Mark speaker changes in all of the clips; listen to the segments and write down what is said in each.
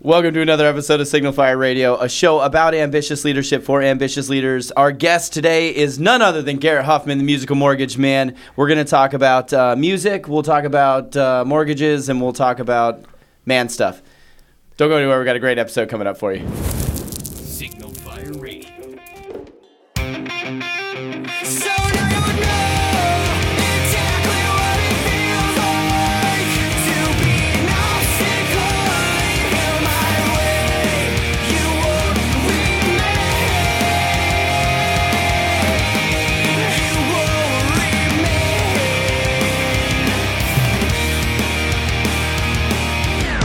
Speaker 1: Welcome to another episode of Signal Fire Radio, a show about ambitious leadership for ambitious leaders. Our guest today is none other than Garrett Huffman, the musical mortgage man. We're going to talk about uh, music, we'll talk about uh, mortgages, and we'll talk about man stuff. Don't go anywhere, we got a great episode coming up for you.
Speaker 2: Signal Fire Radio.
Speaker 3: So now you know exactly what it feels like to be nothing going my way. You won't remain. You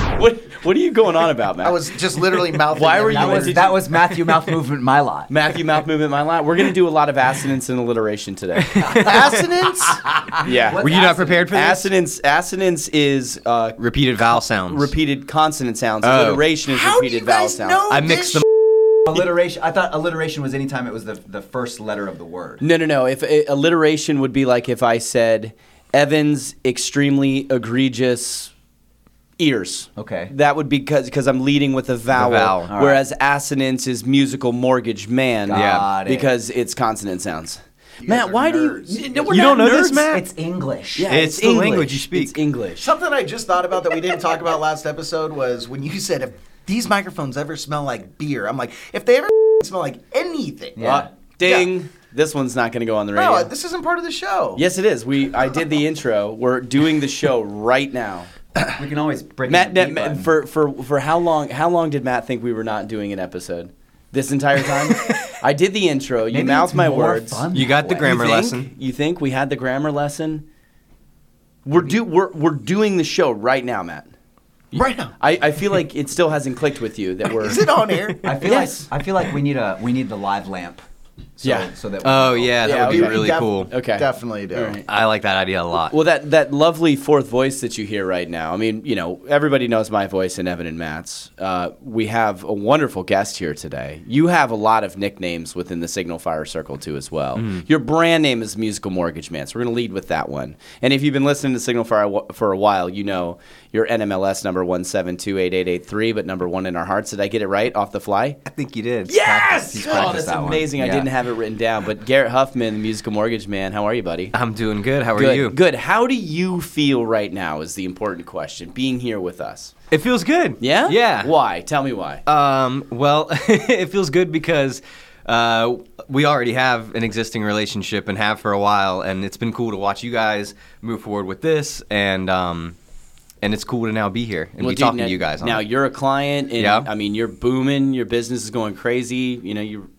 Speaker 3: won't remain.
Speaker 1: What, what are you going on about, Matt?
Speaker 4: I was just literally mouthing.
Speaker 1: Why
Speaker 4: him.
Speaker 1: were you-
Speaker 4: That
Speaker 1: what
Speaker 4: was,
Speaker 1: did
Speaker 4: that
Speaker 1: you-
Speaker 4: was Matthew mouth movement. My lot.
Speaker 1: Matthew Mouth Movement My Lot. We're going to do a lot of assonance and alliteration today.
Speaker 4: Assonance.
Speaker 1: Yeah.
Speaker 4: What
Speaker 5: Were you not prepared for this?
Speaker 1: Assonance, assonance is uh,
Speaker 5: Repeated vowel sounds.
Speaker 1: repeated consonant sounds.
Speaker 5: Oh.
Speaker 1: Alliteration is
Speaker 4: How do
Speaker 1: repeated
Speaker 4: you
Speaker 1: vowel
Speaker 4: guys
Speaker 1: sounds.
Speaker 4: know?
Speaker 5: I mixed
Speaker 4: this
Speaker 5: them.
Speaker 4: alliteration. I thought alliteration was anytime it was the the first letter of the word.
Speaker 1: No, no, no. If uh, alliteration would be like if I said Evan's extremely egregious ears.
Speaker 4: Okay.
Speaker 1: That would be because because I'm leading with a vowel,
Speaker 5: vowel. All right.
Speaker 1: whereas assonance is musical mortgage man.
Speaker 4: Got it.
Speaker 1: Because it's consonant sounds. Matt,
Speaker 6: are
Speaker 1: why do
Speaker 6: nerds.
Speaker 1: you? No, we're
Speaker 5: You
Speaker 1: not
Speaker 5: don't know this,
Speaker 1: nerds.
Speaker 5: Matt?
Speaker 4: It's English.
Speaker 1: Yeah,
Speaker 5: It's the language you speak.
Speaker 1: It's English.
Speaker 6: Something I just thought about that we didn't talk about last episode was when you said if these microphones ever smell like beer, I'm like, if they ever smell like anything,
Speaker 4: Yeah.
Speaker 1: Uh, Ding. This one's not going to go on the radio.
Speaker 6: no, this isn't part of the show.
Speaker 1: yes, it is. We I did the intro. We're doing the show right now.
Speaker 4: We can always break.
Speaker 1: Matt, Matt,
Speaker 4: the beat
Speaker 1: Matt-
Speaker 4: button.
Speaker 1: for for for how long? How long did Matt think we were not doing an episode? This entire time, I did the intro. You
Speaker 4: Maybe
Speaker 1: mouthed
Speaker 4: it's
Speaker 1: my
Speaker 4: more
Speaker 1: words.
Speaker 4: fun
Speaker 5: You got
Speaker 4: that
Speaker 5: the
Speaker 4: way.
Speaker 5: grammar
Speaker 1: you think,
Speaker 5: lesson.
Speaker 1: You think we had the grammar lesson? We're do we're we're doing the show right now, Matt.
Speaker 6: Right now.
Speaker 1: I, I feel like it still hasn't clicked with you that we're.
Speaker 6: Is it on air?
Speaker 4: I feel
Speaker 1: Yes.
Speaker 4: like I feel like we need a we need the live lamp. So,
Speaker 1: Yeah.
Speaker 4: So that. We
Speaker 5: Oh yeah, that
Speaker 1: Yeah,
Speaker 5: would be
Speaker 1: okay.
Speaker 5: really
Speaker 6: Def-
Speaker 5: cool.
Speaker 1: Okay.
Speaker 6: Definitely do.
Speaker 1: All right.
Speaker 5: I like that idea a lot.
Speaker 1: Well, that that lovely fourth voice that you hear right now. I mean, you know, everybody knows my voice and Evan and Matt's. Uh, we have a wonderful guest here today. You have a lot of nicknames within the Signal Fire Circle too, as well. Your brand name is Musical Mortgage Man, so we're going to lead with that one. And if you've been listening to Signal Fire wa- for a while, you know your NMLS number one seven two eight eight eight three, but number one in our hearts. Did I get it right off the fly?
Speaker 5: I think you did.
Speaker 4: Yes!
Speaker 5: He's
Speaker 1: Oh, that's
Speaker 5: practiced that one.
Speaker 1: amazing! I
Speaker 4: Yeah.
Speaker 1: didn't have it written down, but Garrett Huffman, the Musical Mortgage Man, how are you, buddy?
Speaker 5: I'm doing good. How are
Speaker 1: Good.
Speaker 5: you?
Speaker 1: Good. How do you feel right now is the important question. Being here with us.
Speaker 5: It feels good.
Speaker 1: Yeah?
Speaker 5: Yeah.
Speaker 1: Why? Tell me why.
Speaker 5: Um, well, it feels good because uh, we already have an existing relationship and have for a while, and it's been cool to watch you guys move forward with this, and um, and it's cool to now be here and
Speaker 1: Well,
Speaker 5: be
Speaker 1: dude,
Speaker 5: talking
Speaker 1: now-
Speaker 5: to you guys. On
Speaker 1: Now
Speaker 5: it.
Speaker 1: you're a client and
Speaker 5: Yeah.
Speaker 1: I mean you're booming, your business is going crazy, you know, you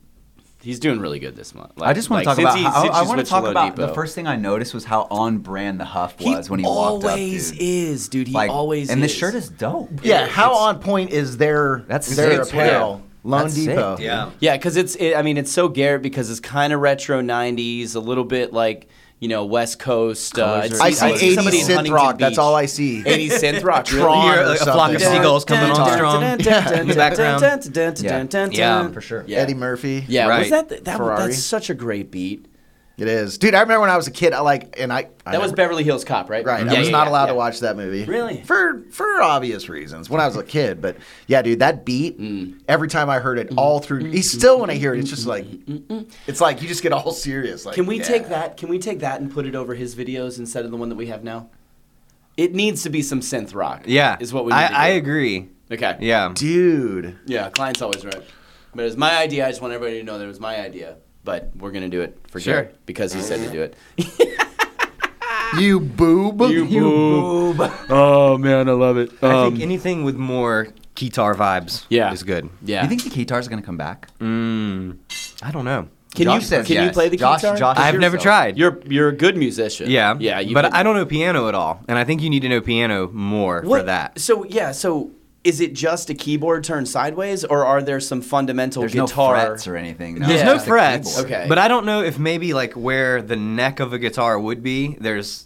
Speaker 1: he's doing really good this month. Like-
Speaker 4: I just want
Speaker 1: like,
Speaker 4: to talk
Speaker 1: since
Speaker 4: about.
Speaker 1: he-
Speaker 4: How,
Speaker 1: since
Speaker 4: I
Speaker 1: you
Speaker 4: want to
Speaker 1: switched
Speaker 4: talk
Speaker 1: Low
Speaker 4: about the
Speaker 1: Depot.
Speaker 4: first thing I noticed was how on brand the Huff
Speaker 1: he
Speaker 4: was when he walked up.
Speaker 1: always
Speaker 4: dude.
Speaker 1: is, dude. He
Speaker 4: Like,
Speaker 1: always
Speaker 4: and
Speaker 1: is.
Speaker 4: the shirt is dope.
Speaker 6: Yeah, how on point is their
Speaker 4: That's
Speaker 6: their
Speaker 4: sick.
Speaker 6: apparel? Lone
Speaker 4: That's sick,
Speaker 6: Depot.
Speaker 4: dude.
Speaker 5: yeah.
Speaker 1: Yeah, because it's. It, I mean, it's so Garrett because it's kind of retro '90s, a little bit like you know West Coast. Uh,
Speaker 5: Colors are-
Speaker 6: I see
Speaker 5: I see
Speaker 6: 80
Speaker 1: somebody in
Speaker 6: synth
Speaker 1: Huntington
Speaker 6: rock. That's
Speaker 1: Beach.
Speaker 6: all I see.
Speaker 1: 80s synth rock. really?
Speaker 6: Tron
Speaker 5: Hear
Speaker 6: or
Speaker 5: a flock of
Speaker 6: something.
Speaker 5: seagulls coming on strong.
Speaker 1: in
Speaker 5: the background. Yeah,
Speaker 4: for sure.
Speaker 1: Yeah.
Speaker 6: Eddie Murphy.
Speaker 1: Yeah, was
Speaker 5: Right.
Speaker 1: that that
Speaker 6: Ferrari.
Speaker 1: that's such a great beat.
Speaker 6: It is. Dude, I remember when I was a kid, I like, and I. I
Speaker 1: That was
Speaker 6: never-
Speaker 1: Beverly Hills Cop, right?
Speaker 6: Right.
Speaker 1: Yeah,
Speaker 6: I was
Speaker 1: yeah,
Speaker 6: not
Speaker 1: yeah,
Speaker 6: allowed
Speaker 1: yeah.
Speaker 6: to watch that movie.
Speaker 1: Really?
Speaker 6: For for obvious reasons. When I was a kid, but yeah, dude, that beat.
Speaker 1: Mm.
Speaker 6: Every time I heard it, all through. He's still when I hear it, it's just like, it's like you just get all serious. Like,
Speaker 1: mm, Can we
Speaker 6: yeah.
Speaker 1: take that? Can we take that and put it over his videos instead of the one that we have now? It needs to be some synth rock.
Speaker 5: Yeah.
Speaker 1: is what we. Need
Speaker 5: I,
Speaker 1: to
Speaker 5: I
Speaker 1: do.
Speaker 5: agree.
Speaker 1: Okay.
Speaker 5: Yeah.
Speaker 6: dude?
Speaker 1: Yeah, client's always right. But it was my idea. I just want everybody to know that it was my idea. But we're gonna do it for
Speaker 5: Sure.
Speaker 1: Garrett because he said to do it.
Speaker 6: You boob.
Speaker 4: You boob.
Speaker 1: Oh man, I love it.
Speaker 5: I Um, think anything with more guitar vibes
Speaker 1: Um, Yeah.
Speaker 5: is good.
Speaker 1: yeah.
Speaker 4: You think the guitar's gonna come back?
Speaker 5: Mm, I don't know.
Speaker 1: can
Speaker 4: Josh
Speaker 1: you
Speaker 4: says
Speaker 1: can you
Speaker 4: yes.
Speaker 1: play the
Speaker 4: Josh-
Speaker 1: guitar?
Speaker 4: Josh-
Speaker 5: I've
Speaker 4: yourself.
Speaker 5: never tried.
Speaker 1: You're you're a good musician.
Speaker 5: yeah,
Speaker 1: yeah.
Speaker 5: but I don't know piano at all, and I think you need to know piano more for that.
Speaker 1: So yeah, so is it just a keyboard turned sideways, or are there some fundamental
Speaker 4: There's
Speaker 1: Oh, guitar?
Speaker 4: no frets or anything.
Speaker 5: There's
Speaker 1: Yeah.
Speaker 5: no
Speaker 4: Just the
Speaker 5: frets,
Speaker 4: keyboard.
Speaker 1: Okay.
Speaker 5: but I don't know if maybe like where the neck of a guitar would be. There's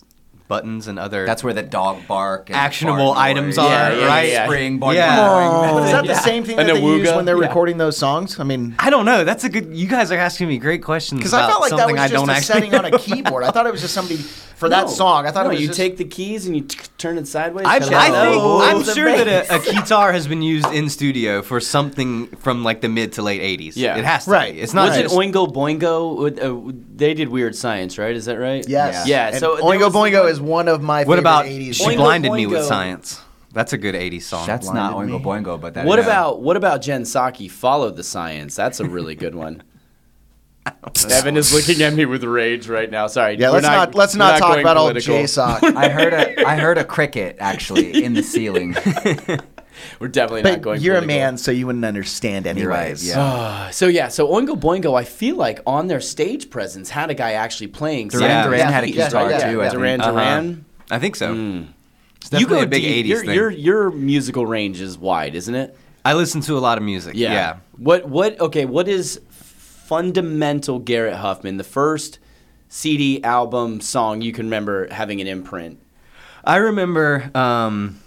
Speaker 5: buttons and other.
Speaker 4: That's where the dog bark. And
Speaker 5: Actionable
Speaker 4: bark noise
Speaker 5: items
Speaker 4: and
Speaker 1: are,
Speaker 4: the
Speaker 1: right?
Speaker 4: Spring bark.
Speaker 5: Yeah.
Speaker 4: bark.
Speaker 6: But is that the same thing
Speaker 1: An
Speaker 6: that they use
Speaker 1: awooga?
Speaker 6: when they're
Speaker 1: Oh, Yeah.
Speaker 6: recording those songs? I mean,
Speaker 5: I don't know. That's a good. You guys are asking me great questions
Speaker 6: because I
Speaker 5: about
Speaker 6: felt like that
Speaker 5: something
Speaker 6: was
Speaker 5: I
Speaker 6: just
Speaker 5: don't
Speaker 6: a
Speaker 5: actually.
Speaker 6: setting on a keyboard. I thought it was just somebody for that
Speaker 1: No.
Speaker 6: song. I thought
Speaker 1: no,
Speaker 6: it was
Speaker 1: you
Speaker 6: just,
Speaker 1: take the keys and you t- turn it sideways.
Speaker 5: I, I
Speaker 1: Hello.
Speaker 5: think
Speaker 1: Oh.
Speaker 5: I'm
Speaker 6: the
Speaker 5: sure that a, a
Speaker 6: bass.
Speaker 5: guitar has been used in studio for something from like the mid to late 80s.
Speaker 1: Yeah.
Speaker 5: it has to
Speaker 6: Right.
Speaker 5: Be. It's not
Speaker 1: was it
Speaker 5: just-
Speaker 1: Oingo Boingo? Would- Uh, they did Weird Science, right? Is that right?
Speaker 6: Yes.
Speaker 1: Yeah.
Speaker 6: And
Speaker 1: so there
Speaker 6: Oingo
Speaker 1: was the
Speaker 6: Boingo
Speaker 1: one-
Speaker 6: is one of my
Speaker 5: What
Speaker 6: favorite
Speaker 5: about
Speaker 6: 80s
Speaker 5: She
Speaker 1: Oingo
Speaker 6: songs.
Speaker 5: Blinded Me with
Speaker 1: Boingo.
Speaker 5: Science? That's a good 80s song.
Speaker 4: That's not
Speaker 6: Blinded
Speaker 4: Oingo
Speaker 6: me.
Speaker 4: Boingo, but that
Speaker 1: What
Speaker 4: is-
Speaker 1: about what about Jen Psaki? Followed the science. That's a really good one. Evan is looking at me with rage right now. Sorry.
Speaker 6: Yeah,
Speaker 1: we're
Speaker 6: let's not, let's
Speaker 1: we're
Speaker 6: not, talk
Speaker 1: going
Speaker 6: about old
Speaker 1: political.
Speaker 6: JSOC.
Speaker 4: I heard a I heard a cricket actually in the ceiling.
Speaker 1: We're definitely not
Speaker 6: but
Speaker 1: going.
Speaker 6: you're a
Speaker 1: political.
Speaker 6: man, so you wouldn't understand anyways.
Speaker 4: You're right, yeah.
Speaker 1: Uh, so yeah, so Oingo Boingo, I feel like on their stage presence had a guy actually playing.
Speaker 4: Duran
Speaker 1: some
Speaker 5: Duran
Speaker 1: keys,
Speaker 4: had a guitar,
Speaker 1: right?
Speaker 4: too, I think.
Speaker 1: Duran Duran.
Speaker 5: I think so. It's
Speaker 1: You
Speaker 5: Uh-huh. definitely
Speaker 1: go
Speaker 5: a big
Speaker 1: deep.
Speaker 5: 80s
Speaker 1: your,
Speaker 5: thing.
Speaker 1: Your your musical range is wide, isn't it?
Speaker 5: I listen to a lot of music. Yeah.
Speaker 1: What what okay, what is fundamental Garrett Huffman, the first CD album song you can remember having an imprint?
Speaker 5: I remember um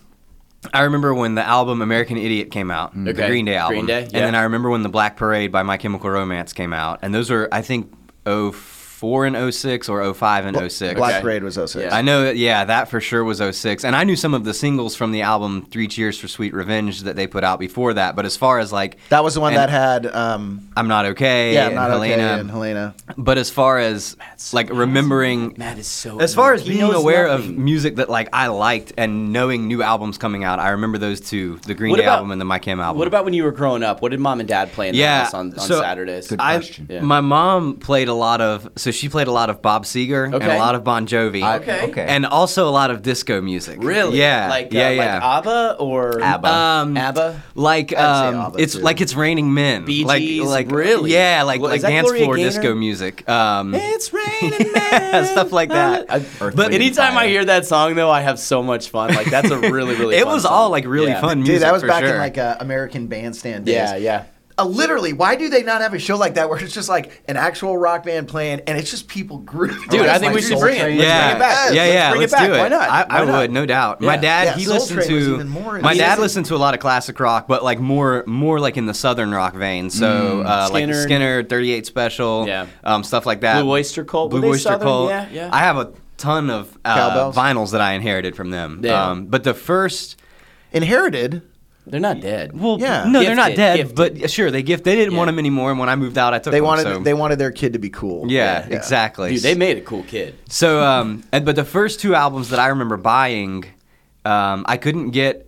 Speaker 5: I remember when the album American Idiot came out, the
Speaker 1: Okay.
Speaker 5: Green Day album.
Speaker 1: Green Day,
Speaker 5: And
Speaker 1: yeah.
Speaker 5: then I remember when The Black Parade by My Chemical Romance came out. And those are I think 04 and 06 or 05 and 06.
Speaker 6: Black
Speaker 1: Oh, Okay.
Speaker 6: Parade was 06.
Speaker 1: Yeah.
Speaker 5: I know, that- yeah, that for sure was 06. And I knew some of the singles from the album Three Cheers for Sweet Revenge that they put out before that. But as far as like,
Speaker 6: That was the one
Speaker 5: And-
Speaker 6: that had, um,
Speaker 5: I'm Not Okay,
Speaker 6: yeah,
Speaker 5: and
Speaker 6: not
Speaker 5: Helena.
Speaker 6: okay, and Helena.
Speaker 1: Mm-hmm.
Speaker 5: But as far as
Speaker 1: so
Speaker 5: like remembering
Speaker 1: Matt is so
Speaker 5: as far as
Speaker 1: he
Speaker 5: being
Speaker 1: knows
Speaker 5: aware of
Speaker 1: nothing.
Speaker 5: music that like I liked and knowing new albums coming out, I remember those two: the Green
Speaker 1: What
Speaker 5: Day
Speaker 1: about-
Speaker 5: album and the My Chem album.
Speaker 1: What about when you were growing up? What did mom and dad play in the
Speaker 5: Yeah,
Speaker 1: house on, on
Speaker 5: so
Speaker 1: Saturdays?
Speaker 4: Good
Speaker 5: I,
Speaker 4: question.
Speaker 1: Yeah.
Speaker 5: my mom played a lot of, so she played a lot of Bob Seger and
Speaker 1: Okay.
Speaker 5: a lot of Bon Jovi,
Speaker 4: I-
Speaker 1: Okay.
Speaker 4: okay.
Speaker 5: and also a lot of disco music.
Speaker 1: really?
Speaker 5: Yeah,
Speaker 1: Like uh,
Speaker 5: yeah,
Speaker 1: like
Speaker 5: yeah.
Speaker 1: ABBA or
Speaker 4: ABBA.
Speaker 5: Um,
Speaker 1: ABBA?
Speaker 5: like
Speaker 6: I'd say
Speaker 5: um,
Speaker 6: ABBA,
Speaker 5: it's
Speaker 6: too.
Speaker 5: like it's raining men.
Speaker 1: Bee
Speaker 5: like,
Speaker 1: Gees?
Speaker 5: like
Speaker 1: Really?
Speaker 5: Yeah, like
Speaker 1: Well,
Speaker 5: like
Speaker 1: is that
Speaker 5: dance
Speaker 1: Gloria
Speaker 5: floor
Speaker 1: Gaynor?
Speaker 5: disco music. Um,
Speaker 1: It's raining
Speaker 5: Yeah, stuff like that.
Speaker 1: I-
Speaker 4: Earth,
Speaker 1: but
Speaker 4: Wind, and
Speaker 1: anytime I
Speaker 4: Fire.
Speaker 1: hear that song, though, I have so much fun. Like that's a really, really.
Speaker 5: it
Speaker 1: fun
Speaker 5: was
Speaker 1: song.
Speaker 5: all like really
Speaker 1: Yeah.
Speaker 5: fun music.
Speaker 6: Dude, that was
Speaker 5: for
Speaker 6: back in
Speaker 5: sure.
Speaker 6: like uh, American Bandstand days.
Speaker 1: Yeah, yeah.
Speaker 6: Uh, literally, why do they not have a show like that where it's just like an actual rock band playing and it's just people grooving?
Speaker 1: Dude,
Speaker 6: It's
Speaker 1: I think
Speaker 6: like,
Speaker 1: we
Speaker 6: dude,
Speaker 1: should bring it. Let's
Speaker 5: yeah.
Speaker 1: bring it back.
Speaker 5: Yeah, yeah.
Speaker 1: Let's bring
Speaker 5: let's
Speaker 1: it back.
Speaker 5: do it.
Speaker 1: Why not?
Speaker 5: I, I
Speaker 1: Why not?
Speaker 5: would, no doubt.
Speaker 1: Yeah.
Speaker 5: My dad,
Speaker 6: Yeah,
Speaker 5: he
Speaker 6: Soul
Speaker 5: listened
Speaker 6: Train was
Speaker 5: to.
Speaker 6: even more
Speaker 5: my dad
Speaker 6: amazing.
Speaker 5: listened to a lot of classic rock, but like more, more like in the southern rock vein. So
Speaker 6: Mm.
Speaker 5: uh, like
Speaker 1: Skinner.
Speaker 5: Skinner, Thirty Eight Special,
Speaker 1: Yeah.
Speaker 5: um, stuff like that.
Speaker 1: Blue Oyster Cult. Were
Speaker 5: Blue
Speaker 1: they
Speaker 5: Oyster
Speaker 1: Southern?
Speaker 5: Cult.
Speaker 1: Yeah, yeah.
Speaker 5: I have a ton of uh,
Speaker 6: Cowbells?
Speaker 5: vinyls that I inherited from them.
Speaker 1: Yeah.
Speaker 5: Um, but the first.
Speaker 6: Inherited.
Speaker 1: They're not dead.
Speaker 5: Well,
Speaker 6: Yeah.
Speaker 5: no, they're not
Speaker 1: Gifted,
Speaker 5: dead,
Speaker 1: gifted.
Speaker 5: but sure, they gift. They didn't
Speaker 1: Yeah.
Speaker 5: want them anymore. And when I moved out, I took
Speaker 6: They
Speaker 5: them.
Speaker 6: wanted
Speaker 5: so-
Speaker 6: they wanted their kid to be cool.
Speaker 5: yeah, exactly.
Speaker 1: Dude, they made a cool kid.
Speaker 5: So, um, and, but the first two albums that I remember buying, um, I couldn't get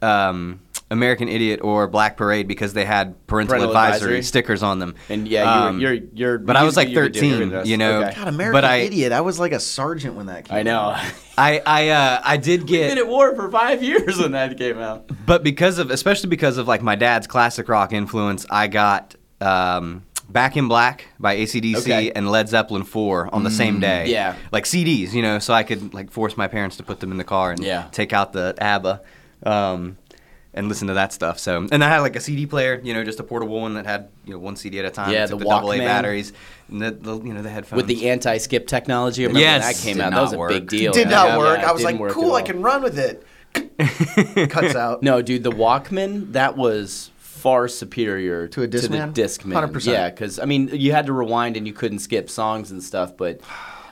Speaker 5: um, American Idiot or Black Parade because they had parental,
Speaker 1: Parental
Speaker 5: advisory,
Speaker 1: advisory.
Speaker 5: stickers on them.
Speaker 1: And yeah, you
Speaker 5: Um,
Speaker 1: were, you're you're.
Speaker 5: but I was like
Speaker 1: you were doing
Speaker 5: 13,
Speaker 1: this.
Speaker 5: you know.
Speaker 1: Okay.
Speaker 6: God, American
Speaker 5: But I-
Speaker 6: Idiot. I was like a sergeant when that came.
Speaker 1: I know.
Speaker 5: I I, uh, I did
Speaker 1: Been
Speaker 5: get,
Speaker 1: at war for five years when that came out.
Speaker 5: but because of especially because of like my dad's classic rock influence, I got um, Back in Black by ACDC
Speaker 1: Okay. Mm,
Speaker 5: and Led Zeppelin 4 on the same day.
Speaker 1: yeah.
Speaker 5: like CDs, you know, so I could like force my parents to put them in the car and
Speaker 1: Yeah.
Speaker 5: take out the ABBA um, and listen to that stuff. So, and I had like a CD player, you know, just a portable one that had you know one CD at a time.
Speaker 1: Yeah,
Speaker 5: It took
Speaker 1: the
Speaker 5: AA
Speaker 1: Walkman.
Speaker 5: batteries and the, the you know the headphones
Speaker 1: With the anti-skip technology, remember when
Speaker 5: Yes.
Speaker 1: that came
Speaker 5: Did
Speaker 1: out? That
Speaker 5: not
Speaker 1: was a
Speaker 5: work.
Speaker 1: big deal.
Speaker 6: Did
Speaker 1: Yeah,
Speaker 6: not
Speaker 1: yeah,
Speaker 6: work.
Speaker 1: it
Speaker 6: I was
Speaker 1: didn't
Speaker 6: like,
Speaker 1: work at
Speaker 6: cool. I
Speaker 1: all.
Speaker 6: can run with it. Cuts out.
Speaker 1: No, dude, the Walkman that was far superior
Speaker 6: To a Discman?
Speaker 1: the Discman.
Speaker 6: 100%.
Speaker 1: Yeah, because I mean, you had to rewind and you couldn't skip songs and stuff, but.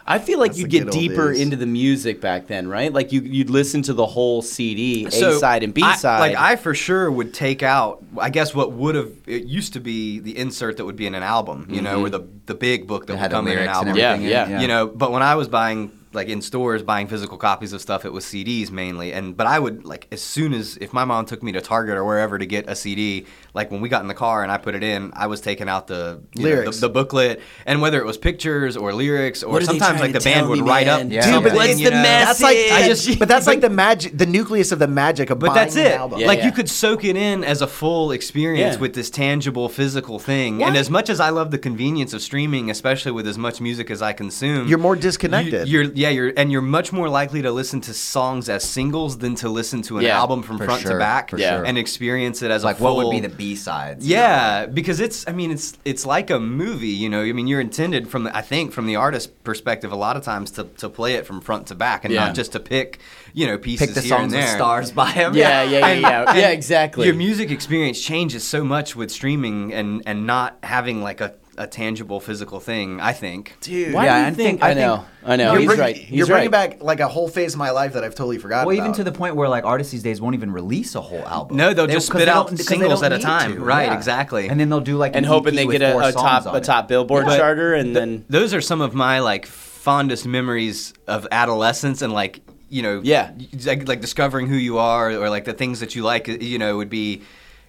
Speaker 1: I feel like
Speaker 6: That's
Speaker 1: you'd
Speaker 6: the
Speaker 1: get
Speaker 6: good old
Speaker 1: deeper
Speaker 6: days.
Speaker 1: into the music back then, right? Like you, you'd listen to the whole CD, A
Speaker 5: So,
Speaker 1: side and B
Speaker 5: I-
Speaker 1: side.
Speaker 5: Like I for sure would take out. I guess what would have it used to be the insert that would be in an album, you
Speaker 1: Mm-hmm.
Speaker 5: know, or the the big book that
Speaker 4: It
Speaker 5: would
Speaker 4: had the
Speaker 5: come in an
Speaker 4: lyrics and
Speaker 5: album.
Speaker 4: everything. in it,
Speaker 1: Yeah, yeah.
Speaker 5: you know but when i was buying like in stores buying physical copies of stuff it was cds mainly and but i would like as soon as if my mom took me to target or wherever to get a cd like when we got in the car and i put it in i was taking out the you know,
Speaker 6: Lyrics.
Speaker 5: the, the booklet and whether it was pictures or lyrics or
Speaker 1: What are they
Speaker 5: sometimes
Speaker 1: trying
Speaker 5: like
Speaker 1: to
Speaker 5: the band
Speaker 1: tell
Speaker 5: would
Speaker 1: me,
Speaker 5: write
Speaker 1: man?
Speaker 5: up
Speaker 1: Dude,
Speaker 5: something,
Speaker 6: but
Speaker 1: what's
Speaker 5: you
Speaker 1: the
Speaker 5: know?
Speaker 1: message?
Speaker 6: That's like
Speaker 1: I
Speaker 6: I
Speaker 1: just-
Speaker 6: just, but that's like the magic, the nucleus of the magic of
Speaker 5: but
Speaker 6: buying
Speaker 5: that's
Speaker 6: an
Speaker 5: it.
Speaker 6: album.
Speaker 1: Yeah.
Speaker 5: like you could soak it in as a full experience
Speaker 1: Yeah.
Speaker 5: with this tangible physical thing. And
Speaker 1: Why-
Speaker 5: as much as I love the convenience of streaming, especially with as much music as I consume,
Speaker 6: You're more disconnected.
Speaker 5: You, are yeah, you're and you're much more likely to listen to songs as singles than to listen to an
Speaker 1: Yeah,
Speaker 5: album from
Speaker 4: for
Speaker 5: front to
Speaker 4: sure,
Speaker 5: back
Speaker 4: for
Speaker 1: Yeah. sure.
Speaker 5: and experience it as
Speaker 4: like
Speaker 5: a full,
Speaker 4: what would be the B sides?
Speaker 5: yeah, because it's I mean it's it's like a movie, you know. I mean you're intended from the, I think from the artist's perspective a lot of times to, to play it from front to back and
Speaker 1: Yeah.
Speaker 5: not just to pick, you know, pieces
Speaker 4: Pick the
Speaker 5: here and
Speaker 4: songs with
Speaker 5: there.
Speaker 4: stars by them.
Speaker 1: yeah, yeah, yeah, yeah, yeah, exactly.
Speaker 5: Your music experience changes so much with streaming and and not having like a a tangible physical thing. I think.
Speaker 6: Dude.
Speaker 1: Why
Speaker 4: Yeah,
Speaker 1: do
Speaker 4: I
Speaker 1: you think,
Speaker 4: think-
Speaker 1: I
Speaker 4: I
Speaker 1: know. I know.
Speaker 6: You're,
Speaker 1: He's
Speaker 6: bringing,
Speaker 1: right. He's
Speaker 6: you're bringing
Speaker 1: right.
Speaker 6: back like a whole phase of my life that I've totally forgotten
Speaker 4: Well, even
Speaker 6: about.
Speaker 4: to the point where like artists these days won't even release a whole album.
Speaker 5: No, they'll
Speaker 4: They-
Speaker 5: just
Speaker 4: 'cause
Speaker 5: spit
Speaker 4: they
Speaker 5: out
Speaker 4: don't- 'cause they
Speaker 5: singles
Speaker 4: don't
Speaker 5: at a
Speaker 4: need
Speaker 5: time.
Speaker 4: to,
Speaker 5: Right,
Speaker 4: yeah.
Speaker 5: exactly.
Speaker 4: And then they'll do like an
Speaker 1: and hoping
Speaker 4: EP
Speaker 1: they
Speaker 4: with
Speaker 1: get a,
Speaker 4: four
Speaker 1: a top
Speaker 4: songs on
Speaker 1: a
Speaker 4: it.
Speaker 1: top Billboard
Speaker 5: But
Speaker 1: charter, and
Speaker 5: th-
Speaker 1: then
Speaker 5: those are some of my like fondest memories of adolescence and like you know
Speaker 1: Yeah.
Speaker 5: y- like, like discovering who you are or like the things that you like you know would be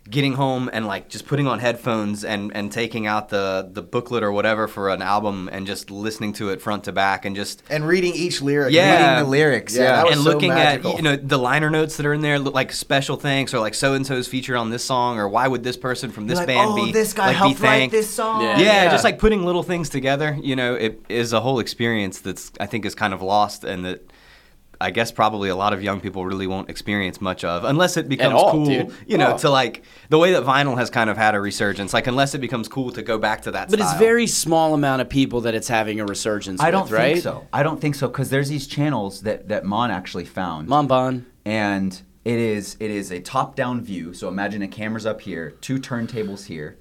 Speaker 5: getting home and like just putting on headphones and and taking out the the booklet or whatever for an album and just listening to it front to back and just
Speaker 6: and reading each lyric.
Speaker 5: Yeah.
Speaker 4: Reading the lyrics.
Speaker 6: Yeah,
Speaker 4: Yeah.
Speaker 6: that was
Speaker 5: and
Speaker 6: so
Speaker 5: looking
Speaker 6: magical.
Speaker 5: at you know the liner notes that are in there, look like special thanks or like so and so's featured on this song, or why would this person from this
Speaker 4: Like,
Speaker 5: band
Speaker 4: oh,
Speaker 5: be
Speaker 4: this guy
Speaker 5: like, be
Speaker 4: helped write
Speaker 5: thanked?"
Speaker 4: this song.
Speaker 1: Yeah.
Speaker 5: Yeah, just like putting little things together, you know, it is a whole experience that's I think is kind of lost and that I guess probably a lot of young people really won't experience much of unless it becomes
Speaker 1: all,
Speaker 5: cool,
Speaker 1: dude.
Speaker 5: you know,
Speaker 1: Oh.
Speaker 5: to like the way that vinyl has kind of had a resurgence. Like unless it becomes cool to go back to that.
Speaker 1: But it's
Speaker 5: style.
Speaker 1: very small amount of people that it's having a resurgence.
Speaker 4: I
Speaker 1: with,
Speaker 4: don't
Speaker 1: right?
Speaker 4: think so. I don't think so because there's these channels that that Mon actually found.
Speaker 1: Mom Bon.
Speaker 4: and it is it is a top down view. So imagine a camera's up here, two turntables here,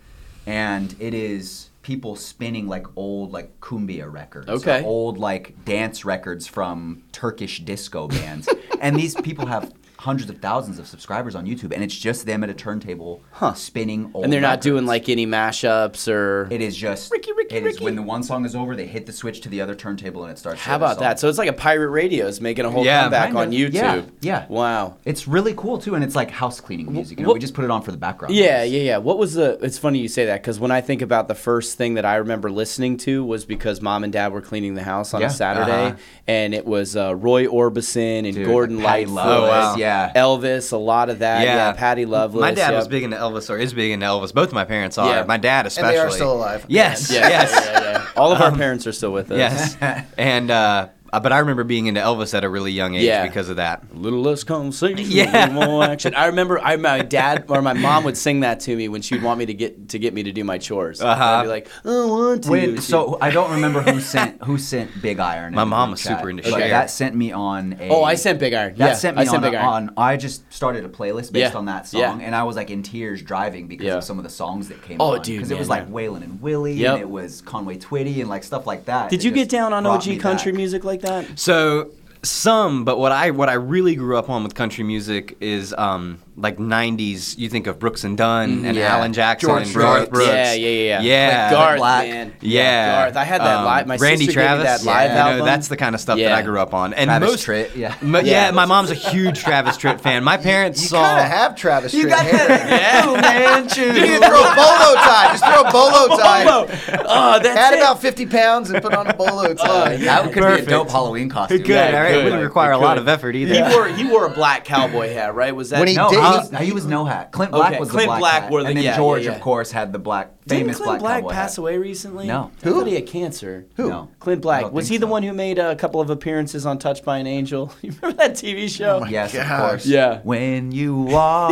Speaker 4: and it is people spinning like old like cumbia records, or
Speaker 1: Okay.
Speaker 4: old like dance records from Turkish disco bands, and these people have hundreds of thousands of subscribers on YouTube, and it's just them at a turntable spinning old.
Speaker 1: And they're not
Speaker 4: records.
Speaker 1: doing like any mashups or.
Speaker 4: It is just Ricky, Ricky, It is when the one song is over, they hit the switch to the other turntable and it starts. the
Speaker 1: How
Speaker 4: other
Speaker 1: about
Speaker 4: song.
Speaker 1: that? So it's like a pirate radio is making a whole
Speaker 5: Yeah,
Speaker 1: comeback
Speaker 4: Kind of.
Speaker 1: on YouTube.
Speaker 4: Yeah, yeah.
Speaker 1: Wow.
Speaker 4: It's really cool too, and it's like house cleaning music. You know,
Speaker 1: Well-
Speaker 4: we just put it on for the background.
Speaker 1: Yeah,
Speaker 4: noise.
Speaker 1: yeah, yeah. What was the? It's funny you say that because when I think about the first thing that I remember listening to was because mom and dad were cleaning the house on
Speaker 4: Yeah,
Speaker 1: a Saturday,
Speaker 5: uh-huh.
Speaker 1: and it was uh, Roy Orbison and
Speaker 4: Dude,
Speaker 1: Gordon
Speaker 4: Patty
Speaker 1: Lightfoot,
Speaker 5: Oh,
Speaker 4: Loveless,
Speaker 5: wow.
Speaker 4: yeah.
Speaker 1: Elvis, a lot of that. Yeah, Patty Loveless.
Speaker 5: My dad
Speaker 1: yep.
Speaker 5: was big into Elvis, or is big into Elvis. Both of my parents are.
Speaker 1: Yeah.
Speaker 5: My dad
Speaker 6: and
Speaker 5: especially.
Speaker 6: they are still alive.
Speaker 5: Yes.
Speaker 1: Yeah,
Speaker 5: Yes. Um,
Speaker 1: yeah, yeah, yeah. All of our parents are still with us.
Speaker 5: Yes. and uh, but I remember being into Elvis at a really young age
Speaker 1: Yeah.
Speaker 5: because of that.
Speaker 1: Little less conversation, yeah.
Speaker 5: Yeah.
Speaker 1: more action. I remember, I my dad or my mom would sing that to me when she'd want me to get to get me to do my chores. And I'd be like, I want to.
Speaker 4: Uh-huh. When,
Speaker 1: She'd-
Speaker 4: so I don't remember who sent who sent Big Iron. in
Speaker 5: My
Speaker 4: the
Speaker 5: mom
Speaker 4: group
Speaker 5: was
Speaker 4: chat,
Speaker 5: super into
Speaker 4: but
Speaker 5: Cher.
Speaker 4: That sent me on a.
Speaker 1: oh, I sent Big Iron.
Speaker 4: That
Speaker 1: yeah,
Speaker 4: sent me
Speaker 1: I sent
Speaker 4: on,
Speaker 1: Big
Speaker 4: a-
Speaker 1: Iron.
Speaker 4: on- I just started a playlist based
Speaker 1: Yeah,
Speaker 4: on that song,
Speaker 1: yeah.
Speaker 4: and I was like in tears driving because
Speaker 1: Yeah.
Speaker 4: of some of the songs that came.
Speaker 1: Oh,
Speaker 4: on,
Speaker 1: dude,
Speaker 4: because it was
Speaker 1: man,
Speaker 4: like Waylon and Willie,
Speaker 1: Yep.
Speaker 4: and it was Conway Twitty, and like stuff like that.
Speaker 1: Did
Speaker 4: that
Speaker 1: you get
Speaker 4: just
Speaker 1: down on
Speaker 4: brought me
Speaker 1: OG country
Speaker 4: back.
Speaker 1: music like that?
Speaker 5: So some, but what I what I really grew up on with country music is um, like '90s. You think of Brooks and Dunn and
Speaker 1: Mm-hmm. yeah.
Speaker 5: Alan Jackson
Speaker 6: George
Speaker 5: and Garth
Speaker 6: Brooks.
Speaker 5: Brooks.
Speaker 1: Yeah, yeah, yeah, yeah.
Speaker 5: Yeah.
Speaker 1: Like Garth,
Speaker 4: Black.
Speaker 1: man.
Speaker 5: Yeah,
Speaker 1: Garth. I had that
Speaker 5: Um,
Speaker 1: live. My
Speaker 5: Randy
Speaker 1: sister
Speaker 5: Travis.
Speaker 1: gave me that live
Speaker 5: you know,
Speaker 1: album.
Speaker 5: that's the kind of stuff that
Speaker 1: Yeah.
Speaker 5: I grew up on. And
Speaker 4: Travis
Speaker 5: most,
Speaker 4: Tritt, yeah.
Speaker 5: mo- yeah.
Speaker 1: Yeah.
Speaker 5: my mom's a huge Travis Tritt fan. My parents
Speaker 6: You
Speaker 5: saw.
Speaker 6: kind of have Travis.
Speaker 4: You
Speaker 6: Tritt
Speaker 4: got
Speaker 6: hair.
Speaker 4: that?
Speaker 1: oh,
Speaker 4: Yeah, man,
Speaker 6: You need to throw a bolo tie. Just throw a bolo tie.
Speaker 1: Bolo. Oh, that's
Speaker 6: Add
Speaker 1: it.
Speaker 6: about 50 pounds and put on a
Speaker 1: Uh,
Speaker 6: bolo tie.
Speaker 4: That could
Speaker 5: Perfect.
Speaker 4: be a dope Halloween costume.
Speaker 5: Good,
Speaker 1: Yeah,
Speaker 5: all right. It
Speaker 1: good.
Speaker 5: wouldn't require a
Speaker 1: Good.
Speaker 5: lot of effort either.
Speaker 1: He wore he wore a black cowboy hat, right? Was that
Speaker 6: When he
Speaker 4: No,
Speaker 6: did-
Speaker 4: he,
Speaker 6: Uh,
Speaker 4: was, he was no hat. Clint Black
Speaker 1: okay,
Speaker 4: was
Speaker 1: Clint
Speaker 4: the black,
Speaker 1: Black
Speaker 4: hat,
Speaker 1: were the-
Speaker 4: and then
Speaker 1: yeah, yeah,
Speaker 4: George,
Speaker 1: yeah.
Speaker 4: of course, had the black
Speaker 1: Didn't
Speaker 4: famous
Speaker 1: Clint
Speaker 4: black
Speaker 1: Black
Speaker 4: cowboy
Speaker 1: pass
Speaker 4: hat.
Speaker 1: away recently?
Speaker 4: No.
Speaker 1: I thought he had cancer.
Speaker 6: Who?
Speaker 4: No.
Speaker 1: Clint
Speaker 4: I
Speaker 1: Black.
Speaker 4: don't
Speaker 1: Was
Speaker 4: think
Speaker 1: he the
Speaker 4: so.
Speaker 1: one who made a couple of appearances on Touched by an Angel? You remember that TV show?
Speaker 4: Yes,
Speaker 6: gosh.
Speaker 4: of course.
Speaker 1: Yeah.
Speaker 4: When you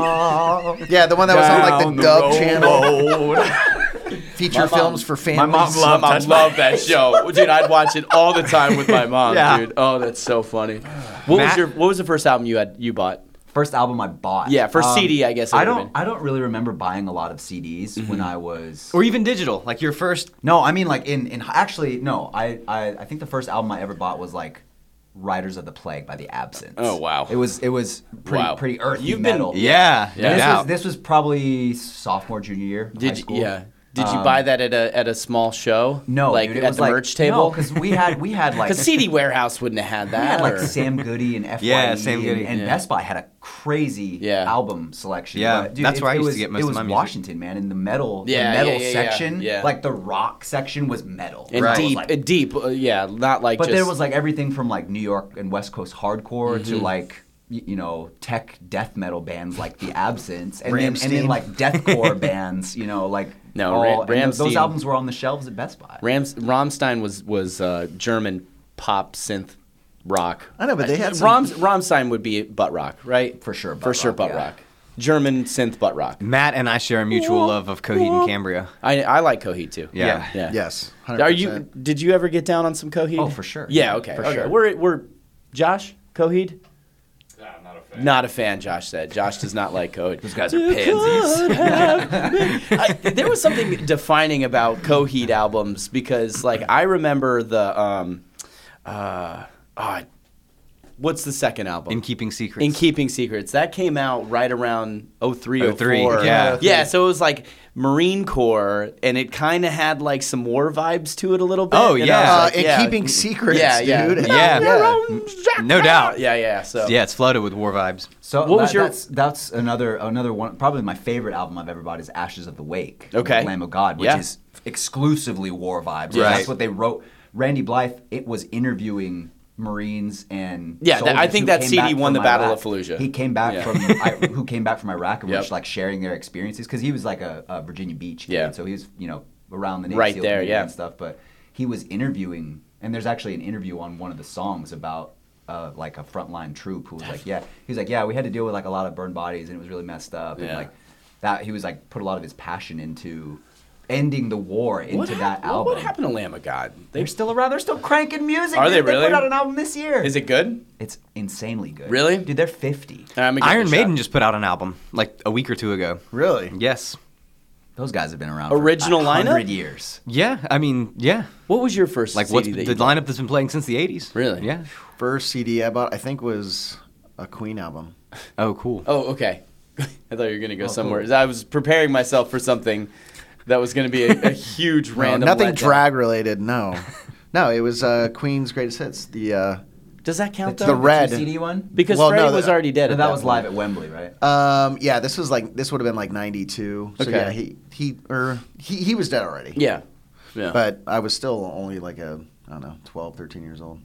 Speaker 4: walk.
Speaker 6: Yeah, the one that was on like the, Dub Channel. Feature
Speaker 1: mom-
Speaker 6: films for families.
Speaker 1: I love that show, dude. I'd watch it all the time with my mom,
Speaker 5: Yeah.
Speaker 1: dude. Oh, that's so funny. What was
Speaker 5: Matt-
Speaker 1: your What was the first album you had you bought?
Speaker 4: First album I bought. Um,
Speaker 1: Yeah, first CD, I guess it
Speaker 4: I
Speaker 1: would've
Speaker 4: don't.
Speaker 1: been. Mm-hmm.
Speaker 4: I don't really remember buying a lot of CDs when I was.
Speaker 5: or even digital, like your first
Speaker 4: No, I mean like in in actually no. I, I I think the first album I ever bought was like. Riders of the Plague by the Absence.
Speaker 1: Oh, wow.
Speaker 4: It was it was pretty
Speaker 1: Wow.
Speaker 4: pretty earthy
Speaker 1: You've been-
Speaker 4: metal.
Speaker 5: Yeah,
Speaker 1: Yeah.
Speaker 5: no
Speaker 4: This,
Speaker 5: doubt.
Speaker 4: was, this was probably sophomore junior year. of high
Speaker 1: Did
Speaker 4: school. Um,
Speaker 1: you, yeah? Did you buy that at a at a small show?
Speaker 4: No,
Speaker 1: like
Speaker 4: dude, it
Speaker 1: at
Speaker 4: was
Speaker 1: the
Speaker 4: like,
Speaker 1: merch table.
Speaker 4: because we had we had like
Speaker 1: the CD warehouse wouldn't have had
Speaker 4: we
Speaker 1: that.
Speaker 4: had like
Speaker 1: or-
Speaker 4: Sam Goody and FYE
Speaker 5: Yeah, Sam Goody,
Speaker 4: and, and
Speaker 1: yeah.
Speaker 4: Best Buy had a crazy
Speaker 1: Yeah.
Speaker 4: album selection.
Speaker 5: Yeah,
Speaker 4: but, dude,
Speaker 5: that's
Speaker 4: it-
Speaker 5: where I
Speaker 4: it
Speaker 5: used to
Speaker 4: was,
Speaker 5: get most
Speaker 4: it
Speaker 5: of
Speaker 4: was
Speaker 5: my music.
Speaker 4: Washington, man, in the metal,
Speaker 1: Yeah,
Speaker 4: the metal
Speaker 1: yeah, yeah, yeah,
Speaker 4: section,
Speaker 1: yeah.
Speaker 4: like the rock section was metal.
Speaker 1: and
Speaker 4: So it was
Speaker 1: deep,
Speaker 4: like-
Speaker 1: uh, deep. Uh, yeah, not like.
Speaker 4: but
Speaker 1: just, Mm-hmm.
Speaker 4: there was like everything from like New York and West Coast hardcore to like y- you know tech death metal bands like The Absence, and then and
Speaker 6: Rammstein.
Speaker 4: then like deathcore bands, you know, like
Speaker 1: No,
Speaker 4: all,
Speaker 1: Ra-
Speaker 4: and those-
Speaker 1: Rammstein.
Speaker 4: those albums were on the shelves at Best Buy.
Speaker 1: Rams, Rammstein was was uh, German pop synth rock. Uh,
Speaker 6: I know, but they had some-
Speaker 1: Rams, Rammstein would be butt rock, right?
Speaker 4: For sure,
Speaker 1: For
Speaker 4: butt
Speaker 1: sure,
Speaker 4: rock,
Speaker 1: butt
Speaker 4: yeah.
Speaker 1: rock. German synth butt rock.
Speaker 5: Matt and I share a mutual love of Coheed and Cambria.
Speaker 1: I I like Coheed too.
Speaker 5: Yeah.
Speaker 1: Yeah.
Speaker 6: Yes. 100%.
Speaker 1: Are you? Did you ever get down on some Coheed?
Speaker 4: Oh, for sure.
Speaker 1: Yeah. Okay.
Speaker 4: For
Speaker 1: okay.
Speaker 4: sure.
Speaker 1: We're we're Josh Coheed.
Speaker 2: Ah, I'm not a fan.
Speaker 1: Not a fan. Josh said. Josh does not like Coheed.
Speaker 4: These guys are pansies.
Speaker 1: have I, there was something defining about Coheed albums because, like, I remember the um, uh, ah, what's the second album?
Speaker 5: in keeping secrets.
Speaker 1: In Keeping Secrets. That came out right around 03,
Speaker 5: 03,
Speaker 1: 04.
Speaker 5: yeah.
Speaker 1: Yeah, so it was like Marine Corps, and it kind of had like some war vibes to it a little bit.
Speaker 5: Oh,
Speaker 1: and I
Speaker 5: yeah.
Speaker 1: was
Speaker 6: Uh,
Speaker 1: like,
Speaker 6: and
Speaker 1: yeah.
Speaker 6: keeping secrets,
Speaker 1: Yeah, yeah.
Speaker 6: dude.
Speaker 5: yeah, no doubt.
Speaker 1: Yeah, yeah, so.
Speaker 5: Yeah, it's flooded with war vibes.
Speaker 4: So
Speaker 1: What was
Speaker 4: that-
Speaker 1: your-
Speaker 4: that's, that's another another one probably my favorite album I've ever bought is Ashes of the Wake.
Speaker 1: Okay.
Speaker 4: Lamb of God, which
Speaker 1: Yeah.
Speaker 4: is exclusively war vibes.
Speaker 1: Right.
Speaker 4: That's what they wrote. Randy Blythe, it was interviewing Marines and
Speaker 1: Yeah, that- I
Speaker 4: soldiers
Speaker 1: think
Speaker 4: who
Speaker 1: that
Speaker 4: came
Speaker 1: CD
Speaker 4: back
Speaker 1: won
Speaker 4: from
Speaker 1: the Battle
Speaker 4: Iraq.
Speaker 1: of Fallujah.
Speaker 4: He came back
Speaker 1: Yeah.
Speaker 4: from I, who came back from Iraq and was
Speaker 1: Yep.
Speaker 4: just, like sharing their experiences because he was like a, a Virginia Beach. kid,
Speaker 1: Yeah.
Speaker 4: so he was you know around the Navy
Speaker 1: Right
Speaker 4: SEAL
Speaker 1: there,
Speaker 4: community
Speaker 1: yeah.
Speaker 4: and stuff. But he was interviewing, and there's actually an interview on one of the songs about uh, like a frontline troop who was like, yeah, he was like, yeah, we had to deal with like a lot of burned bodies, and it was really messed up, and
Speaker 1: Yeah.
Speaker 4: like that he was like put a lot of his passion into ending the war into
Speaker 1: What,
Speaker 4: that
Speaker 1: hap-
Speaker 4: album.
Speaker 1: what happened to Lamb of God? They,
Speaker 4: They're still around. They're still cranking music.
Speaker 1: Are
Speaker 4: dude.
Speaker 1: they
Speaker 4: They
Speaker 1: really?
Speaker 4: put out an album this year.
Speaker 1: is it good?
Speaker 4: It's insanely good.
Speaker 1: Really?
Speaker 4: dude? They're fifty.
Speaker 1: All right, I'm gonna give it a
Speaker 5: Iron
Speaker 1: shot.
Speaker 5: Maiden just put out an album like a week or two ago.
Speaker 6: Really?
Speaker 5: Yes.
Speaker 4: Those guys have been around
Speaker 1: Original
Speaker 4: for
Speaker 1: lineup?
Speaker 4: hundred years.
Speaker 5: Yeah, I mean, yeah.
Speaker 1: What was your first
Speaker 5: Like
Speaker 1: CD
Speaker 5: what's
Speaker 1: that
Speaker 5: the
Speaker 1: you bought?
Speaker 5: lineup that's been playing since the 80s?
Speaker 1: Really?
Speaker 5: Yeah.
Speaker 6: First CD I bought, I think, was a Queen album.
Speaker 5: Oh, cool.
Speaker 1: Oh, okay. I thought you were gonna go somewhere. I was preparing myself for something that was gonna be a, a huge
Speaker 6: No,
Speaker 1: random.
Speaker 6: nothing
Speaker 1: letdown.
Speaker 6: drag related. No, no, it was uh, Queen's greatest hits. The uh,
Speaker 1: Does that count
Speaker 6: The
Speaker 1: though?
Speaker 6: re- Red.
Speaker 4: Two CD one.
Speaker 1: because
Speaker 6: Well,
Speaker 1: Freddie
Speaker 6: no,
Speaker 1: was
Speaker 6: that-
Speaker 1: already dead.
Speaker 4: No,
Speaker 1: at
Speaker 4: that was
Speaker 1: point.
Speaker 4: live at Wembley, right?
Speaker 6: um, yeah, this was like this would have been like '92. So
Speaker 1: Okay.
Speaker 6: yeah, he he or he, he was dead already.
Speaker 1: Yeah. Yeah.
Speaker 6: but I was still only like a I don't know 12, 13 years old.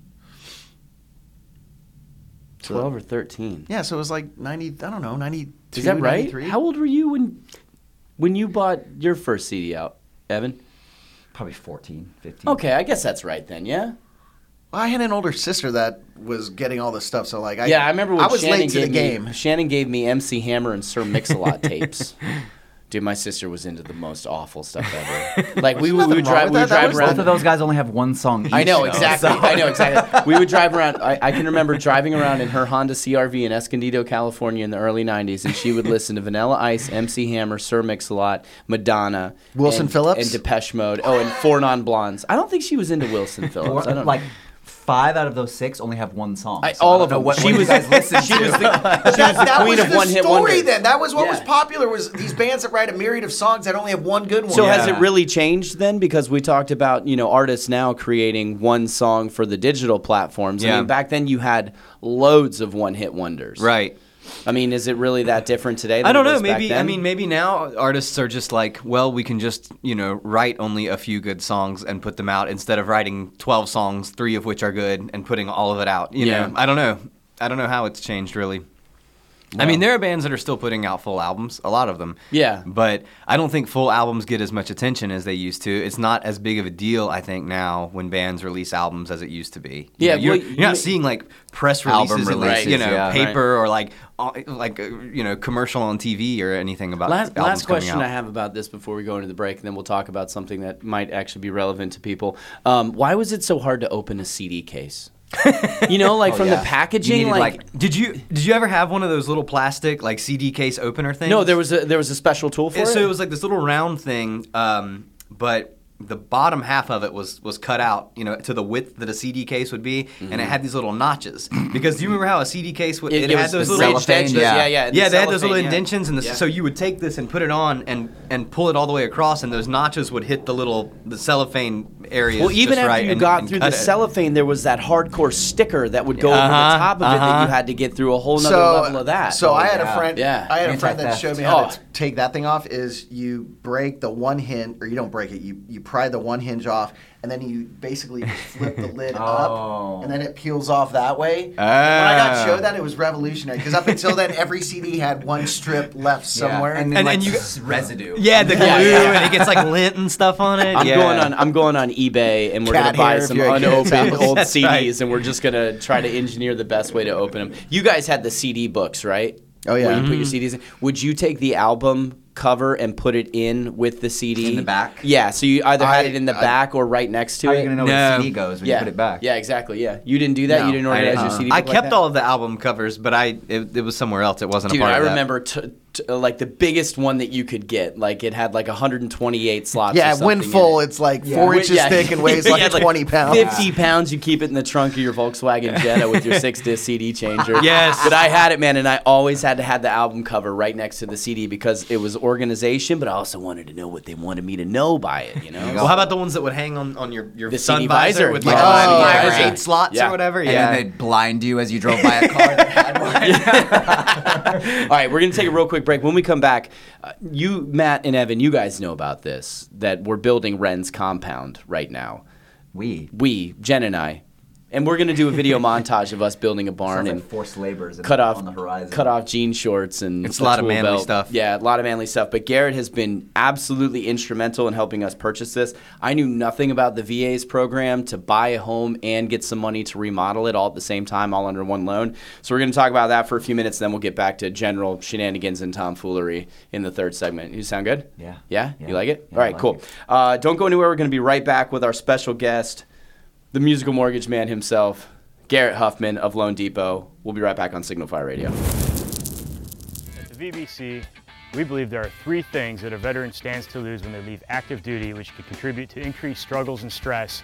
Speaker 6: So-
Speaker 1: twelve or thirteen.
Speaker 6: Yeah, so it was like 90. I don't know 92.
Speaker 1: Is that right?
Speaker 6: 93?
Speaker 1: How old were you when when you bought your first CD out, Evan?
Speaker 4: Probably 14, 15.
Speaker 1: Okay, I guess that's right then. Yeah.
Speaker 6: Well, I had an older sister that was getting all this stuff. So like, I,
Speaker 1: yeah, I remember when
Speaker 6: I was
Speaker 1: Shannon
Speaker 6: late to the
Speaker 1: gave me-
Speaker 6: game.
Speaker 1: Shannon gave me MC Hammer and Sir Mix-a-Lot tapes. Dude, my sister was into the most awful stuff ever. Like we, would- we would
Speaker 6: nothing wrong
Speaker 1: drive,
Speaker 6: with
Speaker 1: we would
Speaker 6: that. That
Speaker 1: drive
Speaker 6: was-
Speaker 1: around.
Speaker 4: Both of those guys only have one song. Each
Speaker 1: I know
Speaker 4: though,
Speaker 1: exactly.
Speaker 4: so-
Speaker 1: I know exactly. We would drive around. I, I can remember driving around in her Honda CRV in Escondido, California, in the early '90s, and she would listen to Vanilla Ice, MC Hammer, Sir Mix-a-Lot, Madonna,
Speaker 6: Wilson
Speaker 1: and,
Speaker 6: Phillips?
Speaker 1: and Depeche Mode. Oh, and Four Non Blondes. I don't think she was into Wilson Phillips. I don't
Speaker 4: like five out of those six only have one song.
Speaker 1: I,
Speaker 4: so
Speaker 1: all
Speaker 4: don't
Speaker 1: of
Speaker 4: know
Speaker 1: them.
Speaker 4: What,
Speaker 1: she
Speaker 4: what you
Speaker 1: was.
Speaker 4: guys listen
Speaker 1: she
Speaker 4: to.
Speaker 1: was the, she was the
Speaker 6: that
Speaker 1: queen
Speaker 6: was
Speaker 1: of
Speaker 6: the
Speaker 1: one hit
Speaker 6: story
Speaker 1: wonders.
Speaker 6: then. That was what was
Speaker 1: Yeah.
Speaker 6: popular was these bands that write a myriad of songs that only have one good one.
Speaker 1: So
Speaker 6: Yeah.
Speaker 1: has it really changed then? Because we talked about you know artists now creating one song for the digital platforms. I
Speaker 5: Yeah.
Speaker 1: mean, back then you had loads of one-hit wonders.
Speaker 5: Right.
Speaker 1: I mean, is it really that different today? Than
Speaker 5: I don't
Speaker 1: it
Speaker 5: know.
Speaker 1: was back
Speaker 5: Maybe I
Speaker 1: then?
Speaker 5: mean maybe now artists are just like, well, we can just you know write only a few good songs and put them out instead of writing twelve songs, three of which are good, and putting all of it out. You
Speaker 1: Yeah.
Speaker 5: know, I don't know. I don't know how it's changed really. I mean, there are bands that are still putting out full albums, a lot of them.
Speaker 1: Yeah.
Speaker 5: But I don't think full albums get as much attention as they used to. It's not as big of a deal, I think, now when bands release albums as it used to be. You
Speaker 1: Yeah,
Speaker 5: know, you're,
Speaker 1: well,
Speaker 5: you're
Speaker 1: you-
Speaker 5: not seeing like press releases,
Speaker 4: Album
Speaker 5: and, like,
Speaker 1: releases,
Speaker 5: you know,
Speaker 4: yeah.
Speaker 5: paper or like uh, like uh, you know commercial on TV or anything about
Speaker 1: last,
Speaker 5: albums
Speaker 1: last question
Speaker 5: coming
Speaker 1: I
Speaker 5: out.
Speaker 1: have about this before we go into the break, and then we'll talk about something that might actually be relevant to people. Um, why was it so hard to open a CD case? you know, like from
Speaker 4: yeah.
Speaker 1: the
Speaker 4: You
Speaker 1: packaging,
Speaker 4: needed,
Speaker 1: like,
Speaker 4: like-
Speaker 5: Did you did you ever have one of those little plastic like CD case opener things?
Speaker 1: no, there was a there was a special tool for
Speaker 5: And
Speaker 1: it.
Speaker 5: so it was like this little round thing, um, but the bottom half of it was was cut out, you know, to the width that a CD case would be, and it had these little notches. Because do you remember how a CD case would? It,
Speaker 1: it
Speaker 5: had
Speaker 1: was
Speaker 5: those
Speaker 1: the
Speaker 5: little
Speaker 1: ridged edges.
Speaker 4: yeah.
Speaker 1: Yeah, yeah, the
Speaker 5: yeah, they had those
Speaker 1: cellophane,
Speaker 5: little
Speaker 1: yeah.
Speaker 5: indentions, and the,
Speaker 1: Yeah.
Speaker 5: so you would take this and put it on and and pull it all the way across, and those notches would hit the little the cellophane areas.
Speaker 1: Well, even
Speaker 5: just
Speaker 1: after
Speaker 5: right
Speaker 1: you
Speaker 5: and-
Speaker 1: got
Speaker 5: and
Speaker 1: through the
Speaker 5: cut it.
Speaker 1: cellophane, there was that hardcore sticker that would go over
Speaker 5: Uh-huh,
Speaker 1: the top of it that
Speaker 5: uh-huh.
Speaker 1: you had to get through a whole nother level of that.
Speaker 6: So I had
Speaker 4: yeah.
Speaker 6: a friend.
Speaker 1: Yeah.
Speaker 6: I had a friend that
Speaker 4: Anti-theft.
Speaker 6: showed me how
Speaker 1: Oh.
Speaker 6: to t- take that thing off. Is you break the one hinge, or you don't break it. You you pry the one hinge off, and then you basically flip the lid
Speaker 4: Oh.
Speaker 6: up, and then it peels off that way. When I
Speaker 5: Ah.
Speaker 6: got showed that, it was revolutionary because up until then, every CD had one strip left somewhere.
Speaker 4: and then
Speaker 5: And-
Speaker 4: like,
Speaker 5: and you-
Speaker 4: s- residue.
Speaker 5: Yeah, the glue,
Speaker 1: Yeah, yeah.
Speaker 5: and it gets like lint and stuff on it.
Speaker 1: I'm
Speaker 5: yeah.
Speaker 1: going on. I'm going on eBay, and we're
Speaker 6: Cat
Speaker 1: gonna buy
Speaker 6: hair if
Speaker 1: some
Speaker 6: you're a kid.
Speaker 1: unopened old
Speaker 5: That's
Speaker 1: CDs,
Speaker 5: right.
Speaker 1: and we're just gonna try to engineer the best way to open them. You guys had the CD books, right?
Speaker 6: Oh, yeah.
Speaker 1: Where you put
Speaker 5: Mm-hmm.
Speaker 1: your CDs. in. Would you take the album cover and put it in with the CD
Speaker 4: In the back?
Speaker 1: Yeah. So you either had
Speaker 6: I-
Speaker 1: it in the
Speaker 6: I-
Speaker 1: back or right next to
Speaker 4: How are
Speaker 1: it.
Speaker 4: you gonna know
Speaker 5: No.
Speaker 4: where the CD goes when
Speaker 1: yeah.
Speaker 4: you put it back?
Speaker 1: Yeah. Exactly. Yeah. You didn't do that. you didn't
Speaker 5: I,
Speaker 1: organize
Speaker 5: didn't.
Speaker 1: your CD.
Speaker 5: I
Speaker 1: book like
Speaker 5: kept
Speaker 1: that?
Speaker 5: all of the album covers, but I it, it was somewhere else. It wasn't
Speaker 1: Dude,
Speaker 5: a part
Speaker 1: I
Speaker 5: of that.
Speaker 1: remember t- t- uh, like the biggest one that you could get. Like it had like 128 slots. or
Speaker 6: Yeah, when
Speaker 1: something
Speaker 6: full,
Speaker 1: in it.
Speaker 6: it's like four inches
Speaker 1: Yeah.
Speaker 6: thick and weighs
Speaker 1: Yeah,
Speaker 6: like 20 pounds.
Speaker 1: 50 pounds, you keep it in the trunk of your Volkswagen Jetta with your six disc CD changer.
Speaker 5: Yes.
Speaker 1: But I had it, man, and I always had to have the album cover right next to the CD because it was organization, but I also wanted to know what they wanted me to know by it, you know?
Speaker 5: Well, how about the ones that would hang on, on your, your
Speaker 1: The
Speaker 5: sun
Speaker 1: CD
Speaker 5: visor,
Speaker 1: visor.
Speaker 5: with like
Speaker 1: Yeah.
Speaker 5: five,
Speaker 6: Oh,
Speaker 5: five
Speaker 1: yeah.
Speaker 5: or eight slots
Speaker 1: Yeah.
Speaker 5: or whatever?
Speaker 4: And
Speaker 5: yeah.
Speaker 4: then they'd blind you as you drove by a car that had one.
Speaker 1: All right, we're going to take a real quick break. When we come back, uh, you, Matt, and Evan, you guys know about this that we're building Ren's compound right now.
Speaker 4: We.
Speaker 1: We, Jen and I, and we're going to do a video montage of us building a barn
Speaker 4: Sounds
Speaker 1: and
Speaker 4: like forced labors
Speaker 1: cut off
Speaker 4: on the horizon.
Speaker 1: cut off jean shorts and
Speaker 5: It's a lot of
Speaker 1: tool
Speaker 5: manly
Speaker 1: belt.
Speaker 5: stuff.
Speaker 1: Yeah, a lot of manly stuff. But Garrett has been absolutely instrumental in helping us purchase this. I knew nothing about the VA's program to buy a home and get some money to remodel it all at the same time, all under one loan. So we're going to talk about that for a few minutes, then we'll get back to general shenanigans and tomfoolery in the third segment. You sound good?
Speaker 4: Yeah.
Speaker 1: Yeah?
Speaker 4: Yeah.
Speaker 1: You like it?
Speaker 4: Yeah,
Speaker 1: all
Speaker 4: I
Speaker 1: right,
Speaker 4: like
Speaker 1: cool.
Speaker 4: it.
Speaker 1: Uh, don't go anywhere. We're going to be right back with our special guest, the musical mortgage man himself, Garrett Huffman of Loan Depot. We'll be right back on Signal Fire Radio.
Speaker 7: At the VBC, we believe there are three things that a veteran stands to lose when they leave active duty, which could contribute to increased struggles and stress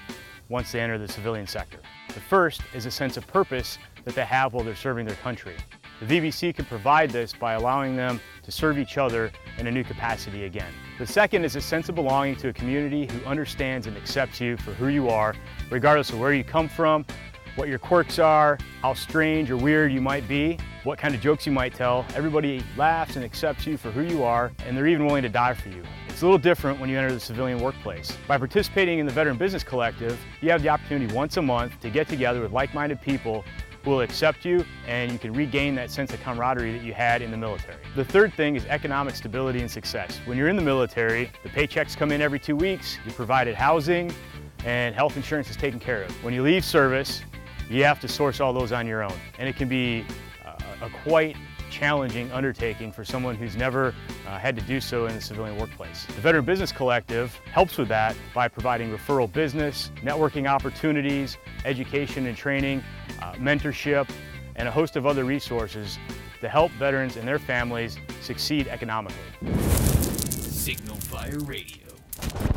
Speaker 7: once they enter the civilian sector. The first is a sense of purpose that they have while they're serving their country. The VBC can provide this by allowing them to serve each other in a new capacity again. The second is a sense of belonging to a community who understands and accepts you for who you are, regardless of where you come from, what your quirks are, how strange or weird you might be, what kind of jokes you might tell. Everybody laughs and accepts you for who you are, and they're even willing to die for you. It's a little different when you enter the civilian workplace. By participating in the Veteran Business Collective, you have the opportunity once a month to get together with like minded people who will accept you and you can regain that sense of camaraderie that you had in the military. The third thing is economic stability and success. When you're in the military, the paychecks come in every two weeks, you're provided housing, and health insurance is taken care of. When you leave service, you have to source all those on your own, and it can be uh, a quite challenging undertaking for someone who's never uh, had to do so in the civilian workplace. The Veteran Business Collective helps with that by providing referral business, networking opportunities, education and training, uh, mentorship, and a host of other resources to help veterans and their families succeed economically.
Speaker 2: Signal Fire Radio.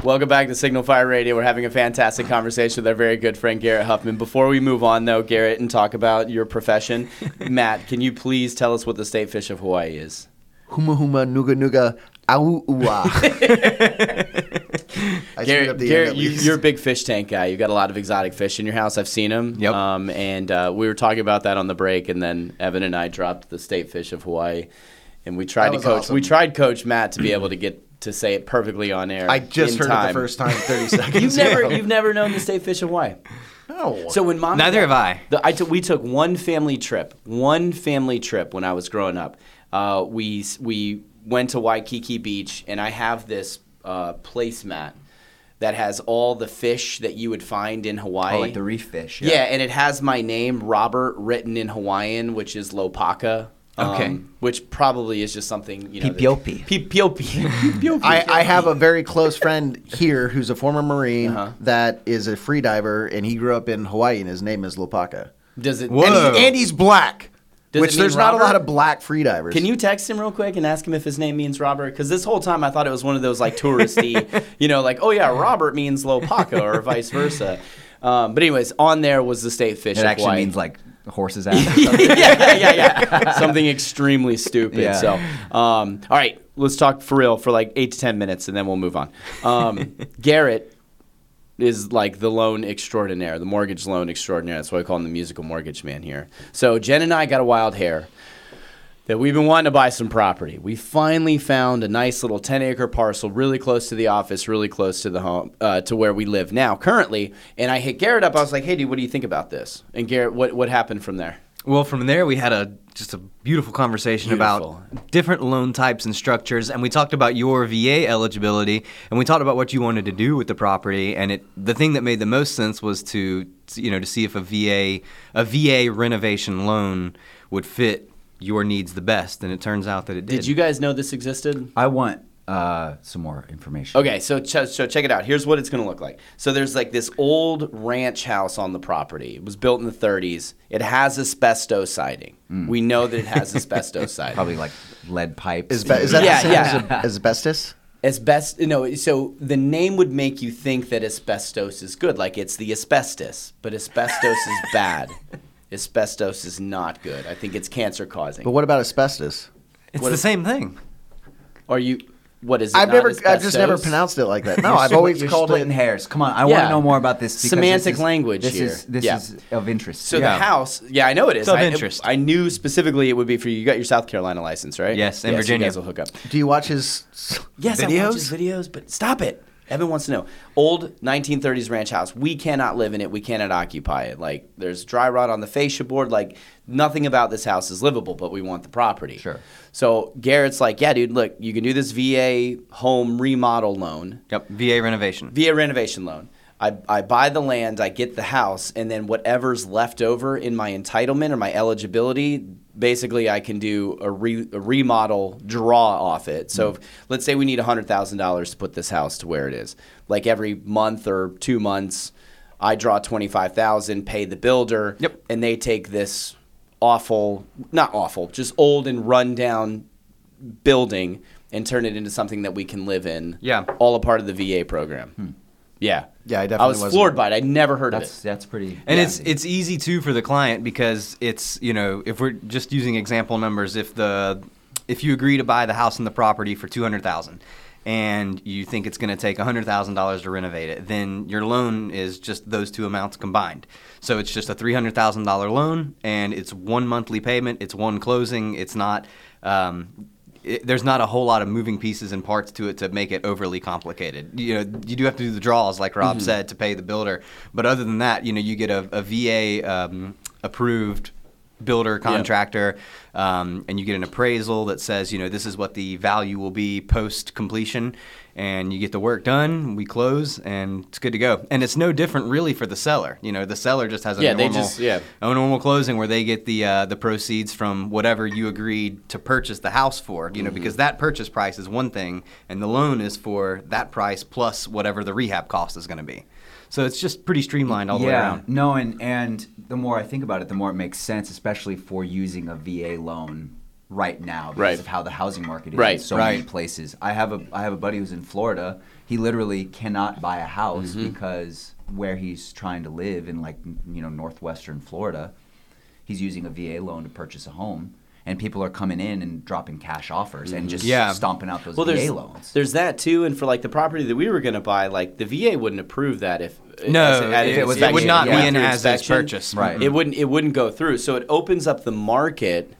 Speaker 1: Welcome back to Signal Fire Radio. We're having a fantastic conversation with our very good friend Garrett Huffman. Before we move on, though, Garrett, and talk about your profession, Matt, can you please tell us what the state fish of Hawaii is?
Speaker 6: Huma huma nuga nuga au ua. I screwed up
Speaker 1: Garrett,
Speaker 6: the
Speaker 1: Garrett
Speaker 6: end at
Speaker 1: you,
Speaker 6: least.
Speaker 1: you're a big fish tank guy. You've got a lot of exotic fish in your house. I've seen them.
Speaker 5: Yep.
Speaker 1: Um, and uh, we were talking about that on the break, and then Evan and I dropped the state fish of Hawaii, and we tried
Speaker 6: That
Speaker 1: to
Speaker 6: was
Speaker 1: coach. We
Speaker 6: awesome.
Speaker 1: tried coach Matt to be able to get to say it perfectly on air.
Speaker 6: I just
Speaker 1: in
Speaker 6: heard
Speaker 1: time.
Speaker 6: it the first time 30 seconds
Speaker 1: You've never,
Speaker 6: ago.
Speaker 1: you've never known the state fish of Hawaii.
Speaker 6: No.
Speaker 1: So when mom, and
Speaker 5: Neither
Speaker 1: dad-
Speaker 5: have I.
Speaker 1: The, I took we took one family trip, one family trip when I was growing up. Uh, we s- we went to Waikiki Beach, and I have this uh, placemat that has all the fish that you would find in Hawaii.
Speaker 4: Oh, like the reef fish.
Speaker 1: yeah. and it has my name Robert written in Hawaiian, which is Lopaka. um,
Speaker 5: Okay.
Speaker 1: which probably is just something you know. that-
Speaker 4: Pipiopi.
Speaker 1: Pipiopi. Pipiopi.
Speaker 6: I, I have a very close friend here who's a former Marine
Speaker 1: Uh-huh.
Speaker 6: that is a free diver, and he grew up in Hawaii, and his name is Lopaka.
Speaker 1: Does it?
Speaker 6: And,
Speaker 5: Whoa.
Speaker 6: he's, and he's black,
Speaker 1: Does it
Speaker 6: which
Speaker 1: mean
Speaker 6: there's not a
Speaker 1: Robert?
Speaker 6: lot of black free divers.
Speaker 1: Can you text him real quick and ask him if his name means Robert? Because this whole time I thought it was one of those like touristy, you know, like oh yeah, Robert means Lopaka or vice versa. Um, but anyways, on there was the state fish.
Speaker 4: It
Speaker 1: of
Speaker 4: actually
Speaker 1: Hawaii.
Speaker 4: means like horses ass. or something.
Speaker 1: yeah, yeah, yeah, yeah. Something extremely stupid.
Speaker 4: Yeah.
Speaker 1: So, um, all right, let's talk for real for like eight to ten minutes, and then we'll move on. Um, Garrett is like the loan extraordinaire, the mortgage loan extraordinaire. That's why I call him the musical mortgage man here. So Jen and I got a wild hair that we've been wanting to buy some property. We finally found a nice little 10 acre parcel really close to the office, really close to the home, uh, to where we live now currently. And I hit Garrett up. I was like, hey, dude, what do you think about this? And Garrett, what, what happened from there?
Speaker 5: Well, from there we had a just a beautiful conversation
Speaker 1: Beautiful.
Speaker 5: about different loan types and structures, and we talked about your VA eligibility, and we talked about what you wanted to do with the property, and it the thing that made the most sense was to you know to see if a VA a VA renovation loan would fit your needs the best, and it turns out that it did.
Speaker 1: Did you guys know this existed?
Speaker 4: I want uh, some more information.
Speaker 1: Okay, so ch- so check it out. Here's what it's going to look like. So there's like this old ranch house on the property. It was built in the 30s. It has asbestos siding. We know that it has asbestos siding.
Speaker 4: Probably like lead pipes.
Speaker 6: Is, ba- is that
Speaker 1: Yeah,
Speaker 6: the same
Speaker 1: yeah.
Speaker 6: as as asbestos?
Speaker 1: Asbest no, so the name would make you think that asbestos is good, like it's the asbestos, but asbestos is bad. Asbestos is not good. I think it's cancer causing.
Speaker 6: But what about asbestos?
Speaker 5: It's
Speaker 1: What
Speaker 5: the
Speaker 1: if-
Speaker 5: same thing.
Speaker 1: Are you what is it?
Speaker 6: I've
Speaker 1: not
Speaker 6: never, I've
Speaker 1: asbestos?
Speaker 6: just never pronounced it like that. No, I've
Speaker 4: You're
Speaker 6: always
Speaker 4: you're
Speaker 6: called
Speaker 4: splitting
Speaker 6: it.
Speaker 4: hairs. Come on, I want
Speaker 1: Yeah.
Speaker 4: to know more about this. because
Speaker 1: Semantic
Speaker 4: this is-
Speaker 1: language
Speaker 4: This
Speaker 1: here.
Speaker 4: is this
Speaker 1: Yeah.
Speaker 4: is of interest.
Speaker 1: So
Speaker 5: Yeah.
Speaker 1: the house, yeah, I know it is.
Speaker 5: It's of
Speaker 1: I,
Speaker 5: interest.
Speaker 1: I knew specifically it would be for you. You got your South Carolina license, right?
Speaker 5: Yes, and
Speaker 1: you
Speaker 5: Virginia.
Speaker 1: guys will hook up.
Speaker 6: Do you watch his s-
Speaker 1: Yes, I watch his
Speaker 6: videos?
Speaker 1: videos, but stop it. Evan wants to know. Old 1930s ranch house. We cannot live in it. We cannot occupy it. Like there's dry rot on the fascia board. Like nothing about this house is livable, but we want the property.
Speaker 4: Sure.
Speaker 1: So Garrett's like, yeah, dude, look, you can do this VA home remodel loan,
Speaker 5: Yep. VA renovation.
Speaker 1: VA renovation loan. I, I buy the land, I get the house, and then whatever's left over in my entitlement or my eligibility, basically I can do a, re, a remodel draw off it. So if, let's say we need $100,000 to put this house to where it is. Like every month or two months, I draw 25000 pay the builder,
Speaker 5: Yep.
Speaker 1: and they take this awful, not awful, just old and run down building and turn it into something that we can live in.
Speaker 5: Yeah.
Speaker 1: All a part of the VA program. Yeah.
Speaker 6: Yeah, I
Speaker 1: I
Speaker 6: definitely
Speaker 1: was
Speaker 6: wasn't-
Speaker 1: floored by it. I never heard
Speaker 4: That's
Speaker 1: of it.
Speaker 4: that's pretty.
Speaker 5: And it's it's easy too for the client because it's you know if we're just using example numbers, if the if you agree to buy the house and the property for two hundred thousand, and you think it's going to take hundred thousand dollars to renovate it, then your loan is just those two amounts combined. So it's just a three hundred thousand dollar loan, and it's one monthly payment. It's one closing. It's not. Um, it, there's not a whole lot of moving pieces and parts to it to make it overly complicated. You know, you do have to do the draws, like
Speaker 1: Mm-hmm.
Speaker 5: Rob said, to pay the builder. But other than that, you know, you get a, a VA um, approved builder contractor, um, and you get an appraisal that says, you know, this is what the value will be post completion, and you get the work done. We close, and it's good to go. And it's no different really for the seller. You know, the seller just has a
Speaker 1: Yeah, they
Speaker 5: normal,
Speaker 1: just- yeah.
Speaker 5: a normal closing where they get the uh, the proceeds from whatever you agreed to purchase the house for.
Speaker 4: Mm-hmm.
Speaker 5: You know, because that purchase price is one thing, and the loan is for that price plus whatever the rehab cost is going to be. So it's just pretty streamlined all the way
Speaker 4: yeah.
Speaker 5: around.
Speaker 4: No, and and the more I think about it, the more it makes sense, especially for using a VA loan right now because
Speaker 1: Right.
Speaker 4: of how the housing market is in
Speaker 1: Right,
Speaker 4: so many
Speaker 5: right.
Speaker 4: places. I have a I have a buddy who's in Florida. He literally cannot buy a house
Speaker 5: Mm-hmm.
Speaker 4: because where he's trying to live in like n- you know northwestern Florida, he's using a VA loan to purchase a home. And people are coming in and dropping cash offers and just
Speaker 5: Mm-hmm. Yeah.
Speaker 4: stomping out those
Speaker 1: Well,
Speaker 4: VA
Speaker 1: there's
Speaker 4: loans.
Speaker 1: there's that too, and for like the property that we were gonna buy, like the VA wouldn't approve that if
Speaker 5: No,
Speaker 1: as as
Speaker 5: it-
Speaker 1: an
Speaker 5: it would
Speaker 1: inspection.
Speaker 5: not
Speaker 1: It
Speaker 4: be
Speaker 1: went
Speaker 5: an
Speaker 1: through
Speaker 5: as-is
Speaker 1: inspection.
Speaker 5: purchase.
Speaker 4: Right.
Speaker 1: It wouldn't it wouldn't go through, so it opens up the market.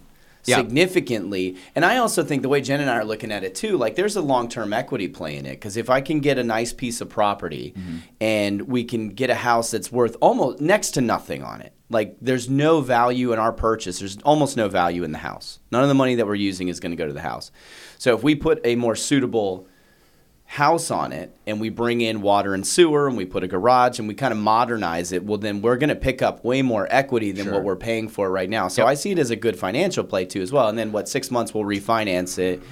Speaker 5: Yeah.
Speaker 1: Significantly, and I also think the way Jen and I are looking at it too, like there's a long-term equity play in it because if I can get a nice piece of property, and we can get a house that's worth almost next to nothing on it, like there's no value in our purchase. There's almost no value in the house. None of the money that we're using is going to go to the house. So if we put a more suitable house on it and we bring in water and sewer and we put a garage and we kind of modernize it, well, then we're going to pick up way more equity than what we're paying for right now. So I see it as a good financial play too, as well. And then what six months we'll refinance it,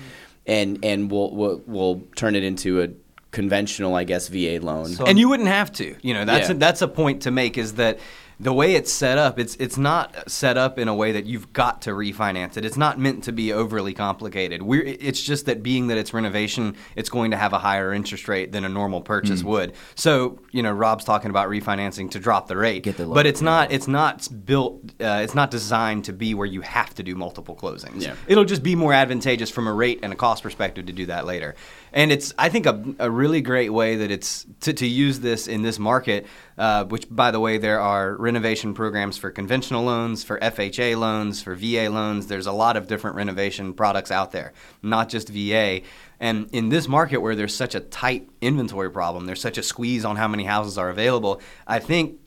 Speaker 1: and and we'll we'll, we'll turn it into a conventional, I guess, VA loan.
Speaker 4: So-
Speaker 5: and you wouldn't have to. You know, that's
Speaker 1: Yeah.
Speaker 5: a, that's a point to make is that the way it's set up, it's it's not set up in a way that you've got to refinance it. It's not meant to be overly complicated. We're it's just that being that it's renovation, it's going to have a higher interest rate than a normal purchase
Speaker 4: Hmm.
Speaker 5: would. So you know, Rob's talking about refinancing to drop the rate,
Speaker 4: Get the
Speaker 5: but
Speaker 4: lower
Speaker 5: it's not it's not built. Uh, it's not designed to be where you have to do multiple closings.
Speaker 1: Yeah.
Speaker 5: It'll just be more advantageous from a rate and a cost perspective to do that later. And it's, I think, a, a really great way that it's to, to use this in this market, uh, which, by the way, there are renovation programs for conventional loans, for FHA loans, for VA loans. There's a lot of different renovation products out there, not just VA. And in this market where there's such a tight inventory problem, there's such a squeeze on how many houses are available, I think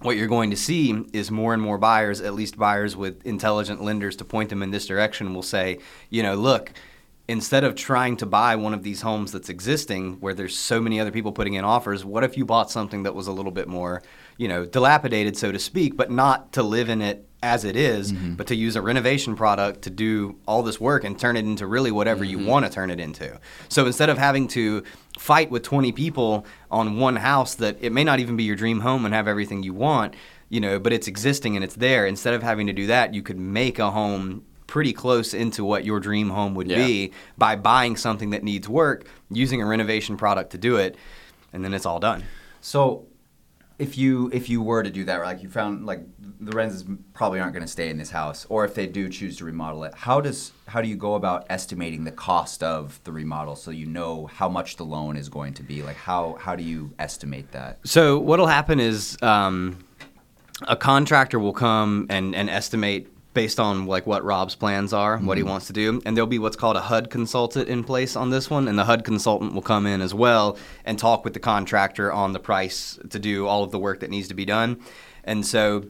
Speaker 5: what you're going to see is more and more buyers, at least buyers with intelligent lenders to point them in this direction, will say, you know, look, instead of trying to buy one of these homes that's existing where there's so many other people putting in offers, what if you bought something that was a little bit more, you know, dilapidated, so to speak, but not to live in it as it is, but to use a renovation product to do all this work and turn it into really whatever you want to turn it into. So instead of having to fight with 20 people on one house that it may not even be your dream home and have everything you want, you know, but it's existing and it's there, instead of having to do that, you could make a home pretty close into what your dream home would
Speaker 1: Yeah.
Speaker 5: be by buying something that needs work, using a renovation product to do it, and then it's all done.
Speaker 4: So, if you if you were to do that, like you found like the Renzes probably aren't going to stay in this house, or if they do choose to remodel it, how does how do you go about estimating the cost of the remodel so you know how much the loan is going to be? Like how how do you estimate that?
Speaker 5: So what'll happen is um, a contractor will come and, and estimate based on like what Rob's plans are, what he wants to do, and there'll be what's called a HUD consultant in place on this one, and the HUD consultant will come in as well and talk with the contractor on the price to do all of the work that needs to be done, and so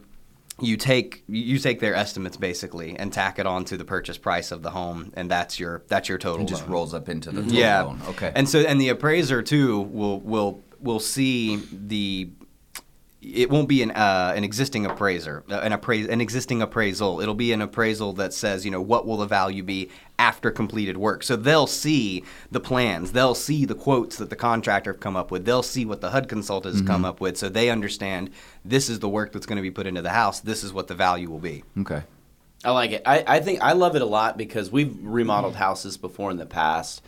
Speaker 5: you take you take their estimates basically and tack it on to the purchase price of the home, and that's your that's your total.
Speaker 4: It just
Speaker 5: loan Mm-hmm.
Speaker 4: rolls up into the total
Speaker 5: yeah.
Speaker 4: loan. Okay.
Speaker 5: And so and the appraiser too will will will see the it won't be an uh, an existing appraiser, uh, an appraise an existing appraisal. It'll be an appraisal that says, you know, what will the value be after completed work. So they'll see the plans, they'll see the quotes that the contractor have come up with, they'll see what the HUD consultants has
Speaker 1: Mm-hmm.
Speaker 5: come up with, so they understand this is the work that's going to be put into the house. This is what the value will be.
Speaker 4: okay.
Speaker 1: I like it. I, I think I love it a lot because we've remodeled houses before in the past.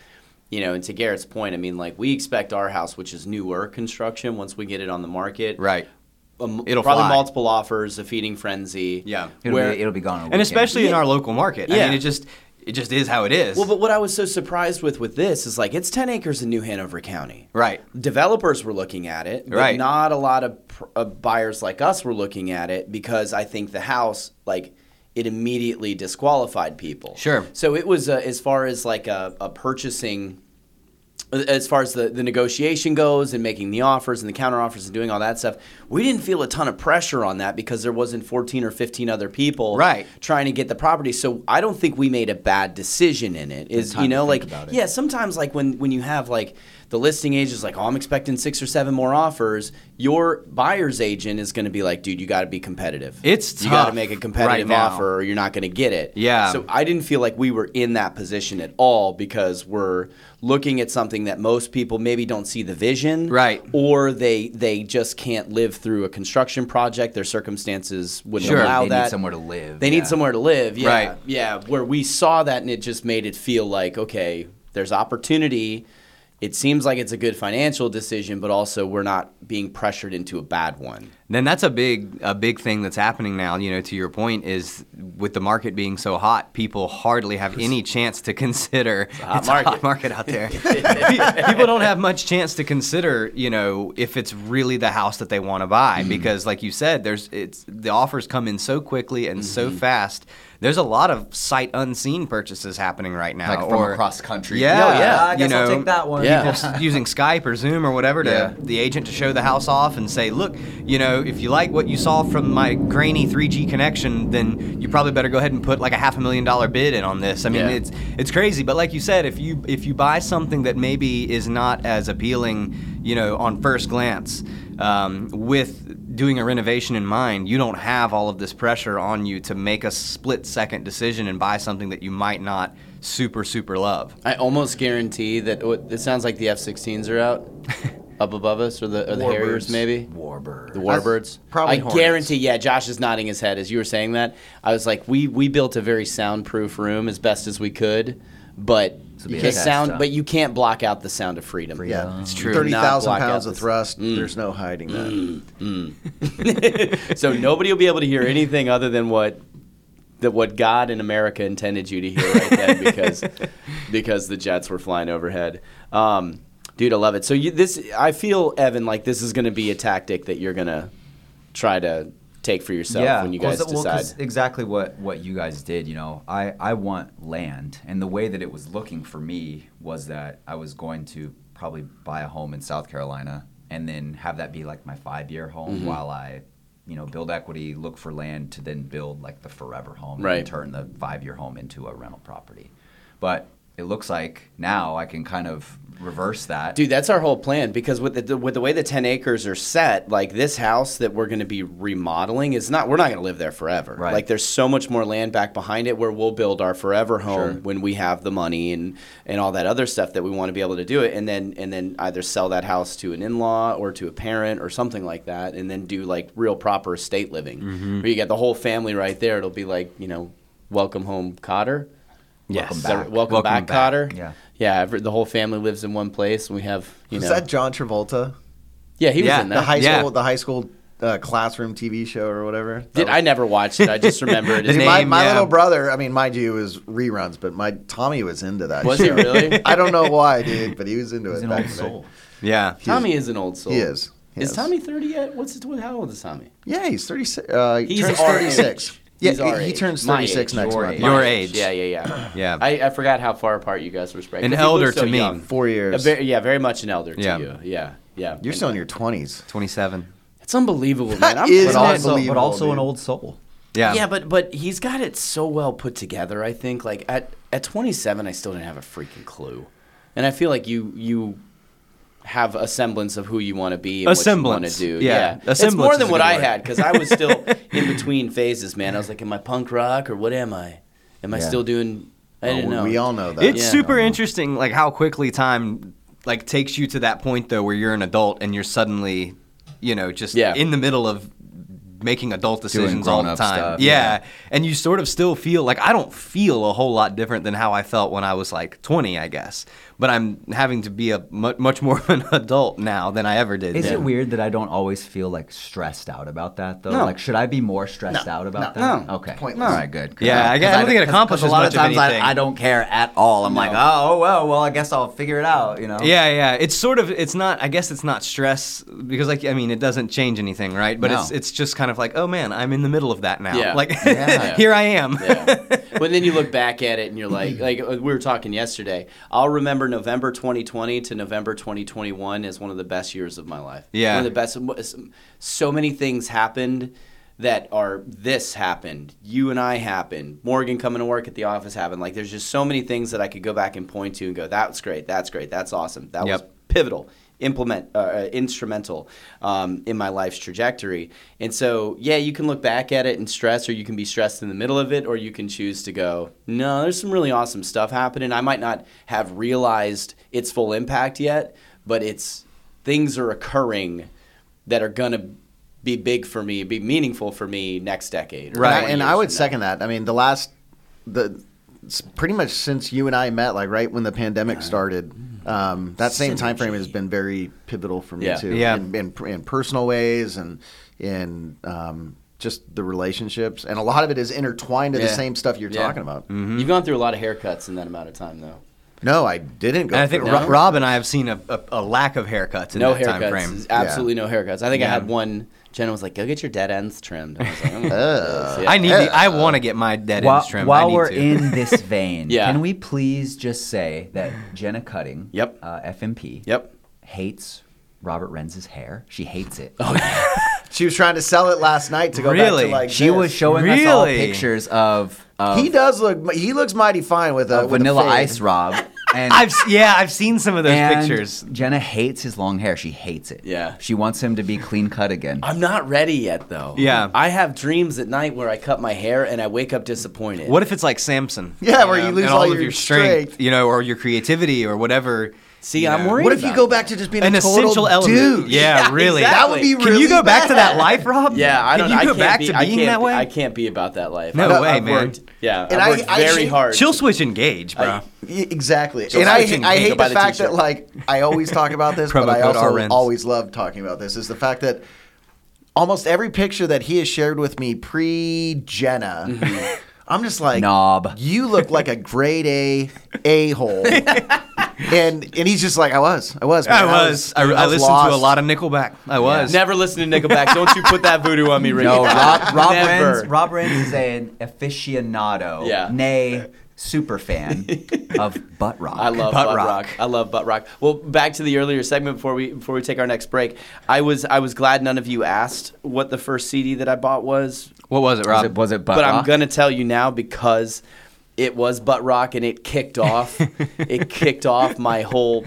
Speaker 1: You know, and to Garrett's point, I mean, like we expect our house, which is newer construction, once we get it on the market,
Speaker 5: Right.
Speaker 1: Um,
Speaker 5: It'll
Speaker 1: probably
Speaker 5: fly.
Speaker 1: multiple offers, a feeding frenzy.
Speaker 5: Yeah.
Speaker 4: It'll
Speaker 1: where,
Speaker 4: be it'll be gone. in a
Speaker 5: And
Speaker 4: weekend.
Speaker 5: especially in our local market. I
Speaker 1: Yeah.
Speaker 5: mean, it just it just is how it is.
Speaker 1: well, but what I was so surprised with with this is like it's ten acres in New Hanover County.
Speaker 5: right.
Speaker 1: developers were looking at it, but
Speaker 5: Right.
Speaker 1: not a lot of pr- uh, buyers like us were looking at it because I think the house, like, it immediately disqualified people.
Speaker 5: Sure.
Speaker 1: So it was uh, as far as like a, a purchasing, as far as the, the negotiation goes and making the offers and the counter offers and doing all that stuff, we didn't feel a ton of pressure on that because there wasn't 14 or 15 other people
Speaker 5: Right.
Speaker 1: trying to get the property. So I don't think we made a bad decision in it. Is
Speaker 4: time
Speaker 1: you
Speaker 4: to
Speaker 1: know
Speaker 4: think
Speaker 1: like
Speaker 4: about it.
Speaker 1: yeah, sometimes like when when you have like the listing agent is like, oh, I'm expecting six or seven more offers. Your buyer's agent is going to be like, dude, you got to be competitive.
Speaker 5: It's
Speaker 1: you got to
Speaker 5: tough
Speaker 1: make a
Speaker 5: right
Speaker 1: competitive
Speaker 5: now.
Speaker 1: offer, or you're not going to get it.
Speaker 5: Yeah.
Speaker 1: So I didn't feel like we were in that position at all because we're looking at something that most people maybe don't see the vision,
Speaker 5: Right.
Speaker 1: Or they they just can't live through a construction project. Their circumstances wouldn't
Speaker 5: Sure.
Speaker 1: allow
Speaker 4: they
Speaker 1: that.
Speaker 4: need somewhere to live.
Speaker 1: They
Speaker 4: yeah.
Speaker 1: need somewhere to live. Yeah.
Speaker 5: Right.
Speaker 1: Yeah. Where we saw that and it just made it feel like, okay, there's opportunity. It seems like it's a good financial decision, but also we're not being pressured into a bad one.
Speaker 5: then that's a big a big thing that's happening now you know to your point is with the market being so hot people hardly have any chance to consider it's a hot, market. out there Pe- people don't have much chance to consider you know if it's really the house that they want to buy because like you said there's it's the offers come in so quickly and so fast there's a lot of sight unseen purchases happening right now
Speaker 4: like from
Speaker 5: or
Speaker 4: across country.
Speaker 5: yeah,
Speaker 4: yeah. I
Speaker 5: you
Speaker 4: guess I'll
Speaker 5: know,
Speaker 4: take that one.
Speaker 1: yeah.
Speaker 5: people s- using Skype or Zoom or whatever to
Speaker 4: Yeah.
Speaker 5: the agent to show the house off and say, look, you know, if you like what you saw from my grainy 3G connection, then you probably better go ahead and put like a half a million dollar bid in on this. I mean,
Speaker 1: Yeah.
Speaker 5: it's it's crazy, but like you said, if you if you buy something that maybe is not as appealing, you know, on first glance, um, with doing a renovation in mind, you don't have all of this pressure on you to make a split second decision and buy something that you might not super super love.
Speaker 1: I almost guarantee that it sounds like the F 16s are out up above us or the, or the Harriers, maybe.
Speaker 4: Warbird.
Speaker 1: The Warbirds. I
Speaker 6: probably Hornets.
Speaker 1: guarantee, yeah, Josh is nodding his head as you were saying that. I was like, we, we built a very soundproof room as best as we could, but.
Speaker 4: will be a
Speaker 1: the
Speaker 4: test,
Speaker 1: sound,
Speaker 4: huh?
Speaker 1: but you can't block out the sound of freedom.
Speaker 6: Yeah, it's
Speaker 5: true.
Speaker 6: Thirty thousand
Speaker 1: Not block out
Speaker 6: pounds of
Speaker 1: the-
Speaker 6: thrust. There's no hiding that.
Speaker 1: Mm. so nobody will be able to hear anything other than what that what God in America intended you to hear right then because because the jets were flying overhead. Um, dude, I love it. So you, this, I feel Evan like this is going to be a tactic that you're going to try to take for yourself when you
Speaker 4: well,
Speaker 1: guys
Speaker 4: so- well, 'cause
Speaker 1: decide.
Speaker 4: exactly what what you guys did. You know, I I want land, and the way that it was looking for me was that I was going to probably buy a home in South Carolina and then have that be like my five year home
Speaker 1: Mm-hmm.
Speaker 4: while I. You know, build equity, look for land to then build like the forever home, and
Speaker 1: Right.
Speaker 4: turn the five-year home into a rental property. But it looks like now I can kind of reverse that.
Speaker 1: Dude, that's our whole plan because with the with the way the ten acres are set, like this house that we're going to be remodeling is not we're not going to live there forever.
Speaker 4: Right.
Speaker 1: Like there's so much more land back behind it where we'll build our forever home when we have the money and and all that other stuff that we want to be able to do it, and then and then either sell that house to an in law or to a parent or something like that, and then do like real proper estate living where you get the whole family right there. It'll be like you know, welcome home, Cotter.
Speaker 5: Yes.
Speaker 1: Is that right? welcome,
Speaker 5: Welcome
Speaker 1: back,
Speaker 5: back.
Speaker 1: Cotter.
Speaker 4: Yeah.
Speaker 1: yeah. every- the whole family lives in one place, and we have you
Speaker 6: Is
Speaker 1: know.
Speaker 6: that John Travolta?
Speaker 1: yeah, he was
Speaker 5: Yeah,
Speaker 1: in
Speaker 6: The
Speaker 1: that.
Speaker 6: high
Speaker 5: Yeah.
Speaker 6: school, the high school uh, classroom TV show or whatever.
Speaker 1: Did,
Speaker 6: That
Speaker 1: I never watched it. I just remember it.
Speaker 5: His
Speaker 1: as-
Speaker 5: name-
Speaker 6: my my
Speaker 5: yeah.
Speaker 6: little brother, I mean, mind you, it was reruns, but my Tommy was into that.
Speaker 1: Was he
Speaker 6: show.
Speaker 1: really?
Speaker 6: I don't know why, dude, but he was into
Speaker 4: He's
Speaker 6: it.
Speaker 4: an
Speaker 6: back
Speaker 4: old
Speaker 6: in the day.
Speaker 4: soul.
Speaker 5: Yeah.
Speaker 1: Tommy is an old soul.
Speaker 6: He is. He
Speaker 1: Is Tommy 30 yet? What's it, how old is Tommy?
Speaker 6: Yeah, he's thirty six. Uh, he
Speaker 1: He's
Speaker 6: turns
Speaker 1: our
Speaker 6: thirty six.
Speaker 1: age.
Speaker 6: Yeah,
Speaker 1: He's our
Speaker 6: he, he
Speaker 1: age.
Speaker 6: turns
Speaker 1: My
Speaker 6: thirty six
Speaker 1: age.
Speaker 6: next
Speaker 4: Your
Speaker 6: month.
Speaker 4: age.
Speaker 1: My
Speaker 5: Your age.
Speaker 1: Yeah, yeah, yeah.
Speaker 5: Yeah.
Speaker 1: I, I forgot how far apart you guys were. spread.
Speaker 5: An
Speaker 1: 'Cause he looked
Speaker 5: elder
Speaker 1: so
Speaker 5: to me.
Speaker 1: young.
Speaker 6: Four
Speaker 1: A
Speaker 6: years.
Speaker 1: very, yeah, very much an elder to
Speaker 5: Yeah.
Speaker 1: you. Yeah, yeah.
Speaker 6: You're still in your twenties.
Speaker 5: 27.
Speaker 1: It's unbelievable, man.
Speaker 6: That
Speaker 1: I'm
Speaker 6: is
Speaker 1: proud
Speaker 4: But
Speaker 1: of him.
Speaker 6: not
Speaker 4: also, but
Speaker 6: unbelievable,
Speaker 4: also an
Speaker 6: dude.
Speaker 4: old soul.
Speaker 5: Yeah.
Speaker 1: Yeah, but but he's got it so well put together. I think like at at 27, I still didn't have a freaking clue, and I feel like you you have a semblance of who you want to be and
Speaker 5: A
Speaker 1: what you want to
Speaker 5: semblance.
Speaker 1: do.
Speaker 5: Yeah.
Speaker 1: Yeah,
Speaker 5: A
Speaker 1: it's
Speaker 5: semblance
Speaker 1: more
Speaker 5: is
Speaker 1: than
Speaker 5: a
Speaker 1: what
Speaker 5: good
Speaker 1: I
Speaker 5: word.
Speaker 1: had because I was still in between phases. Man, I was like, am I punk rock or what am I? Am I
Speaker 4: Yeah.
Speaker 1: still doing? I didn't know.
Speaker 6: We all know that.
Speaker 5: It's
Speaker 1: Yeah.
Speaker 5: super interesting, like how quickly time like takes you to that point though, where you're an adult and you're suddenly, you know, just
Speaker 1: Yeah.
Speaker 5: in the middle of making adult decisions all the
Speaker 4: grown-up
Speaker 5: time.
Speaker 4: stuff,
Speaker 5: yeah. and you sort of still feel like I don't feel a whole lot different than how I felt when I was like 20, I guess. But I'm having to be a mu- much more of an adult now than I ever did.
Speaker 4: Is
Speaker 5: then.
Speaker 4: it weird that I don't always feel like stressed out about that though?
Speaker 1: No.
Speaker 4: Like, should I be more stressed out about that?
Speaker 1: no.
Speaker 4: Okay.
Speaker 6: It's pointless.
Speaker 4: All right. Good. 'Cause
Speaker 5: Yeah, I guess- I don't
Speaker 4: 'cause
Speaker 5: think it
Speaker 4: 'cause-
Speaker 5: accomplishes
Speaker 4: 'cause a lot
Speaker 5: much
Speaker 4: of
Speaker 5: of
Speaker 4: times
Speaker 5: anything.
Speaker 4: I, I don't care at all. I'm like, oh well, well, I guess I'll figure it out. You know.
Speaker 1: Um,
Speaker 5: Yeah, yeah. It's sort of it's not I guess it's not stress because like I mean it doesn't change anything, right? But
Speaker 4: No.
Speaker 5: it's it's just kind of like, oh man, I'm in the middle of that now.
Speaker 1: Yeah.
Speaker 5: Like
Speaker 1: Yeah.
Speaker 5: here I am.
Speaker 1: yeah. But then you look back at it and you're like, like uh, we were talking yesterday. I'll remember November 2020 to November 2021 as one of the best years of my life.
Speaker 5: Yeah.
Speaker 1: one of the best. So many things happened that are this happened, you and I happened, Morgan coming to work at the office happened. Like there's just so many things that I could go back and point to and go, that's great, that's great, that's awesome, that was
Speaker 5: Yep.
Speaker 1: pivotal implement uh, uh, instrumental um, in my life's trajectory and so yeah you can look back at it and stress or you can be stressed in the middle of it or you can choose to go no there's some really awesome stuff happening i might not have realized its full impact yet but it's things are occurring that are going to be big for me be meaningful for me next decade or
Speaker 6: Right,
Speaker 1: 20
Speaker 6: and
Speaker 1: years
Speaker 6: I would
Speaker 1: from now.
Speaker 6: second that. I mean, the last, the s- pretty much since you and I met, like right when the pandemic started, um, that same time frame has been very pivotal for me
Speaker 1: Yeah.
Speaker 6: too,
Speaker 5: Yeah.
Speaker 6: In, in, in personal ways and in um, just the relationships, and a lot of it is intertwined to the
Speaker 1: Yeah.
Speaker 6: same stuff you're
Speaker 1: Yeah. Mm-hmm.
Speaker 6: talking about.
Speaker 1: you've gone through a lot of haircuts in that amount of time though
Speaker 6: No, I didn't go.
Speaker 5: And I think
Speaker 6: through
Speaker 5: Ro-
Speaker 6: that.
Speaker 5: Rob and I have seen a, a, a lack of haircuts in
Speaker 1: no
Speaker 5: that time
Speaker 1: haircuts.
Speaker 5: frame.
Speaker 1: Absolutely no haircuts. I think I had one. Jenna was like, "Go get your dead ends trimmed." And I was like, "I'm gonna do this." yeah.
Speaker 5: I need the, I want to get my dead
Speaker 4: While,
Speaker 5: ends trimmed. I
Speaker 4: while
Speaker 5: need
Speaker 4: we're
Speaker 5: to.
Speaker 4: in this vein,
Speaker 1: Yeah.
Speaker 4: can we please just say that Jenna Cutting,
Speaker 1: Yep.
Speaker 4: uh, FMP,
Speaker 1: Yep.
Speaker 4: hates Robert Renz's hair. She hates it.
Speaker 5: Oh,
Speaker 6: she was trying to sell it last night to go back
Speaker 5: Really?
Speaker 6: to like
Speaker 4: she was
Speaker 6: this.
Speaker 4: showing us all
Speaker 5: Really?
Speaker 4: pictures of, of,
Speaker 6: He does look. He looks mighty fine with a
Speaker 4: of
Speaker 6: with a
Speaker 4: Vanilla
Speaker 6: fade.
Speaker 4: Ice Rob. And
Speaker 5: I've s- yeah, I've seen some of those
Speaker 4: and
Speaker 5: pictures.
Speaker 4: Jenna hates his long hair. She hates it.
Speaker 1: Yeah.
Speaker 4: She wants him to be clean cut again.
Speaker 1: I'm not ready yet, though.
Speaker 5: Yeah.
Speaker 1: I have dreams at night where I cut my hair and I wake up disappointed.
Speaker 5: What if it's like Samson?
Speaker 6: Yeah, where you lose
Speaker 5: and
Speaker 6: all
Speaker 5: all of
Speaker 6: your
Speaker 5: your strength,
Speaker 6: strength.
Speaker 5: you know, or your creativity or whatever.
Speaker 1: See,
Speaker 5: you
Speaker 1: I'm
Speaker 5: know.
Speaker 1: worried.
Speaker 6: What if you
Speaker 1: about
Speaker 6: go
Speaker 1: that.
Speaker 6: back to just being
Speaker 5: An
Speaker 6: a total
Speaker 5: essential element.
Speaker 6: dude?
Speaker 5: Yeah,
Speaker 1: Yeah, exactly.
Speaker 5: really.
Speaker 6: That would be
Speaker 5: Can
Speaker 6: really
Speaker 5: you go back to that
Speaker 6: bad.
Speaker 5: life, Rob?
Speaker 1: Yeah, I don't.
Speaker 5: Can
Speaker 1: I
Speaker 5: you go
Speaker 1: can't
Speaker 5: back
Speaker 1: be,
Speaker 5: to
Speaker 1: I
Speaker 5: being
Speaker 1: can't-
Speaker 5: that way?
Speaker 1: I can't be about that life.
Speaker 5: No
Speaker 1: I,
Speaker 5: way,
Speaker 1: I've
Speaker 5: man.
Speaker 1: Worked, yeah, I've
Speaker 6: And I-
Speaker 1: worked
Speaker 6: I
Speaker 1: very
Speaker 6: should-
Speaker 1: hard.
Speaker 5: She'll switch and gauge, bro.
Speaker 6: Y- Exactly.
Speaker 1: So
Speaker 6: and I,
Speaker 1: it's like
Speaker 6: I
Speaker 1: you
Speaker 6: hate
Speaker 1: can go
Speaker 6: the
Speaker 1: buy the
Speaker 6: fact that,
Speaker 1: t-shirt.
Speaker 6: like, I always talk about this,
Speaker 5: Promo
Speaker 6: but I
Speaker 5: code
Speaker 6: also
Speaker 5: RNs.
Speaker 6: always love talking about this, is the fact that almost every picture that he has shared with me pre Jenna, I'm just like,
Speaker 4: Knob.
Speaker 6: you look like a grade A a hole. and and he's just like, I was. I was.
Speaker 5: I
Speaker 6: man,
Speaker 5: was. I, I listened to a lot of Nickelback. I was.
Speaker 1: Never listen to Nickelback. don't you put that voodoo on me, Ricky?
Speaker 4: No, Rob, Rob,
Speaker 1: Never.
Speaker 4: Renz, Rob Renz is an aficionado,
Speaker 1: Yeah.
Speaker 4: nay, super fan of butt rock.
Speaker 1: I love butt,
Speaker 5: Butt
Speaker 1: rock.
Speaker 5: rock.
Speaker 1: I love butt rock. Well, back to the earlier segment before we before we take our next break. I was I was glad none of you asked what the first CD that I bought was,
Speaker 5: What was it,
Speaker 4: Was
Speaker 5: Rob?
Speaker 4: it, was it butt
Speaker 1: but
Speaker 4: rock?
Speaker 1: I'm gonna tell you now because it was butt rock, and it kicked off. it kicked off my whole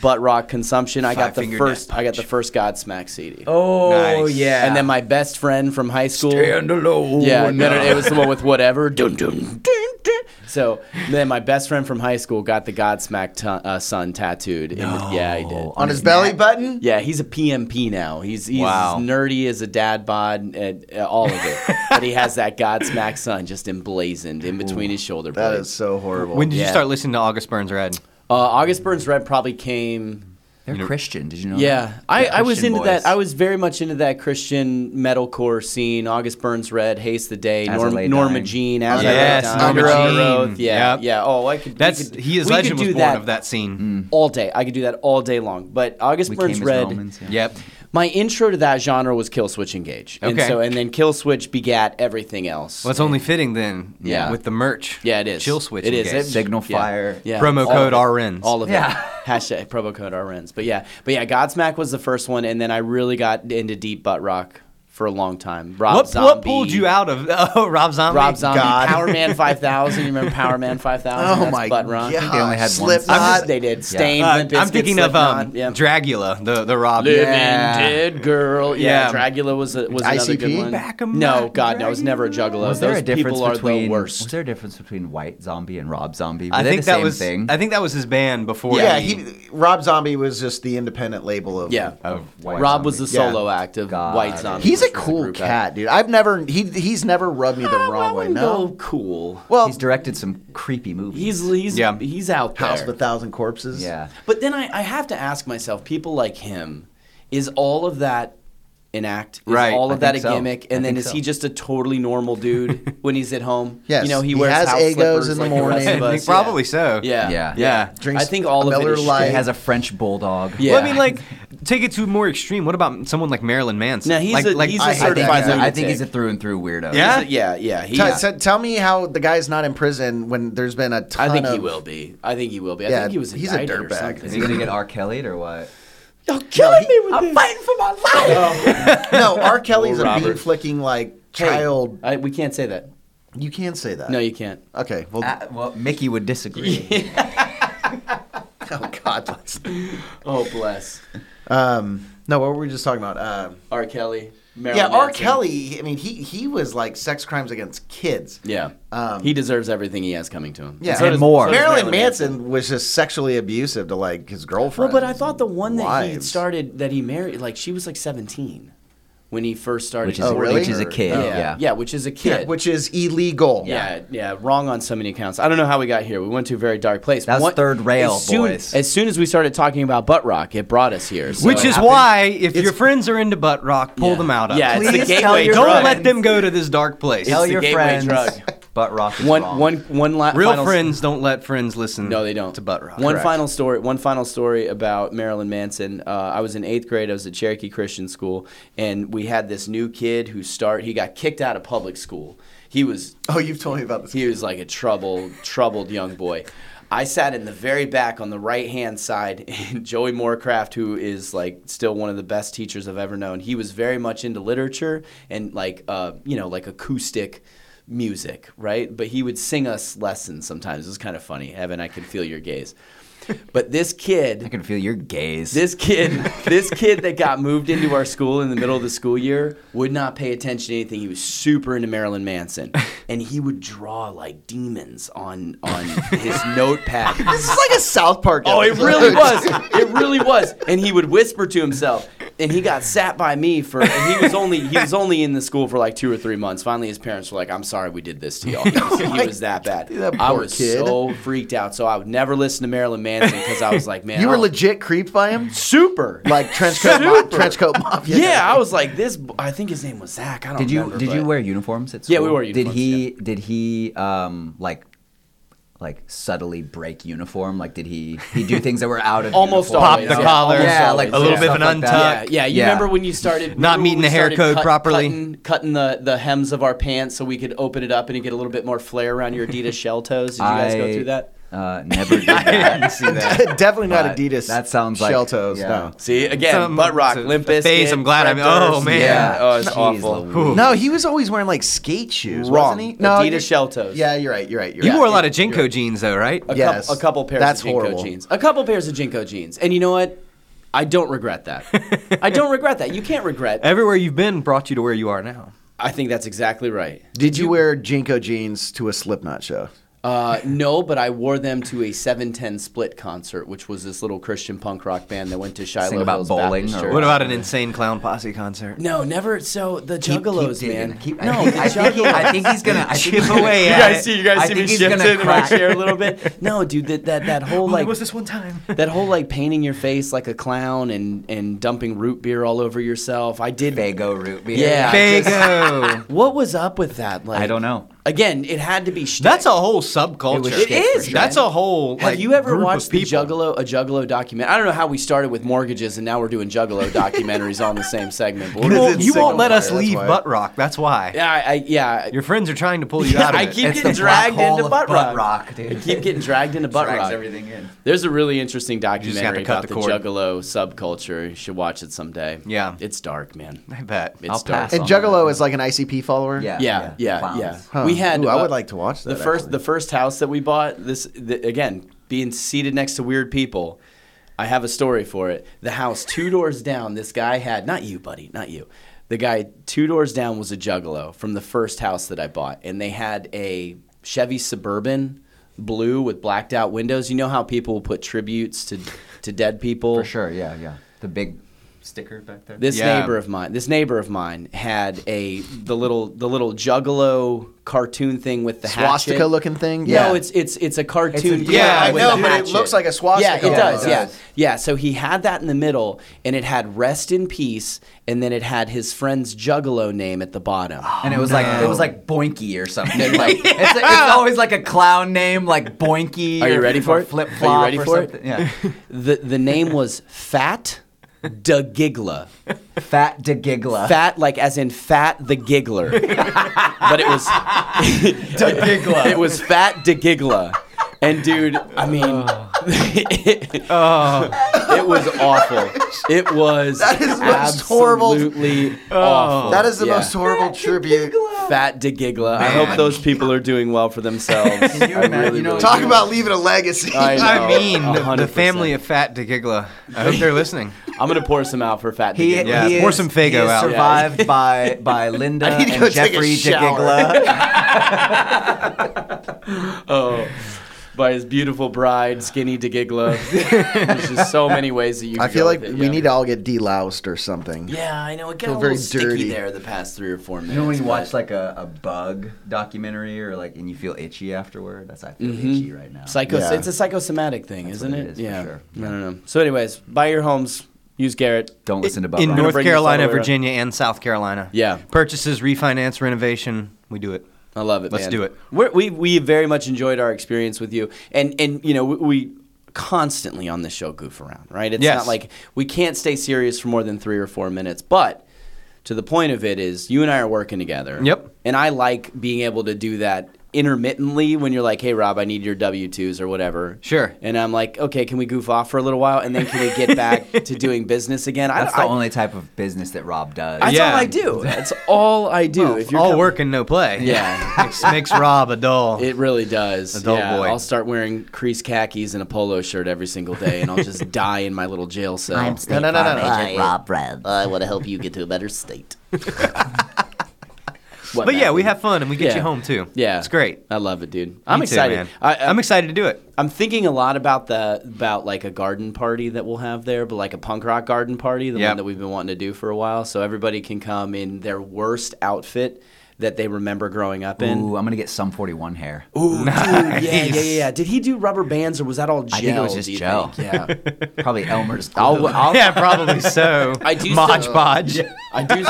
Speaker 1: butt rock consumption. I got the
Speaker 5: Five-finger
Speaker 1: first.
Speaker 5: neck
Speaker 1: I got the first Godsmack CD.
Speaker 4: Oh
Speaker 5: Nice.
Speaker 4: yeah.
Speaker 1: And then my best friend from high school.
Speaker 4: alone.
Speaker 1: Yeah, no, no, it was the one with whatever. Dun, dun, dun, dun. So then my best friend from high school got the Godsmack t- uh, son tattooed. in the- yeah, he did.
Speaker 6: on his belly button.
Speaker 1: Yeah, he's a PMP now. He's he's
Speaker 5: Wow.
Speaker 1: as nerdy as a dad bod and uh, all of it. but he has that Godsmack son just emblazoned in between his shoulder
Speaker 6: That
Speaker 1: blades.
Speaker 6: is so horrible.
Speaker 5: When did you
Speaker 1: Yeah.
Speaker 5: start listening to August Burns Red?
Speaker 1: Uh, August Burns Red probably came.
Speaker 4: They're Christian. Did you know?
Speaker 1: Yeah,
Speaker 4: that?
Speaker 1: I,
Speaker 4: They're
Speaker 1: I was
Speaker 4: Christian
Speaker 1: into
Speaker 4: boys.
Speaker 1: that. I was very much into that Christian metalcore scene. August Burns Red, Haste the Day,
Speaker 4: As I
Speaker 1: Norm,
Speaker 4: Lay
Speaker 1: Norma
Speaker 4: Dying.
Speaker 1: Jean, As
Speaker 5: Yes,
Speaker 1: I Lay Dying,
Speaker 5: Norma
Speaker 1: Underoath.
Speaker 5: Jean.
Speaker 1: Yeah,
Speaker 5: Yep.
Speaker 1: yeah. Oh, I could. we
Speaker 5: That's
Speaker 1: could-
Speaker 5: he is
Speaker 1: we could
Speaker 5: legend
Speaker 1: do
Speaker 5: was born
Speaker 1: that
Speaker 5: of that scene.
Speaker 1: all day. I could do that all day long. But August
Speaker 4: We came
Speaker 1: Burns
Speaker 4: as
Speaker 1: Red.
Speaker 4: Romans, yeah.
Speaker 5: Yep.
Speaker 1: My intro to that genre was Kill Switch Engage. And
Speaker 5: Okay.
Speaker 1: so and then Kill Switch begat everything else.
Speaker 5: Well, it's only fitting then.
Speaker 1: Yeah.
Speaker 5: With the merch.
Speaker 1: yeah, it is.
Speaker 5: Chill switch.
Speaker 1: It is.
Speaker 5: engaged.
Speaker 1: It-
Speaker 4: Signal
Speaker 1: yeah.
Speaker 4: fire.
Speaker 1: Yeah.
Speaker 5: Promo
Speaker 1: All
Speaker 5: code
Speaker 1: of it.
Speaker 5: RNs.
Speaker 1: All of
Speaker 4: Yeah.
Speaker 1: it. Hashtag promo code RNs. But yeah. But yeah, Godsmack was the first one and then I really got into deep butt rock for a long time. Rob
Speaker 5: What,
Speaker 1: Zombie.
Speaker 5: what pulled you out of oh, Rob Zombie?
Speaker 1: Rob Zombie,
Speaker 6: God.
Speaker 1: Power Man 5000. You remember Power Man 5000?
Speaker 6: Oh
Speaker 1: That's
Speaker 6: my
Speaker 1: butt rock.
Speaker 6: god!
Speaker 4: they only had one
Speaker 1: I'm
Speaker 6: Slipknot.
Speaker 1: just- they did. Stain.
Speaker 5: Uh, I'm thinking of um,
Speaker 1: yeah.
Speaker 5: Dragula, the the Rob.
Speaker 1: Living
Speaker 5: Yeah.
Speaker 1: Dead Girl. Yeah,
Speaker 5: Yeah.
Speaker 1: Dragula was a, was another
Speaker 6: ICP?
Speaker 1: good one.
Speaker 5: Back 'em
Speaker 1: no,
Speaker 5: up,
Speaker 1: God, no, I was never a
Speaker 5: Dragula.
Speaker 1: juggalo.
Speaker 4: Was there
Speaker 1: Those
Speaker 4: a difference
Speaker 1: people are
Speaker 4: between
Speaker 1: the
Speaker 4: Was
Speaker 1: worst.
Speaker 4: there a difference between White Zombie and Rob Zombie? Were
Speaker 5: I
Speaker 4: they
Speaker 5: think
Speaker 4: the
Speaker 5: that
Speaker 4: same
Speaker 5: was
Speaker 4: thing.
Speaker 5: I think that was his band before.
Speaker 6: yeah, he Rob Zombie was just the independent label of
Speaker 1: Yeah,
Speaker 4: of White
Speaker 1: Rob was the
Speaker 4: Zombie.
Speaker 1: solo act of
Speaker 4: God.
Speaker 1: White Zombie.
Speaker 6: He's a
Speaker 1: which was
Speaker 6: cool
Speaker 1: group
Speaker 6: cat,
Speaker 1: act.
Speaker 6: dude. I've never he he's never rubbed me the
Speaker 1: Uh,
Speaker 6: wrong
Speaker 1: I
Speaker 6: way.
Speaker 1: wouldn't
Speaker 6: No.
Speaker 1: go cool.
Speaker 6: Well,
Speaker 4: He's directed some creepy movies.
Speaker 1: He's he's
Speaker 5: Yeah.
Speaker 1: he's out there.
Speaker 6: House of a Thousand Corpses.
Speaker 4: yeah.
Speaker 1: But then I, I have to ask myself, people like him, is all of that an act? Is
Speaker 5: Right,
Speaker 1: all
Speaker 4: I
Speaker 1: of that a
Speaker 4: think so.
Speaker 1: gimmick?
Speaker 4: I
Speaker 1: And then
Speaker 4: think
Speaker 1: is he
Speaker 4: so.
Speaker 1: just a totally normal dude when he's at home?
Speaker 6: Yes,
Speaker 1: You know, he,
Speaker 6: he
Speaker 1: wears
Speaker 6: has
Speaker 1: house
Speaker 6: Eggos
Speaker 1: slippers
Speaker 6: in the
Speaker 1: like the rest of
Speaker 6: morning. I
Speaker 1: us.
Speaker 5: probably so.
Speaker 1: Yeah.
Speaker 4: Yeah.
Speaker 5: Yeah.
Speaker 6: Drinks
Speaker 1: I think all
Speaker 6: a
Speaker 1: of it
Speaker 6: Miller
Speaker 1: is
Speaker 6: Lite.
Speaker 4: He has a French bulldog.
Speaker 1: Yeah.
Speaker 5: Well, I mean, like, take it to more extreme. What about someone like Marilyn Manson?
Speaker 1: No, he's
Speaker 5: like,
Speaker 1: a- he's a
Speaker 5: I- I think-
Speaker 1: certified
Speaker 4: I think,
Speaker 1: lunatic.
Speaker 4: he's a through and through weirdo.
Speaker 5: Yeah?
Speaker 1: yeah, yeah. He,
Speaker 6: Tell, so- tell me how the guy's not in prison when there's been a
Speaker 1: I
Speaker 6: ton
Speaker 1: think
Speaker 6: of
Speaker 1: he will be. I think he will be. I
Speaker 6: Yeah,
Speaker 1: think he was
Speaker 6: he's a
Speaker 1: indicted or
Speaker 6: dirtbag.
Speaker 1: something.
Speaker 4: Is he gonna get R. Kelly or what?
Speaker 1: You're killing me with this.
Speaker 6: No, R. Kelly's a bean
Speaker 1: Robert.
Speaker 6: flicking like child.
Speaker 1: I, we can't say that.
Speaker 6: You can say that.
Speaker 1: No, you can't.
Speaker 6: Okay. Well,
Speaker 4: Uh, well, Mickey would disagree.
Speaker 6: oh God bless.
Speaker 1: Oh, bless.
Speaker 6: Um, no, what were we just talking about? Um,
Speaker 1: R. Kelly. Marilyn
Speaker 6: yeah, R.
Speaker 1: Manson.
Speaker 6: Kelly. I mean, he he was like sex crimes against kids.
Speaker 1: Yeah.
Speaker 6: Um,
Speaker 1: he deserves everything he has coming to him.
Speaker 6: Yeah,
Speaker 1: So
Speaker 6: and
Speaker 1: does-
Speaker 4: more.
Speaker 1: so does
Speaker 6: Marilyn, Manson, was just sexually abusive to like his
Speaker 1: Well,
Speaker 6: girlfriend.
Speaker 1: but I thought the one that he
Speaker 6: wives.
Speaker 1: started that he married, like she was like 17 when he first started.
Speaker 4: Which is,
Speaker 6: Oh, really?
Speaker 4: which is a kid.
Speaker 1: yeah,
Speaker 4: Yeah.
Speaker 1: yeah, which is a kid.
Speaker 6: yeah, which is illegal.
Speaker 1: yeah, yeah, wrong on so many accounts. I don't know how we got here. We went to a very dark place.
Speaker 4: That was third rail,
Speaker 1: as soon,
Speaker 4: boys.
Speaker 1: As soon as we started talking about butt rock, it brought us here. so-
Speaker 5: Which is
Speaker 1: Yeah.
Speaker 5: why, if your friends are into butt rock, pull them out of.
Speaker 1: Yeah,
Speaker 5: it.
Speaker 1: it's the
Speaker 4: Please
Speaker 1: gateway.
Speaker 4: tell your
Speaker 1: drug.
Speaker 5: Don't
Speaker 4: friends.
Speaker 5: let them go to this dark place.
Speaker 4: Tell
Speaker 1: the
Speaker 4: your
Speaker 1: gateway
Speaker 4: friends.
Speaker 1: drug.
Speaker 4: Butt rock is
Speaker 1: One,
Speaker 4: wrong.
Speaker 1: one, one. La-
Speaker 5: Real
Speaker 1: final-
Speaker 5: friends don't let friends listen.
Speaker 1: No, they don't.
Speaker 5: To Mm. butt rock.
Speaker 1: One final story. One final story about Marilyn Manson. Uh, I was in eighth grade. I was at Cherokee Christian School, and we had this new kid who start. He got kicked out of public school. He was
Speaker 6: Oh, you've told me about this.
Speaker 1: he was like a troubled, troubled young boy. I sat in the very back on the right hand side, and Joey Moorcraft, who is like still one of the best teachers I've ever known, he was very much into literature and like uh, you know like acoustic music, right? But he would sing us lessons sometimes. It was kind of funny. Evan, I can feel your gaze. But this kid,
Speaker 4: I can feel your gaze.
Speaker 1: this kid, this kid that got moved into our school in the middle of the school year would not pay attention to anything. He was super into Marilyn Manson, and he would draw like demons on on his notepad.
Speaker 6: This is like a South Park.
Speaker 1: Oh, it
Speaker 6: episode.
Speaker 1: really was. It really was. And he would whisper to himself. And he got sat by me for. And he was only he was only in the school for like two or three months. Finally, his parents were like, "I'm sorry, we did this to y'all." He was, he was that bad.
Speaker 6: That
Speaker 1: I
Speaker 6: poor
Speaker 1: was
Speaker 6: kid.
Speaker 1: so freaked out. So I would never listen to Marilyn Manson because I was like, "Man,
Speaker 6: You
Speaker 1: I
Speaker 6: were
Speaker 1: don't-
Speaker 6: legit creeped by him,
Speaker 1: super."
Speaker 6: like trench coat, mo- trench coat mafia.
Speaker 1: Yeah, I was like this. b- I think his name was Zach. I don't.
Speaker 4: Did you
Speaker 1: remember,
Speaker 4: did
Speaker 1: but-
Speaker 4: you wear uniforms at school?
Speaker 1: Yeah, we wore uniforms,
Speaker 4: Did he did he um like like subtly break uniform? Like did he he do things that were out of
Speaker 1: Almost
Speaker 4: uniform?
Speaker 1: always,
Speaker 5: Pop the
Speaker 1: yeah.
Speaker 5: collar.
Speaker 1: Almost
Speaker 4: Yeah,
Speaker 1: always,
Speaker 4: like
Speaker 5: a little
Speaker 1: yeah.
Speaker 5: bit of an
Speaker 4: Stuff like
Speaker 1: Yeah,
Speaker 5: untuck.
Speaker 1: yeah. You
Speaker 4: Yeah.
Speaker 1: remember when you started
Speaker 5: Not
Speaker 1: remember
Speaker 5: meeting
Speaker 1: when
Speaker 5: the
Speaker 1: we
Speaker 5: hair
Speaker 1: started
Speaker 5: code properly?
Speaker 1: cutting, cutting the the hems of our pants so we could open it up and it get a little bit more flair around your Adidas shell toes. Did you guys
Speaker 4: I-
Speaker 1: go through that?
Speaker 4: Uh, never did that.
Speaker 5: you see that?
Speaker 6: Definitely not
Speaker 4: But
Speaker 6: Adidas.
Speaker 4: that sounds like-
Speaker 6: shell toes.
Speaker 4: yeah.
Speaker 6: No.
Speaker 1: See again,
Speaker 5: Some-
Speaker 1: butt rock,
Speaker 5: it's a
Speaker 1: limp
Speaker 5: phase
Speaker 1: bizkit.
Speaker 5: I'm glad I'm-
Speaker 1: Predators.
Speaker 5: oh, man.
Speaker 1: yeah, oh, it's
Speaker 4: Jeez
Speaker 1: awful.
Speaker 4: Louise.
Speaker 6: No, he was always wearing like skate shoes.
Speaker 1: Wrong.
Speaker 6: Wasn't he? No,
Speaker 1: Adidas
Speaker 6: you're-
Speaker 1: shell toes.
Speaker 6: Yeah, you're right. You're right. You're
Speaker 5: You
Speaker 6: right.
Speaker 5: wore a lot of Jinko jeans though, right?
Speaker 1: A,
Speaker 6: Yes.
Speaker 1: couple, a couple pairs
Speaker 6: That's
Speaker 1: of Jinko
Speaker 6: horrible.
Speaker 1: jeans. A couple pairs of Jinko jeans. And you know what? I don't regret that. I don't regret that. You can't regret.
Speaker 5: Everywhere you've been brought you to where you are now.
Speaker 1: I think that's exactly right.
Speaker 6: Did you wear Jinko jeans to a Slipknot show?
Speaker 1: Uh, no, but I wore them to a 710 Split concert, which was this little Christian punk rock band that went to Shiloh
Speaker 4: Sing about
Speaker 1: Hills
Speaker 4: bowling
Speaker 1: Baptist
Speaker 4: or
Speaker 1: Church.
Speaker 5: What about an insane clown posse concert?
Speaker 1: No, never. So the
Speaker 4: Keep- keep
Speaker 1: Juggalos,
Speaker 4: digging.
Speaker 1: man.
Speaker 4: Keep-
Speaker 1: no,
Speaker 4: I, think,
Speaker 1: the
Speaker 4: I, think he- I think he's gonna I think
Speaker 5: Chip
Speaker 4: he's gonna-
Speaker 5: away
Speaker 1: You
Speaker 5: at
Speaker 1: guys see, you guys
Speaker 4: I
Speaker 1: see me
Speaker 4: think he's gonna
Speaker 1: shifting in my
Speaker 4: crack.
Speaker 1: chair a little bit. No, dude, that that, that whole like
Speaker 5: one time.
Speaker 1: that whole like painting your face like a clown and and dumping root beer all over yourself. I did.
Speaker 4: Fago root beer.
Speaker 1: Yeah. I just-
Speaker 5: Fago.
Speaker 1: What was up with that? Like
Speaker 4: I don't know.
Speaker 1: Again, it had to be. Shtick.
Speaker 5: That's a whole subculture.
Speaker 1: It shtick for is, sure.
Speaker 5: That's
Speaker 1: man.
Speaker 5: a whole.
Speaker 1: Have
Speaker 5: like,
Speaker 1: you ever
Speaker 5: group of
Speaker 1: watched the
Speaker 5: people.
Speaker 1: Juggalo a Juggalo document? I don't know how we started with mortgages and now we're doing Juggalo documentaries on the same segment. But
Speaker 5: You
Speaker 1: we're-
Speaker 5: won't, you won't let us
Speaker 6: Signal
Speaker 5: leave
Speaker 6: fire, that's why.
Speaker 5: Butt Rock. That's why.
Speaker 1: yeah, I, I, yeah.
Speaker 5: Your friends are trying to pull you out of
Speaker 1: I
Speaker 5: it.
Speaker 1: keep
Speaker 4: It's
Speaker 1: getting
Speaker 4: the black
Speaker 1: dragged
Speaker 4: hole
Speaker 1: into
Speaker 4: of
Speaker 1: butt rock.
Speaker 4: Butt Rock, dude.
Speaker 1: I keep getting dragged into butt
Speaker 4: Drags
Speaker 1: rock.
Speaker 4: everything in.
Speaker 1: There's a really interesting
Speaker 5: just have
Speaker 1: documentary
Speaker 5: to cut
Speaker 1: about the,
Speaker 5: the cord.
Speaker 1: Juggalo subculture. You should watch it someday.
Speaker 5: Yeah.
Speaker 1: it's dark, man.
Speaker 5: I bet.
Speaker 1: It's
Speaker 5: I'll
Speaker 1: dark.
Speaker 5: pass.
Speaker 6: And
Speaker 4: on that.
Speaker 6: Juggalo is like an ICP follower.
Speaker 4: Yeah.
Speaker 1: yeah, yeah,
Speaker 4: Clowns.
Speaker 1: yeah.
Speaker 6: Huh.
Speaker 1: We had.
Speaker 6: Ooh, I
Speaker 1: uh,
Speaker 6: would like to watch that.
Speaker 1: the first
Speaker 6: actually.
Speaker 1: the first house that we bought. This the, again being seated next to weird people. I have a story for it. The house two doors down. This guy had not you, buddy, not you. The guy two doors down was a juggalo from the first house that I bought, and they had a Chevy Suburban blue with blacked out windows. You know how people will put tributes to to dead people
Speaker 4: For sure, yeah, yeah. The big sticker back there.
Speaker 1: this
Speaker 5: Yeah.
Speaker 1: neighbor of mine this neighbor of mine had a the little the little juggalo cartoon thing with the
Speaker 6: swastika
Speaker 1: hatchet.
Speaker 6: looking thing.
Speaker 1: no it's it's it's a cartoon
Speaker 4: It's a-
Speaker 1: clown
Speaker 5: yeah, I
Speaker 1: with
Speaker 5: know,
Speaker 1: a
Speaker 5: but it
Speaker 1: hatchet.
Speaker 6: looks like a swastika Oh,
Speaker 1: yeah it does
Speaker 4: almost.
Speaker 1: yeah
Speaker 4: It does.
Speaker 1: yeah so he had that in the middle and it had rest in peace and then it had his friend's juggalo name at the bottom
Speaker 4: and it was like it was like Boinky or something. Like it's, it's always like a clown name, like Boinky.
Speaker 1: Are you ready for it?
Speaker 4: Flip
Speaker 1: Are you
Speaker 4: flop.
Speaker 1: ready for it?
Speaker 4: something. Yeah.
Speaker 1: the the name was fat da gigla
Speaker 4: Fat de Gigla.
Speaker 1: fat like as in fat the giggler but it was
Speaker 4: Gigla.
Speaker 1: it was fat de gigla and dude i mean it,
Speaker 5: Oh,
Speaker 1: was awful it was
Speaker 6: That is the most horrible- Oh.
Speaker 1: absolutely awful
Speaker 6: that is the
Speaker 1: Yeah.
Speaker 6: most horrible tribute.
Speaker 1: fat de gigla i hope those people are doing well for themselves
Speaker 4: you
Speaker 1: I
Speaker 4: imagine-
Speaker 1: really,
Speaker 4: you know-
Speaker 1: really
Speaker 6: Talk
Speaker 1: do.
Speaker 6: about leaving a legacy.
Speaker 1: I know.
Speaker 5: I mean, the- the
Speaker 1: 100%.
Speaker 5: family of Fat DeGigla. I hope they're listening.
Speaker 1: i'm gonna pour some out for fat de
Speaker 4: He,
Speaker 1: gigla
Speaker 5: Yeah,
Speaker 4: he
Speaker 5: pour
Speaker 4: is-
Speaker 5: some Faygo
Speaker 4: he is
Speaker 5: out.
Speaker 4: Survived by by Linda
Speaker 6: I need to go
Speaker 4: and
Speaker 6: take a
Speaker 4: Jeffrey de
Speaker 6: shower.
Speaker 4: Gigla.
Speaker 1: oh by his beautiful bride skinny de gigla there's just so many ways that you
Speaker 6: I
Speaker 1: can
Speaker 6: feel
Speaker 1: go
Speaker 6: like
Speaker 1: with it,
Speaker 6: we
Speaker 1: yeah.
Speaker 6: need to all get deloused or something.
Speaker 1: Yeah, I know. It got
Speaker 6: Feel
Speaker 1: a
Speaker 6: very
Speaker 1: little sticky
Speaker 6: dirty.
Speaker 1: there the past three or four minutes.
Speaker 4: You know when you
Speaker 1: but-
Speaker 4: watch like a, a bug documentary or like and you feel itchy afterward? That's I feel itchy right now.
Speaker 1: Psychos-
Speaker 6: Yeah.
Speaker 1: It's a psychosomatic thing, isn't
Speaker 4: what
Speaker 1: it?
Speaker 4: it is, for
Speaker 1: yeah.
Speaker 4: sure.
Speaker 1: I don't know. So, anyways, buy your homes. Use Garrett.
Speaker 4: Don't listen to Bob.
Speaker 5: In
Speaker 4: Rock.
Speaker 5: North
Speaker 1: bring this all the
Speaker 5: Carolina,
Speaker 1: way around.
Speaker 5: Virginia, and South Carolina.
Speaker 1: Yeah.
Speaker 5: Purchases, refinance, renovation. We do it.
Speaker 1: I love it.
Speaker 5: Let's
Speaker 1: man.
Speaker 5: do it.
Speaker 1: We're, we we very much enjoyed our experience with you, and and you know we. we constantly on this show goof around right it's
Speaker 5: Yes.
Speaker 1: not like we can't stay serious for more than three or four minutes but to the point of it is you and i are working together
Speaker 5: Yep.
Speaker 1: and i like being able to do that intermittently when you're like hey rob i need your w-2s or whatever
Speaker 5: Sure.
Speaker 1: and i'm like okay can we goof off for a little while and then can we get back to doing business again
Speaker 4: That's the
Speaker 1: I,
Speaker 4: only type of business that Rob does.
Speaker 1: that's
Speaker 5: Yeah.
Speaker 1: all i do that's all i do if you're
Speaker 5: All
Speaker 1: com-
Speaker 5: work and no play.
Speaker 1: yeah
Speaker 5: Makes, makes Rob a doll.
Speaker 1: It really does.
Speaker 5: Adult
Speaker 1: yeah,
Speaker 5: boy.
Speaker 1: I'll start wearing crease khakis and a polo shirt every single day, and I'll just die in my little jail cell.
Speaker 6: No, no, no, no, no.
Speaker 8: Rob Red. I want to help you get to a better state.
Speaker 1: What,
Speaker 5: but yeah,
Speaker 1: Matt?
Speaker 5: we have fun and we get
Speaker 1: Yeah.
Speaker 5: you home too.
Speaker 1: Yeah,
Speaker 5: It's great.
Speaker 1: I love it, dude. I'm
Speaker 5: Me too,
Speaker 1: excited.
Speaker 5: man.
Speaker 1: I, uh, I,
Speaker 5: I'm excited to do it.
Speaker 1: I'm thinking a lot about the about like a garden party that we'll have there, but like a punk rock garden party, the
Speaker 5: Yep.
Speaker 1: one that we've been wanting to do for a while. So everybody can come in their worst outfit that they remember growing up in.
Speaker 4: Ooh, I'm gonna get some 41 hair.
Speaker 1: Ooh, dude, yeah, yeah, yeah, yeah. Did he do rubber bands or was that all gel?
Speaker 4: I think it was just
Speaker 1: do you
Speaker 4: gel.
Speaker 1: think? Yeah.
Speaker 4: Probably Elmer's.
Speaker 1: I'll,
Speaker 4: glue.
Speaker 1: I'll,
Speaker 5: Yeah, probably so.
Speaker 1: I do
Speaker 5: Modge
Speaker 1: so-
Speaker 5: podge.
Speaker 1: I do.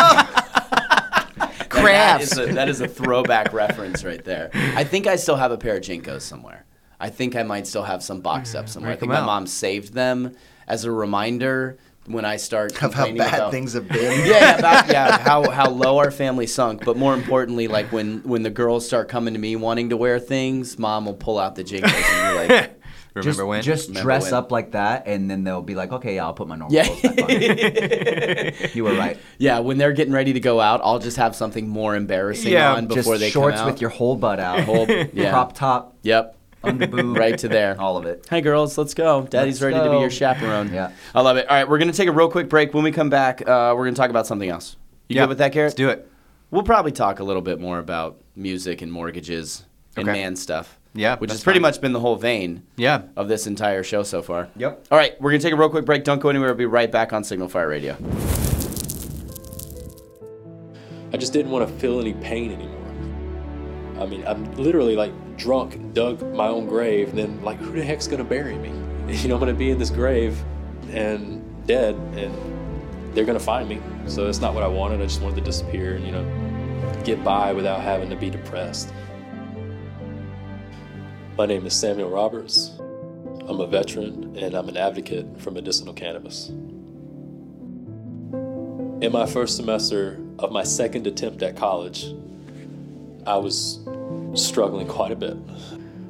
Speaker 6: Crafts.
Speaker 1: That is, a, that is a throwback reference right there. I think I still have a pair of Jinkos somewhere. I think I might still have some box up somewhere. I
Speaker 5: Break
Speaker 1: think
Speaker 5: 'em
Speaker 1: my
Speaker 5: out.
Speaker 1: mom saved them as a reminder when I start
Speaker 6: Of how
Speaker 1: complaining
Speaker 6: bad
Speaker 1: about-
Speaker 6: things have been.
Speaker 1: yeah, yeah, about, yeah, how how low our family sunk, but more importantly, like when when the girls start coming to me wanting to wear things, mom will pull out the Jinkos and be like,
Speaker 5: Remember
Speaker 4: just,
Speaker 5: when?
Speaker 4: Just
Speaker 1: Remember
Speaker 4: dress
Speaker 1: when.
Speaker 4: up like that, and then they'll be like, okay, yeah, I'll put my normal
Speaker 1: Yeah.
Speaker 4: clothes back on. you were right.
Speaker 1: Yeah, when they're getting ready to go out, I'll just have something more embarrassing
Speaker 5: Yeah,
Speaker 1: on before
Speaker 4: just
Speaker 1: they
Speaker 4: shorts
Speaker 1: come out.
Speaker 4: with your whole butt out,
Speaker 1: Whole- yeah.
Speaker 4: crop top,
Speaker 1: yep.
Speaker 4: underboob,
Speaker 1: Right to there.
Speaker 4: all of it.
Speaker 1: Hey girls, let's go. Daddy's
Speaker 4: Let's
Speaker 1: ready to be
Speaker 4: go.
Speaker 1: your chaperone.
Speaker 4: Yeah.
Speaker 1: I love it. All right, we're gonna take a real quick break. When we come back, uh, we're gonna talk about something else. You
Speaker 5: Yeah,
Speaker 1: good with that, Garrett?
Speaker 5: Let's do it.
Speaker 1: We'll probably talk a little bit more about music and mortgages and
Speaker 5: Okay.
Speaker 1: man stuff.
Speaker 5: Yeah,
Speaker 1: Which has
Speaker 5: that's
Speaker 1: pretty
Speaker 5: fine.
Speaker 1: much been the whole vein
Speaker 5: Yeah.
Speaker 1: of this entire show so far.
Speaker 5: Yep.
Speaker 1: All right, we're gonna take a real quick break. Don't go anywhere. We'll be right back on Signal Fire Radio.
Speaker 9: I just didn't want to feel any pain anymore. I mean, I'm literally like drunk, dug my own grave, and then like, who the heck's gonna bury me? You know, I'm gonna be in this grave and dead, and they're gonna find me. So that's not what I wanted. I just wanted to disappear and you know, get by without having to be depressed. My name is Samuel Roberts. I'm a veteran and I'm an advocate for medicinal cannabis. In my first semester of my second attempt at college, I was struggling quite a bit.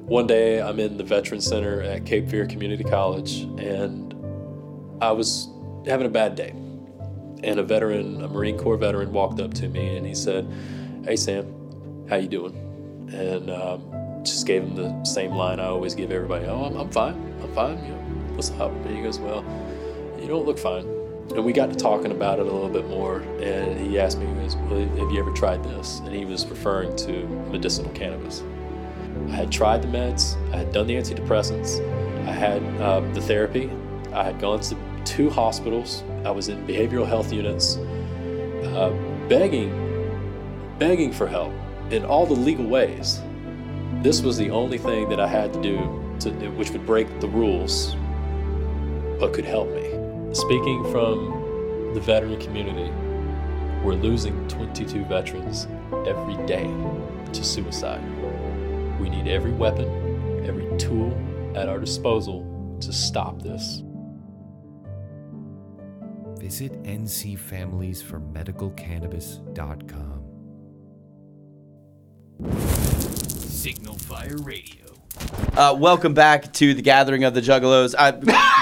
Speaker 9: One day, I'm in the Veteran Center at Cape Fear Community College, and I was having a bad day. And a veteran, a Marine Corps veteran, walked up to me and he said, "Hey Sam, how you doing?" And um, just gave him the same line I always give everybody: "Oh, I'm, I'm fine. I'm fine. You know, what's up?" And he goes, "Well, you don't look fine. And we got to talking about it a little bit more, and he asked me, he goes, well, have you ever tried this? And he was referring to medicinal cannabis. I had tried the meds, I had done the antidepressants, I had uh, the therapy, I had gone to two hospitals, I was in behavioral health units, uh, begging, begging for help in all the legal ways. This was the only thing that I had to do, to, which would break the rules but could help me. Speaking from the veteran community, we're losing 22 veterans every day to suicide. We need every weapon, every tool at our disposal to stop this.
Speaker 2: Visit ncfamiliesformedicalcannabis.com. Signal Fire Radio.
Speaker 1: Uh, welcome back to the Gathering of the Juggalos. I,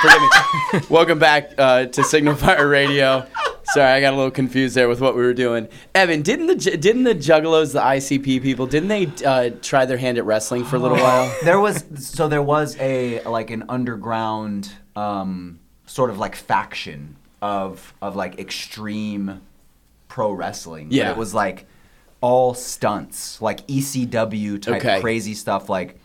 Speaker 1: forgive me. welcome back uh, to Signal Fire Radio. Sorry, I got a little confused there with what we were doing. Evan, didn't the Ju- didn't the Juggalos, the ICP people, didn't they uh, try their hand at wrestling for a
Speaker 4: Oh.
Speaker 1: little while?
Speaker 4: there was so there was a like an underground um, sort of like faction of of like extreme pro wrestling. But
Speaker 1: Yeah.
Speaker 4: it was like all stunts, like ECW type
Speaker 1: Okay.
Speaker 4: crazy stuff, like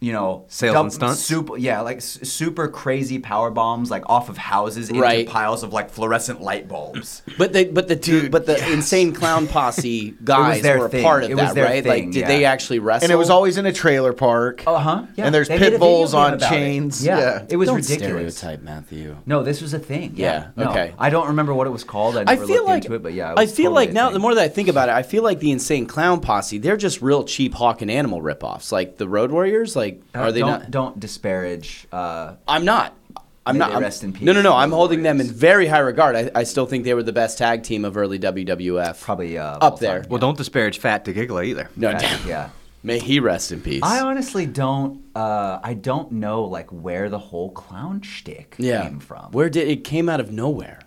Speaker 4: you know
Speaker 5: Sales and stunts?
Speaker 4: Super, yeah, like s- super crazy power bombs, like off of houses
Speaker 1: Right.
Speaker 4: into piles of like fluorescent light bulbs.
Speaker 1: But the but the dude, but the insane clown posse guys
Speaker 4: their
Speaker 1: were a
Speaker 4: thing.
Speaker 1: part of
Speaker 4: It was
Speaker 1: that,
Speaker 4: their
Speaker 1: right?
Speaker 4: thing,
Speaker 1: like, did they
Speaker 4: yeah.
Speaker 1: actually wrestle?
Speaker 6: And it was always in a trailer park.
Speaker 4: Uh huh. Yeah.
Speaker 6: And there's
Speaker 4: They made a
Speaker 6: pit
Speaker 4: video
Speaker 6: bulls
Speaker 4: game
Speaker 6: on
Speaker 4: about it.
Speaker 6: chains.
Speaker 4: Yeah. It was
Speaker 1: Don't
Speaker 4: ridiculous.
Speaker 1: Stereotype Matthew.
Speaker 4: No, this was a thing.
Speaker 1: Yeah,
Speaker 4: Yeah. No,
Speaker 1: okay.
Speaker 4: I don't remember what it was called. I
Speaker 1: I
Speaker 4: never
Speaker 1: feel
Speaker 4: looked
Speaker 1: like
Speaker 4: into it, but yeah. It
Speaker 1: I
Speaker 4: was
Speaker 1: feel
Speaker 4: totally
Speaker 1: like
Speaker 4: a
Speaker 1: now
Speaker 4: thing.
Speaker 1: the more that I think about it, I feel like the insane clown posse. They're just real cheap hawk and animal ripoffs, like the Road Warriors. Like,
Speaker 4: Uh,
Speaker 1: are they
Speaker 4: don't,
Speaker 1: not?
Speaker 4: Don't disparage. Uh,
Speaker 1: I'm not. I'm
Speaker 4: May
Speaker 1: not.
Speaker 4: they
Speaker 1: I'm-
Speaker 4: rest in peace,
Speaker 1: No, no, no.
Speaker 4: the
Speaker 1: I'm
Speaker 4: Road
Speaker 1: holding them in
Speaker 4: Warriors.
Speaker 1: very high regard. I, I still think they were the best tag team of early WWF.
Speaker 4: probably uh,
Speaker 1: Up there.
Speaker 5: Well, don't disparage Fat to Gigla either.
Speaker 1: No,
Speaker 4: Yeah. yeah.
Speaker 1: may he rest in peace.
Speaker 4: I honestly don't. Uh, I don't know like where the whole clown shtick
Speaker 1: yeah.
Speaker 4: came from.
Speaker 1: Where did it came out of nowhere?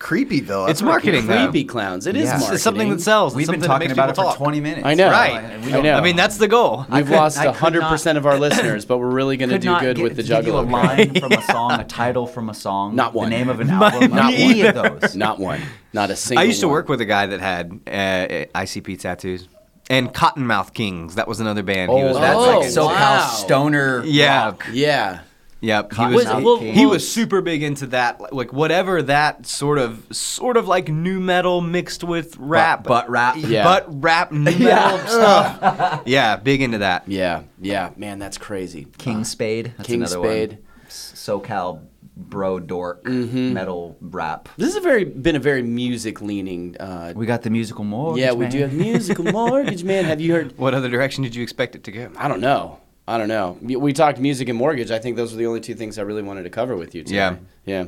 Speaker 6: Creepy though.
Speaker 5: It's
Speaker 6: That's what I
Speaker 5: marketing, though.
Speaker 1: Creepy clowns. It is
Speaker 4: Yeah. This is
Speaker 5: It's something
Speaker 1: marketing.
Speaker 5: that sells. It's
Speaker 4: We've
Speaker 5: something
Speaker 4: been
Speaker 5: that
Speaker 4: talking
Speaker 5: makes
Speaker 4: about it
Speaker 5: people talk.
Speaker 4: for 20 minutes.
Speaker 1: I know.
Speaker 5: Right.
Speaker 1: I know.
Speaker 5: I mean, that's the goal.
Speaker 1: We've
Speaker 4: couldn't-
Speaker 1: lost
Speaker 4: I could
Speaker 1: hundred percent of our listeners, but we're really going to
Speaker 4: Could
Speaker 1: do
Speaker 4: not
Speaker 1: good
Speaker 4: get-
Speaker 1: with the
Speaker 4: give you a
Speaker 1: juggalo.
Speaker 4: line from a song, a title from a song,
Speaker 1: Not one.
Speaker 4: the name of an album,
Speaker 1: not
Speaker 4: like, any
Speaker 1: one.
Speaker 4: of those.
Speaker 1: Not one. Not a single.
Speaker 5: I used to
Speaker 1: one.
Speaker 5: work with a guy that had uh, ICP tattoos and Cottonmouth Kings. That was another band. he
Speaker 4: Oh,
Speaker 5: was
Speaker 4: that's
Speaker 1: Oh,
Speaker 4: like
Speaker 1: wow.
Speaker 4: SoCal stoner.
Speaker 5: Yeah.
Speaker 4: rock.
Speaker 1: Yeah.
Speaker 5: Yep. He
Speaker 4: Cottonmouth
Speaker 5: was,
Speaker 4: Well, Kings.
Speaker 5: he was super big into that, like whatever that sort of sort of like new metal mixed with rap,
Speaker 4: butt rap.
Speaker 5: Yeah.
Speaker 1: Yeah.
Speaker 5: butt rap new metal stuff. yeah, big into that.
Speaker 1: Yeah. Yeah. Man, that's crazy. Uh,
Speaker 4: King Spade. That's
Speaker 1: King
Speaker 4: another one.
Speaker 1: Spade.
Speaker 4: SoCal bro dork metal rap.
Speaker 1: This has a very been a very music leaning. Uh,
Speaker 4: We got the musical mortgage.
Speaker 1: yeah, we
Speaker 4: man.
Speaker 1: do have musical mortgage man. Have you heard?
Speaker 5: What other direction did you expect it to go?
Speaker 1: I don't know. I don't know. We- We talked music and mortgage. I think those were the only two things I really wanted to cover with you today.
Speaker 5: Yeah.
Speaker 1: Yeah.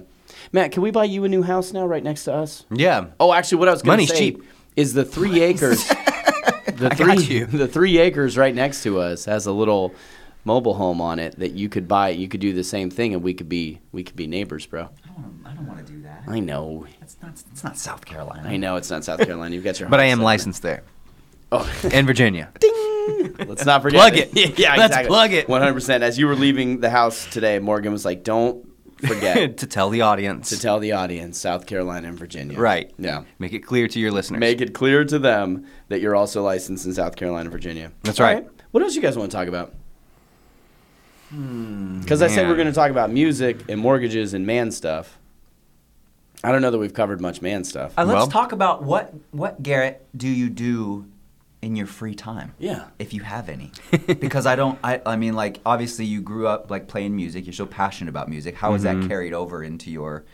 Speaker 1: Matt, can we buy you a new house now, right next to us?
Speaker 4: Mm.
Speaker 5: Yeah.
Speaker 1: Oh, actually, what I was going to
Speaker 5: Money's
Speaker 1: say
Speaker 5: cheap.
Speaker 1: is the three acres. The
Speaker 5: got
Speaker 1: three,
Speaker 5: you.
Speaker 1: the three acres right next to us has a little mobile home on it that you could buy. You could do the same thing, and we could be we could be neighbors, bro.
Speaker 4: I don't, wanna- I don't want to do that.
Speaker 1: I know,
Speaker 4: That's not. It's not South Carolina.
Speaker 1: I know. It's not South Carolina. You've got your.
Speaker 5: But I
Speaker 1: hot
Speaker 5: am
Speaker 1: stuff.
Speaker 5: licensed there.
Speaker 1: Oh,
Speaker 5: In Virginia.
Speaker 1: let's not forget.
Speaker 5: Plug it.
Speaker 1: yeah,
Speaker 5: Let's
Speaker 1: exactly.
Speaker 5: plug it.
Speaker 1: One hundred percent. As you were leaving the house today, Morgan was like, "Don't
Speaker 5: to
Speaker 1: forget
Speaker 5: tell the audience.
Speaker 1: to tell the audience South Carolina and Virginia."
Speaker 5: Right.
Speaker 1: Yeah.
Speaker 5: Make it clear to your listeners.
Speaker 1: Make it clear to them that you're also licensed in South Carolina and Virginia.
Speaker 5: That's
Speaker 1: All
Speaker 5: right.
Speaker 1: What else you guys want to talk about? Because I said
Speaker 5: man.
Speaker 1: we're going to talk about music and mortgages and man stuff. I don't know that we've covered much man stuff.
Speaker 4: Uh, let's
Speaker 5: Well-
Speaker 4: talk about what what Garrett do you do in your free time?
Speaker 1: Yeah.
Speaker 4: if you have any, because I don't. I, I mean, like obviously you grew up like playing music. You're so passionate about music. How is that carried over into your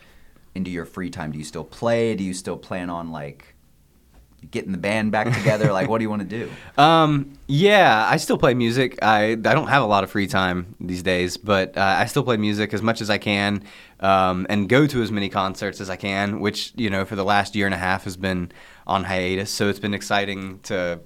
Speaker 4: into your free time? Do you still play? Do you still plan on like getting the band back together? like, what do you want to do?
Speaker 5: Um, yeah, I still play music. I, I don't have a lot of free time these days, but uh, I still play music as much as I can um, and go to as many concerts as I can, which, you know, for the last year and a half has been on hiatus. So it's been exciting to.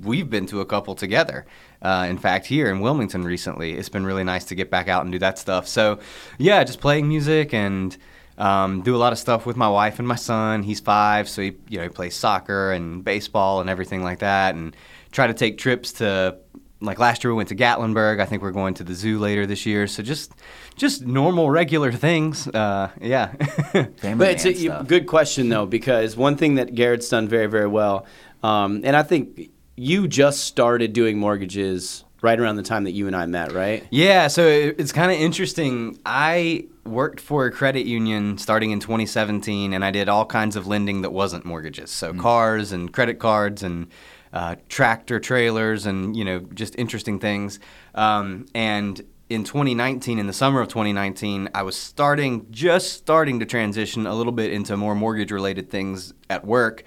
Speaker 5: We've been to a couple together. Uh, in fact, here in Wilmington recently, it's been really nice to get back out and do that stuff. So, yeah, just playing music and um, do a lot of stuff with my wife and my son. He's five, so he you know he plays soccer and baseball and everything like that, and try to take trips to like last year we went to Gatlinburg. I think we're going to the zoo later this year. So just just normal regular things. Uh, yeah,
Speaker 4: Family
Speaker 1: But it's a
Speaker 4: band
Speaker 1: you-
Speaker 4: stuff.
Speaker 1: good question though, because one thing that Garrett's done very, very well, um, and I think you just started doing mortgages right around the time that you and I met, right?
Speaker 5: yeah. So it, it's kind of interesting. I worked for a credit union starting in 2017, and I did all kinds of lending that wasn't mortgages. So cars and credit cards and uh, tractor trailers and you know just interesting things. Um, and in 2019, in the summer of 2019, I was starting just starting to transition a little bit into more mortgage related things at work.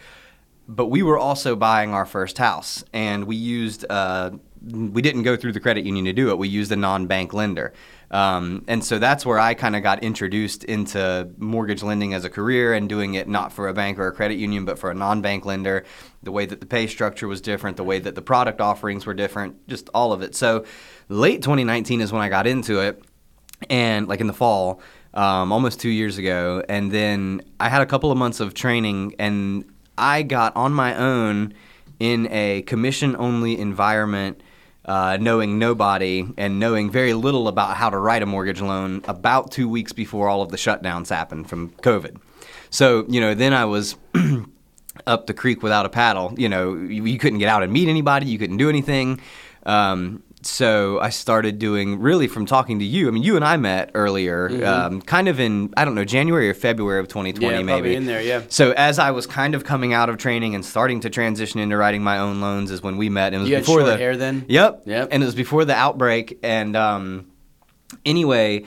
Speaker 5: but we were also buying our first house and we used uh, we didn't go through the credit union to do it we used a non-bank lender um, and so that's where i kind of got introduced into mortgage lending as a career and doing it not for a bank or a credit union but for a non-bank lender the way that the pay structure was different the way that the product offerings were different just all of it so late 2019 is when i got into it and like in the fall um, almost two years ago and then i had a couple of months of training and i got on my own in a commission only environment uh, knowing nobody and knowing very little about how to write a mortgage loan about two weeks before all of the shutdowns happened from covid so you know then i was up the creek without a paddle. You know, you, you couldn't get out and meet anybody. You couldn't do anything. Um, so I started doing really from talking to you. I mean, you and I met earlier, um, kind of in I don't know January or February of 2020,
Speaker 1: Mm-hmm. Yeah, probably
Speaker 5: maybe
Speaker 1: in there, yeah.
Speaker 5: So as I was kind of coming out of training and starting to transition into writing my own loans is when we met. And it was
Speaker 1: You had
Speaker 5: before
Speaker 1: short
Speaker 5: the
Speaker 1: hair then?
Speaker 5: Yep.
Speaker 1: Yep.
Speaker 5: And it was before the outbreak. And um, anyway,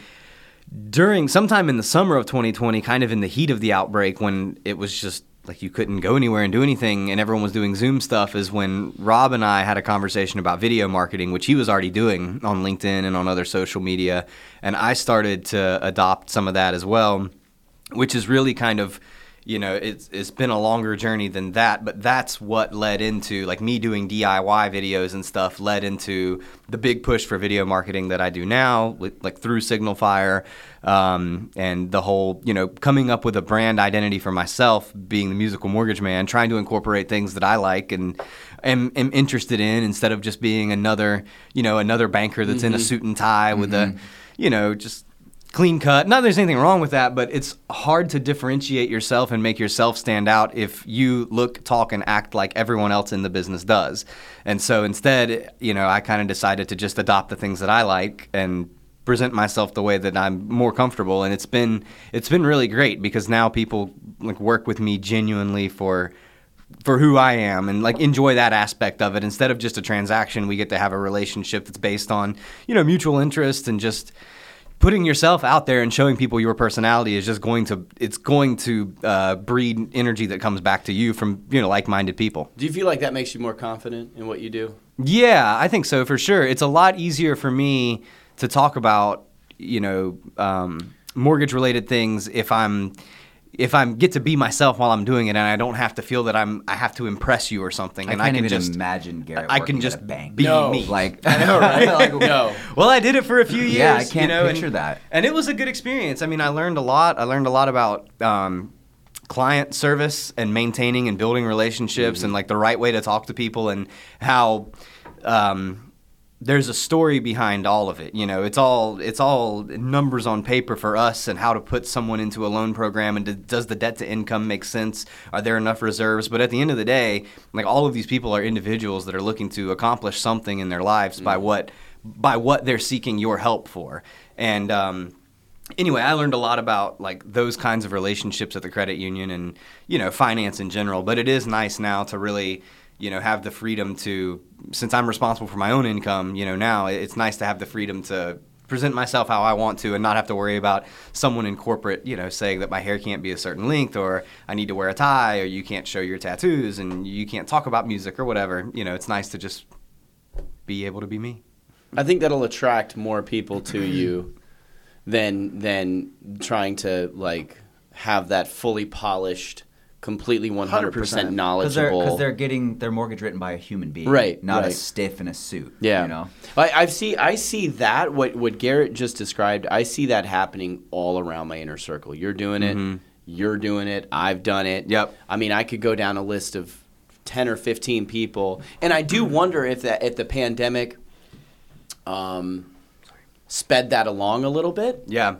Speaker 5: during sometime in the summer of 2020, kind of in the heat of the outbreak when it was just like you couldn't go anywhere and do anything and everyone was doing Zoom stuff, is when Rob and I had a conversation about video marketing, which he was already doing on LinkedIn and on other social media. And I started to adopt some of that as well, which is really kind of. You know, it's it's been a longer journey than that, but that's what led into like me doing DIY videos and stuff led into the big push for video marketing that I do now, with, like through Signalfire, um, and the whole you know coming up with a brand identity for myself, being the musical mortgage man, trying to incorporate things that I like and am, am interested in instead of just being another you know another banker that's in a suit and tie with a you know just clean cut. Not that there's anything wrong with that, but it's hard to differentiate yourself and make yourself stand out if you look, talk, and act like everyone else in the business does. And so instead, you know, I kind of decided to just adopt the things that I like and present myself the way that I'm more comfortable. And it's been it's been really great because now people like work with me genuinely for for who I am and like enjoy that aspect of it instead of just a transaction we get to have a relationship that's based on you know mutual interest and just putting yourself out there and showing people your personality is just going to it's going to uh, breed energy that comes back to you from you know like-minded people
Speaker 1: Do you feel like that makes you more confident in what you do?
Speaker 5: yeah, I think so for sure. It's a lot easier for me to talk about, you know, um, mortgage related things if I'm if I get to be myself while I'm doing it, and I don't have to feel that I'm I have to impress you or something,
Speaker 4: I
Speaker 5: and
Speaker 4: can't
Speaker 5: I can
Speaker 4: even
Speaker 5: just
Speaker 4: imagine Garrett.
Speaker 5: I
Speaker 4: working
Speaker 5: can
Speaker 4: at
Speaker 5: just
Speaker 4: a bank.
Speaker 5: be No. me.
Speaker 4: Like I know, right? Like,
Speaker 1: No.
Speaker 5: Well, I did it for a few years.
Speaker 4: Yeah, I can't
Speaker 5: you know, and-
Speaker 4: picture that.
Speaker 5: And it was a good experience. I mean, I learned a lot. I learned a lot about um, client service and maintaining and building
Speaker 4: Mm-hmm.
Speaker 5: relationships and like the right way to talk to people and how um, there's a story behind all of it. You know, it's all it's all numbers on paper for us and how to put someone into a loan program and d does the debt to income make sense? Are there enough reserves? But at the end of the day, like all of these people are individuals that are looking to accomplish something in their lives by what by what they're seeking your help for. And um, anyway, I learned a lot about like those kinds of relationships at the credit union and you know finance in general. But it is nice now to really you know have the freedom to since I'm responsible for my own income. You know now it- it's nice to have the freedom to present myself how I want to and not have to worry about someone in corporate, you know, saying that my hair can't be a certain length or I need to wear a tie or you can't show your tattoos and you can't talk about music or whatever. You know, it's nice to just be able to be me.
Speaker 1: I think that'll attract more people to you than than trying to like have that fully polished, completely one hundred
Speaker 6: 100%.
Speaker 1: percent
Speaker 4: 'Cause they're,
Speaker 1: knowledgeable.
Speaker 4: cause they're getting their mortgage written by a human being,
Speaker 1: Right,
Speaker 4: Not a
Speaker 1: right.
Speaker 4: stiff in a suit.
Speaker 1: yeah,
Speaker 4: you know.
Speaker 1: I, I've see I see that what what Garrett just described. I see that happening all around my inner circle. You're doing it. You're doing it. I've done it.
Speaker 5: Yep.
Speaker 1: I mean, I could go down a list of ten or fifteen people, and I do wonder if that if the pandemic. Um, sped that along a little bit
Speaker 5: Yeah.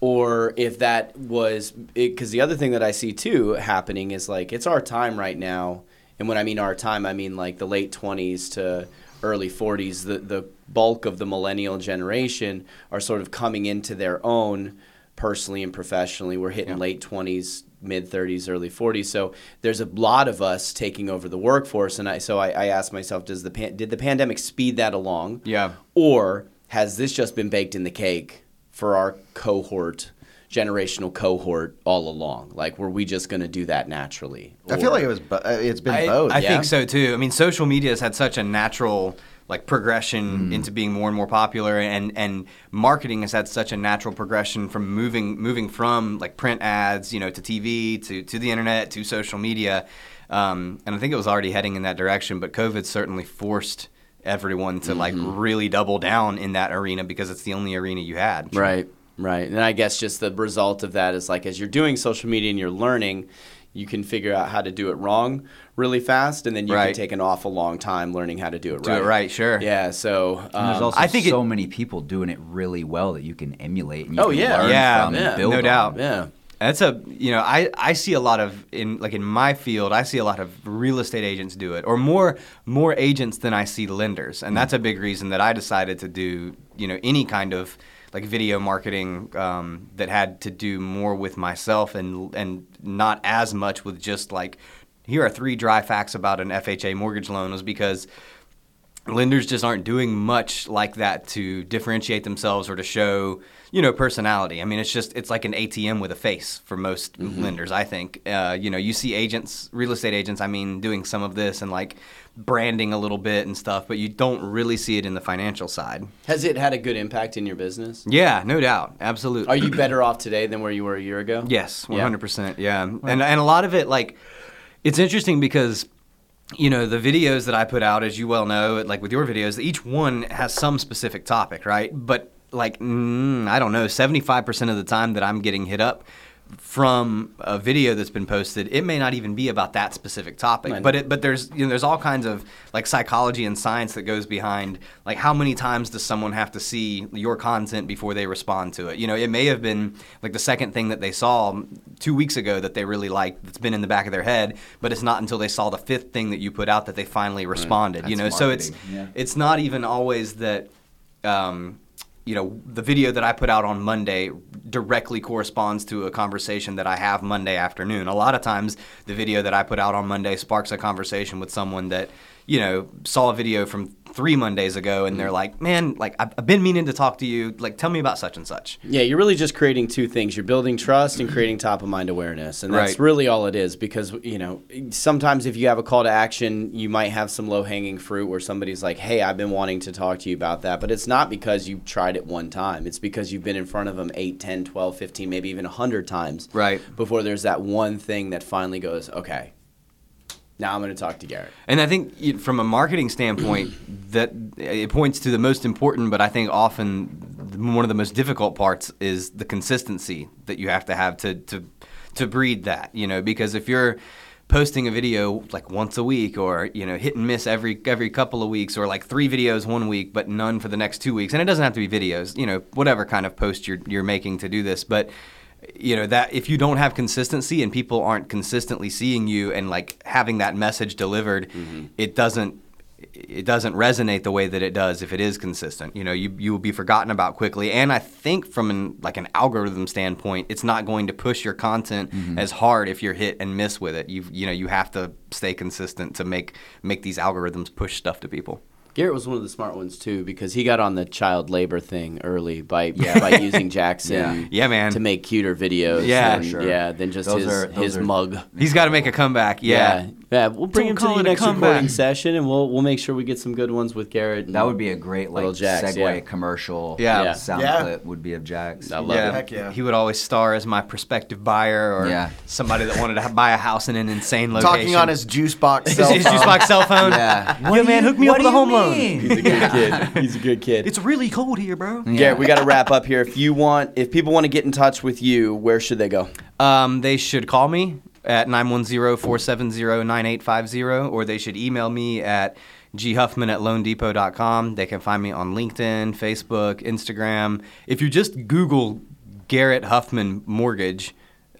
Speaker 1: or if that was because the other thing that I see too happening is like it's our time right now, and when I mean our time, I mean like the late twenties to early forties. The the bulk of the millennial generation are sort of coming into their own personally and professionally. We're hitting late twenties. Mid 30s, early 40s. So there's a lot of us taking over the workforce, and I so I, I asked myself, does the pan, did the pandemic speed that along?
Speaker 5: Yeah.
Speaker 1: Or has this just been baked in the cake for our cohort, generational cohort all along? Like, were we just going to do that naturally?
Speaker 6: I feel
Speaker 1: Or-
Speaker 6: like it was. bo- uh, it's been
Speaker 5: I,
Speaker 6: both.
Speaker 5: I
Speaker 1: yeah.
Speaker 5: think so too. I mean, social media has had such a natural like
Speaker 1: Mm.
Speaker 5: progression into being more and more popular, and and marketing has had such a natural progression from moving moving from like print ads, you know, to TV, to to the internet, to social media, um, and I think it was already heading in that direction. But COVID certainly forced everyone to like
Speaker 1: Mm-hmm.
Speaker 5: really double down in that arena because it's the only arena you had.
Speaker 1: Right, right. And I guess just the result of that is like as you're doing social media and you're learning, you can figure out how to do it wrong really fast, and then you
Speaker 5: Right.
Speaker 1: can take an awful long time learning how to do it
Speaker 5: Do
Speaker 1: right.
Speaker 5: it right, sure.
Speaker 1: Yeah. So
Speaker 4: And there's
Speaker 1: um,
Speaker 4: also
Speaker 5: I think
Speaker 4: so
Speaker 5: it-
Speaker 4: many people doing it really well that you can emulate. And you
Speaker 1: Oh,
Speaker 4: can
Speaker 1: yeah.
Speaker 4: learn
Speaker 5: Yeah,
Speaker 4: from
Speaker 1: yeah,
Speaker 4: and build
Speaker 5: no
Speaker 4: on.
Speaker 5: doubt.
Speaker 1: yeah.
Speaker 5: That's a you know I I see a lot of in like in my field I see a lot of real estate agents do it or more more agents than I see lenders and that's a big reason that I decided to do you know any kind of like video marketing um, that had to do more with myself and and not as much with just like here are three dry facts about an FHA mortgage loan was because lenders just aren't doing much like that to differentiate themselves or to show you know personality i mean it's just it's like an atm with a face for most
Speaker 1: Mm-hmm.
Speaker 5: lenders i think uh, you know you see agents real estate agents i mean doing some of this and like branding a little bit and stuff but you don't really see it in the financial side
Speaker 1: Has it had a good impact in your business?
Speaker 5: yeah no doubt absolutely
Speaker 1: Are you better off today than where you were a year ago?
Speaker 5: Yes,
Speaker 1: Yeah.
Speaker 5: one hundred percent. Yeah, and and a lot of it, like, it's interesting because, you know, the videos that I put out, as you well know, like with your videos, each one has some specific topic, right? But like, mm, I don't know, seventy five percent of the time that I'm getting hit up from a video that's been posted, it may not even be about that specific topic,
Speaker 1: Right.
Speaker 5: but it, but there's you know there's all kinds of like psychology and science that goes behind like how many times does someone have to see your content before they respond to it? You know, it may have been like the second thing that they saw 2 weeks ago that they really liked that's been in the back of their head, but it's not until they saw the fifth thing that you put out that they finally responded, you know.
Speaker 4: Mm, That's
Speaker 5: So it's
Speaker 4: marketing, yeah.
Speaker 5: it's not even always that um, you know, the video that I put out on Monday directly corresponds to a conversation that I have Monday afternoon. A lot of times, the video that I put out on Monday sparks a conversation with someone that, you know, saw a video from three Mondays ago and they're like, man, like, I've I've been meaning to talk to you. Like, tell me about such and such.
Speaker 1: Yeah, you're really just creating two things. You're building trust and creating top of mind awareness. And that's
Speaker 5: Right.
Speaker 1: really all it is because, you know, sometimes if you have a call to action, you might have some low hanging fruit where somebody's like, hey, I've been wanting to talk to you about that. But it's not because you tried it one time, it's because you've been in front of them 8, 10, 12, 15, maybe even 100 times
Speaker 5: Right.
Speaker 1: before there's that one thing that finally goes, okay, now I'm going to talk to Garrett.
Speaker 5: And I think you- from a marketing standpoint, that it points to the most important, but I think often the- one of the most difficult parts is the consistency that you have to have to to to breed that. You know, because if you're posting a video like once a week or you know hit and miss every every couple of weeks or like three videos one week but none for the next two weeks and it doesn't have to be videos you know whatever kind of post you're you're making to do this but you know that if you don't have consistency and people aren't consistently seeing you and like having that message delivered it doesn't it doesn't resonate the way that it does if it is consistent you know you, you will be forgotten about quickly and i think from an like an algorithm standpoint it's not going to push your content as hard if you're hit and miss with it you you know you have to stay consistent to make make these algorithms push stuff to people
Speaker 1: Garrett was one of the smart ones too because he got on the child labor thing early by by using Jackson
Speaker 5: Yeah. Yeah, man.
Speaker 1: to make cuter videos
Speaker 5: Yeah,
Speaker 1: than,
Speaker 4: sure.
Speaker 1: yeah than just
Speaker 4: Those
Speaker 1: his
Speaker 4: are- those
Speaker 1: his
Speaker 4: are-
Speaker 1: mug
Speaker 5: he's got to make a comeback yeah,
Speaker 1: yeah yeah we'll bring
Speaker 5: Don't
Speaker 1: him to
Speaker 5: call
Speaker 1: the
Speaker 5: it a
Speaker 1: next
Speaker 5: comeback.
Speaker 1: recording session and we'll we'll make sure we get some good ones with Garrett and-
Speaker 4: That would be a great like
Speaker 1: Little Jax,
Speaker 4: segue
Speaker 1: yeah.
Speaker 4: commercial.
Speaker 5: Yeah. Yeah.
Speaker 4: sound
Speaker 6: Yeah.
Speaker 4: clip would be of Jax.
Speaker 1: I love
Speaker 5: Yeah.
Speaker 1: it
Speaker 6: Heck yeah.
Speaker 5: He would always star as my prospective buyer or
Speaker 4: Yeah.
Speaker 5: somebody that wanted to buy a house in an insane location.
Speaker 6: Talking on his juice box
Speaker 5: his,
Speaker 6: cell
Speaker 5: his
Speaker 6: phone.
Speaker 5: juice box cell phone.
Speaker 4: Yeah.
Speaker 5: Yo, man, hook me up with a home loan.
Speaker 1: he's a good kid he's a good kid
Speaker 5: It's really cold here, bro.
Speaker 1: Garrett we got to wrap up here if you want if people want to get in touch with you where should they go
Speaker 5: Um, they should call me at 910-470-9850 or they should email me at ghuffman at loandepot.com. They can find me on LinkedIn, Facebook, Instagram. If you just Google Garrett Huffman Mortgage,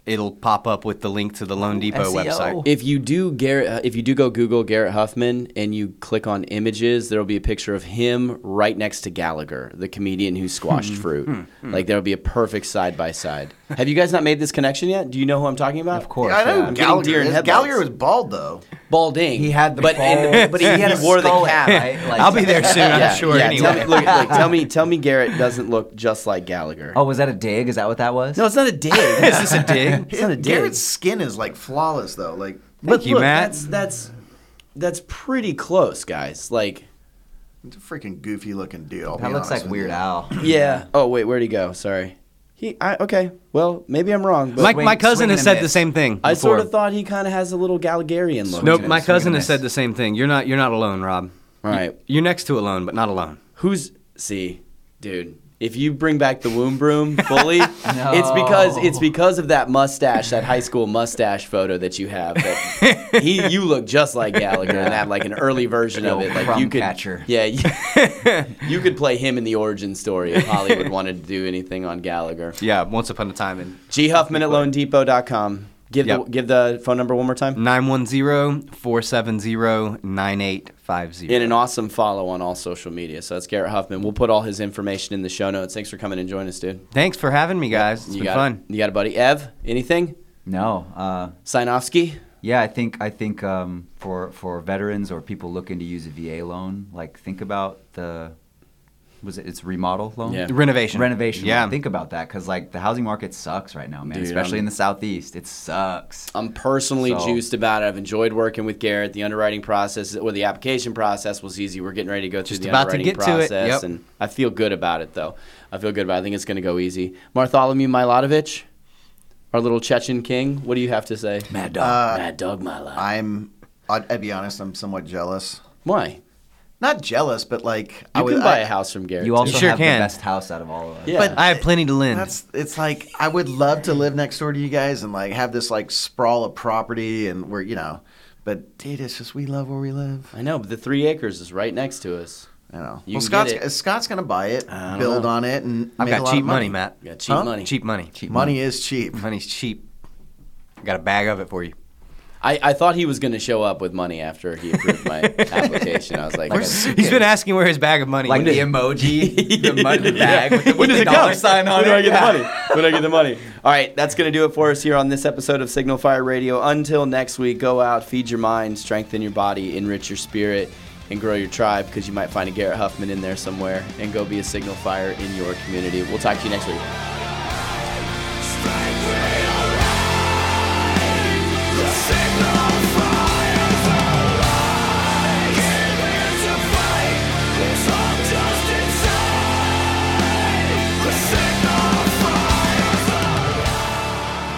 Speaker 5: it'll pop up with the link to the Loan Depot
Speaker 4: SEO.
Speaker 5: website.
Speaker 1: If you do Garrett, uh, if you do go Google Garrett Huffman and you click on images, there will be a picture of him right next to Gallagher, the comedian who squashed fruit. like there will be a perfect side by side. Have you guys not made this connection yet? Do you know who I'm talking about?
Speaker 4: Of course.
Speaker 6: I know
Speaker 4: yeah.
Speaker 6: who
Speaker 1: I'm getting
Speaker 6: Gallagher.
Speaker 1: deer in
Speaker 6: is.
Speaker 1: headlights.
Speaker 6: Gallagher was bald though.
Speaker 1: Balding.
Speaker 4: He had the
Speaker 1: but
Speaker 4: bald-
Speaker 1: but he,
Speaker 4: he had a
Speaker 1: wore the
Speaker 4: skull
Speaker 1: cap.
Speaker 4: hat, right? Like-
Speaker 5: I'll be there soon, I'm sure.
Speaker 1: Tell
Speaker 5: anyway.
Speaker 1: me, look, look, tell me, tell me, Garrett doesn't look just like Gallagher.
Speaker 4: Oh, was that a dig? Is that what that was?
Speaker 1: no, it's not a dig.
Speaker 5: Is this a dig?
Speaker 1: It's not a dig.
Speaker 6: Garrett's skin is like flawless though. Like
Speaker 5: Thank you, Matt.
Speaker 1: That's that's that's pretty close, guys. Like.
Speaker 6: it's a freaking goofy looking dude. I'll
Speaker 4: that
Speaker 6: be
Speaker 4: looks
Speaker 6: honest
Speaker 4: like
Speaker 6: with
Speaker 4: Weird
Speaker 6: you.
Speaker 4: Al.
Speaker 1: Yeah. Oh wait, where'd he go? Sorry. He. I, okay. Well, maybe I'm wrong. But
Speaker 5: my,
Speaker 4: Swing-
Speaker 5: my cousin
Speaker 4: swing
Speaker 5: has
Speaker 4: and
Speaker 5: said
Speaker 4: a
Speaker 5: the
Speaker 4: miss.
Speaker 5: same thing.
Speaker 1: I sort
Speaker 5: before.
Speaker 1: of thought he kind of has a little Gallagher'ian look.
Speaker 5: Nope,
Speaker 4: Swing
Speaker 5: my
Speaker 4: and a
Speaker 5: cousin has
Speaker 4: miss.
Speaker 5: said the same thing. You're not you're not alone, Rob.
Speaker 1: All right.
Speaker 5: You're next to alone, but not alone.
Speaker 1: Who's see, dude? If you bring back the womb broom fully, it's because it's because of that mustache, that high school mustache photo that you have. That he, you look just like Gallagher and that like an early version of
Speaker 4: The
Speaker 1: it.
Speaker 4: old
Speaker 1: Like
Speaker 4: crumb
Speaker 1: you could,
Speaker 4: catcher.
Speaker 1: yeah, you, you could play him in the origin story if Hollywood wanted to do anything on Gallagher.
Speaker 5: Yeah, once upon a time in
Speaker 1: G Huffman at loandepot.com. Give the
Speaker 5: Yep.
Speaker 1: give the phone number one more time.
Speaker 5: 910-470-9850.
Speaker 1: And an awesome follow on all social media. So that's Garrett Huffman. We'll put all his information in the show notes. Thanks for coming and joining us, dude.
Speaker 5: Thanks for having me, guys. It's
Speaker 1: you
Speaker 5: been
Speaker 1: got
Speaker 5: fun.
Speaker 1: It. You got it, buddy. Ev, anything?
Speaker 4: No. Uh,
Speaker 1: Sinovsky?
Speaker 4: yeah, I think I think um, for for veterans or people looking to use a VA loan, like think about the was it it's remodel loan?
Speaker 1: Yeah.
Speaker 5: Renovation.
Speaker 4: Renovation.
Speaker 5: Yeah.
Speaker 4: Think about that because like the housing market sucks right now, man.
Speaker 1: Dude,
Speaker 4: Especially
Speaker 1: I'm-
Speaker 4: in the southeast, it sucks.
Speaker 1: I'm personally
Speaker 4: So-
Speaker 1: juiced about it. I've enjoyed working with Garrett. The underwriting process or the application process was easy. We're getting ready to go through
Speaker 5: Just
Speaker 1: the
Speaker 5: about to
Speaker 1: underwriting
Speaker 5: get to it.
Speaker 1: process,
Speaker 5: Yep.
Speaker 1: and I feel good about it though. I feel good about. it. I think it's going to go easy. Bartholomew Milotovic, our little Chechen king. What do you have to say? Mad dog, mad dog, Milo.
Speaker 6: I'm. I'd, I'd be honest. I'm somewhat jealous.
Speaker 1: Why?
Speaker 6: Not jealous, but like I
Speaker 1: You
Speaker 6: would
Speaker 1: can buy
Speaker 6: I-
Speaker 1: a house from Garrett.
Speaker 4: You
Speaker 1: too.
Speaker 4: also
Speaker 5: sure
Speaker 4: have
Speaker 5: can.
Speaker 4: the best house out of all of us.
Speaker 1: Yeah.
Speaker 5: I have plenty to lend.
Speaker 6: That's it's like I would love to live next door to you guys and like have this like sprawl of property and we're you know, but dude, it's just we love where we live.
Speaker 1: I know, but the three acres is right next to us.
Speaker 6: You know,
Speaker 1: You can
Speaker 6: well Scott's
Speaker 1: get it.
Speaker 6: Scott's gonna buy it,
Speaker 1: don't
Speaker 6: build
Speaker 1: know.
Speaker 6: on it, and
Speaker 5: I've
Speaker 6: make a
Speaker 5: got
Speaker 6: lot
Speaker 5: cheap
Speaker 6: of
Speaker 5: money,
Speaker 6: money,
Speaker 5: Matt.
Speaker 1: You got cheap
Speaker 6: Huh?
Speaker 1: money.
Speaker 5: Cheap money.
Speaker 6: Money is cheap.
Speaker 5: Money's cheap. I got a bag of it for you.
Speaker 1: I, I thought he was going to show up with money after he approved my application. I was like,
Speaker 5: He's been asking where his bag of money
Speaker 4: Like
Speaker 5: went.
Speaker 4: the emoji, the money bag with the,
Speaker 1: When
Speaker 4: with
Speaker 1: does
Speaker 4: the
Speaker 1: it
Speaker 4: dollar
Speaker 1: come?
Speaker 4: sign on
Speaker 1: When
Speaker 4: it.
Speaker 1: do I get the money? When do I get the money? All right, that's going to do it for us here on this episode of Signal Fire Radio. Until next week, go out, feed your mind, strengthen your body, enrich your spirit, and grow your tribe because you might find a Garrett Huffman in there somewhere and go be a Signal Fire in your community. We'll talk to you next week.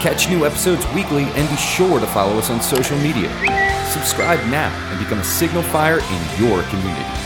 Speaker 10: Catch new episodes weekly and be sure to follow us on social media. Subscribe now and become a signal fire in your community.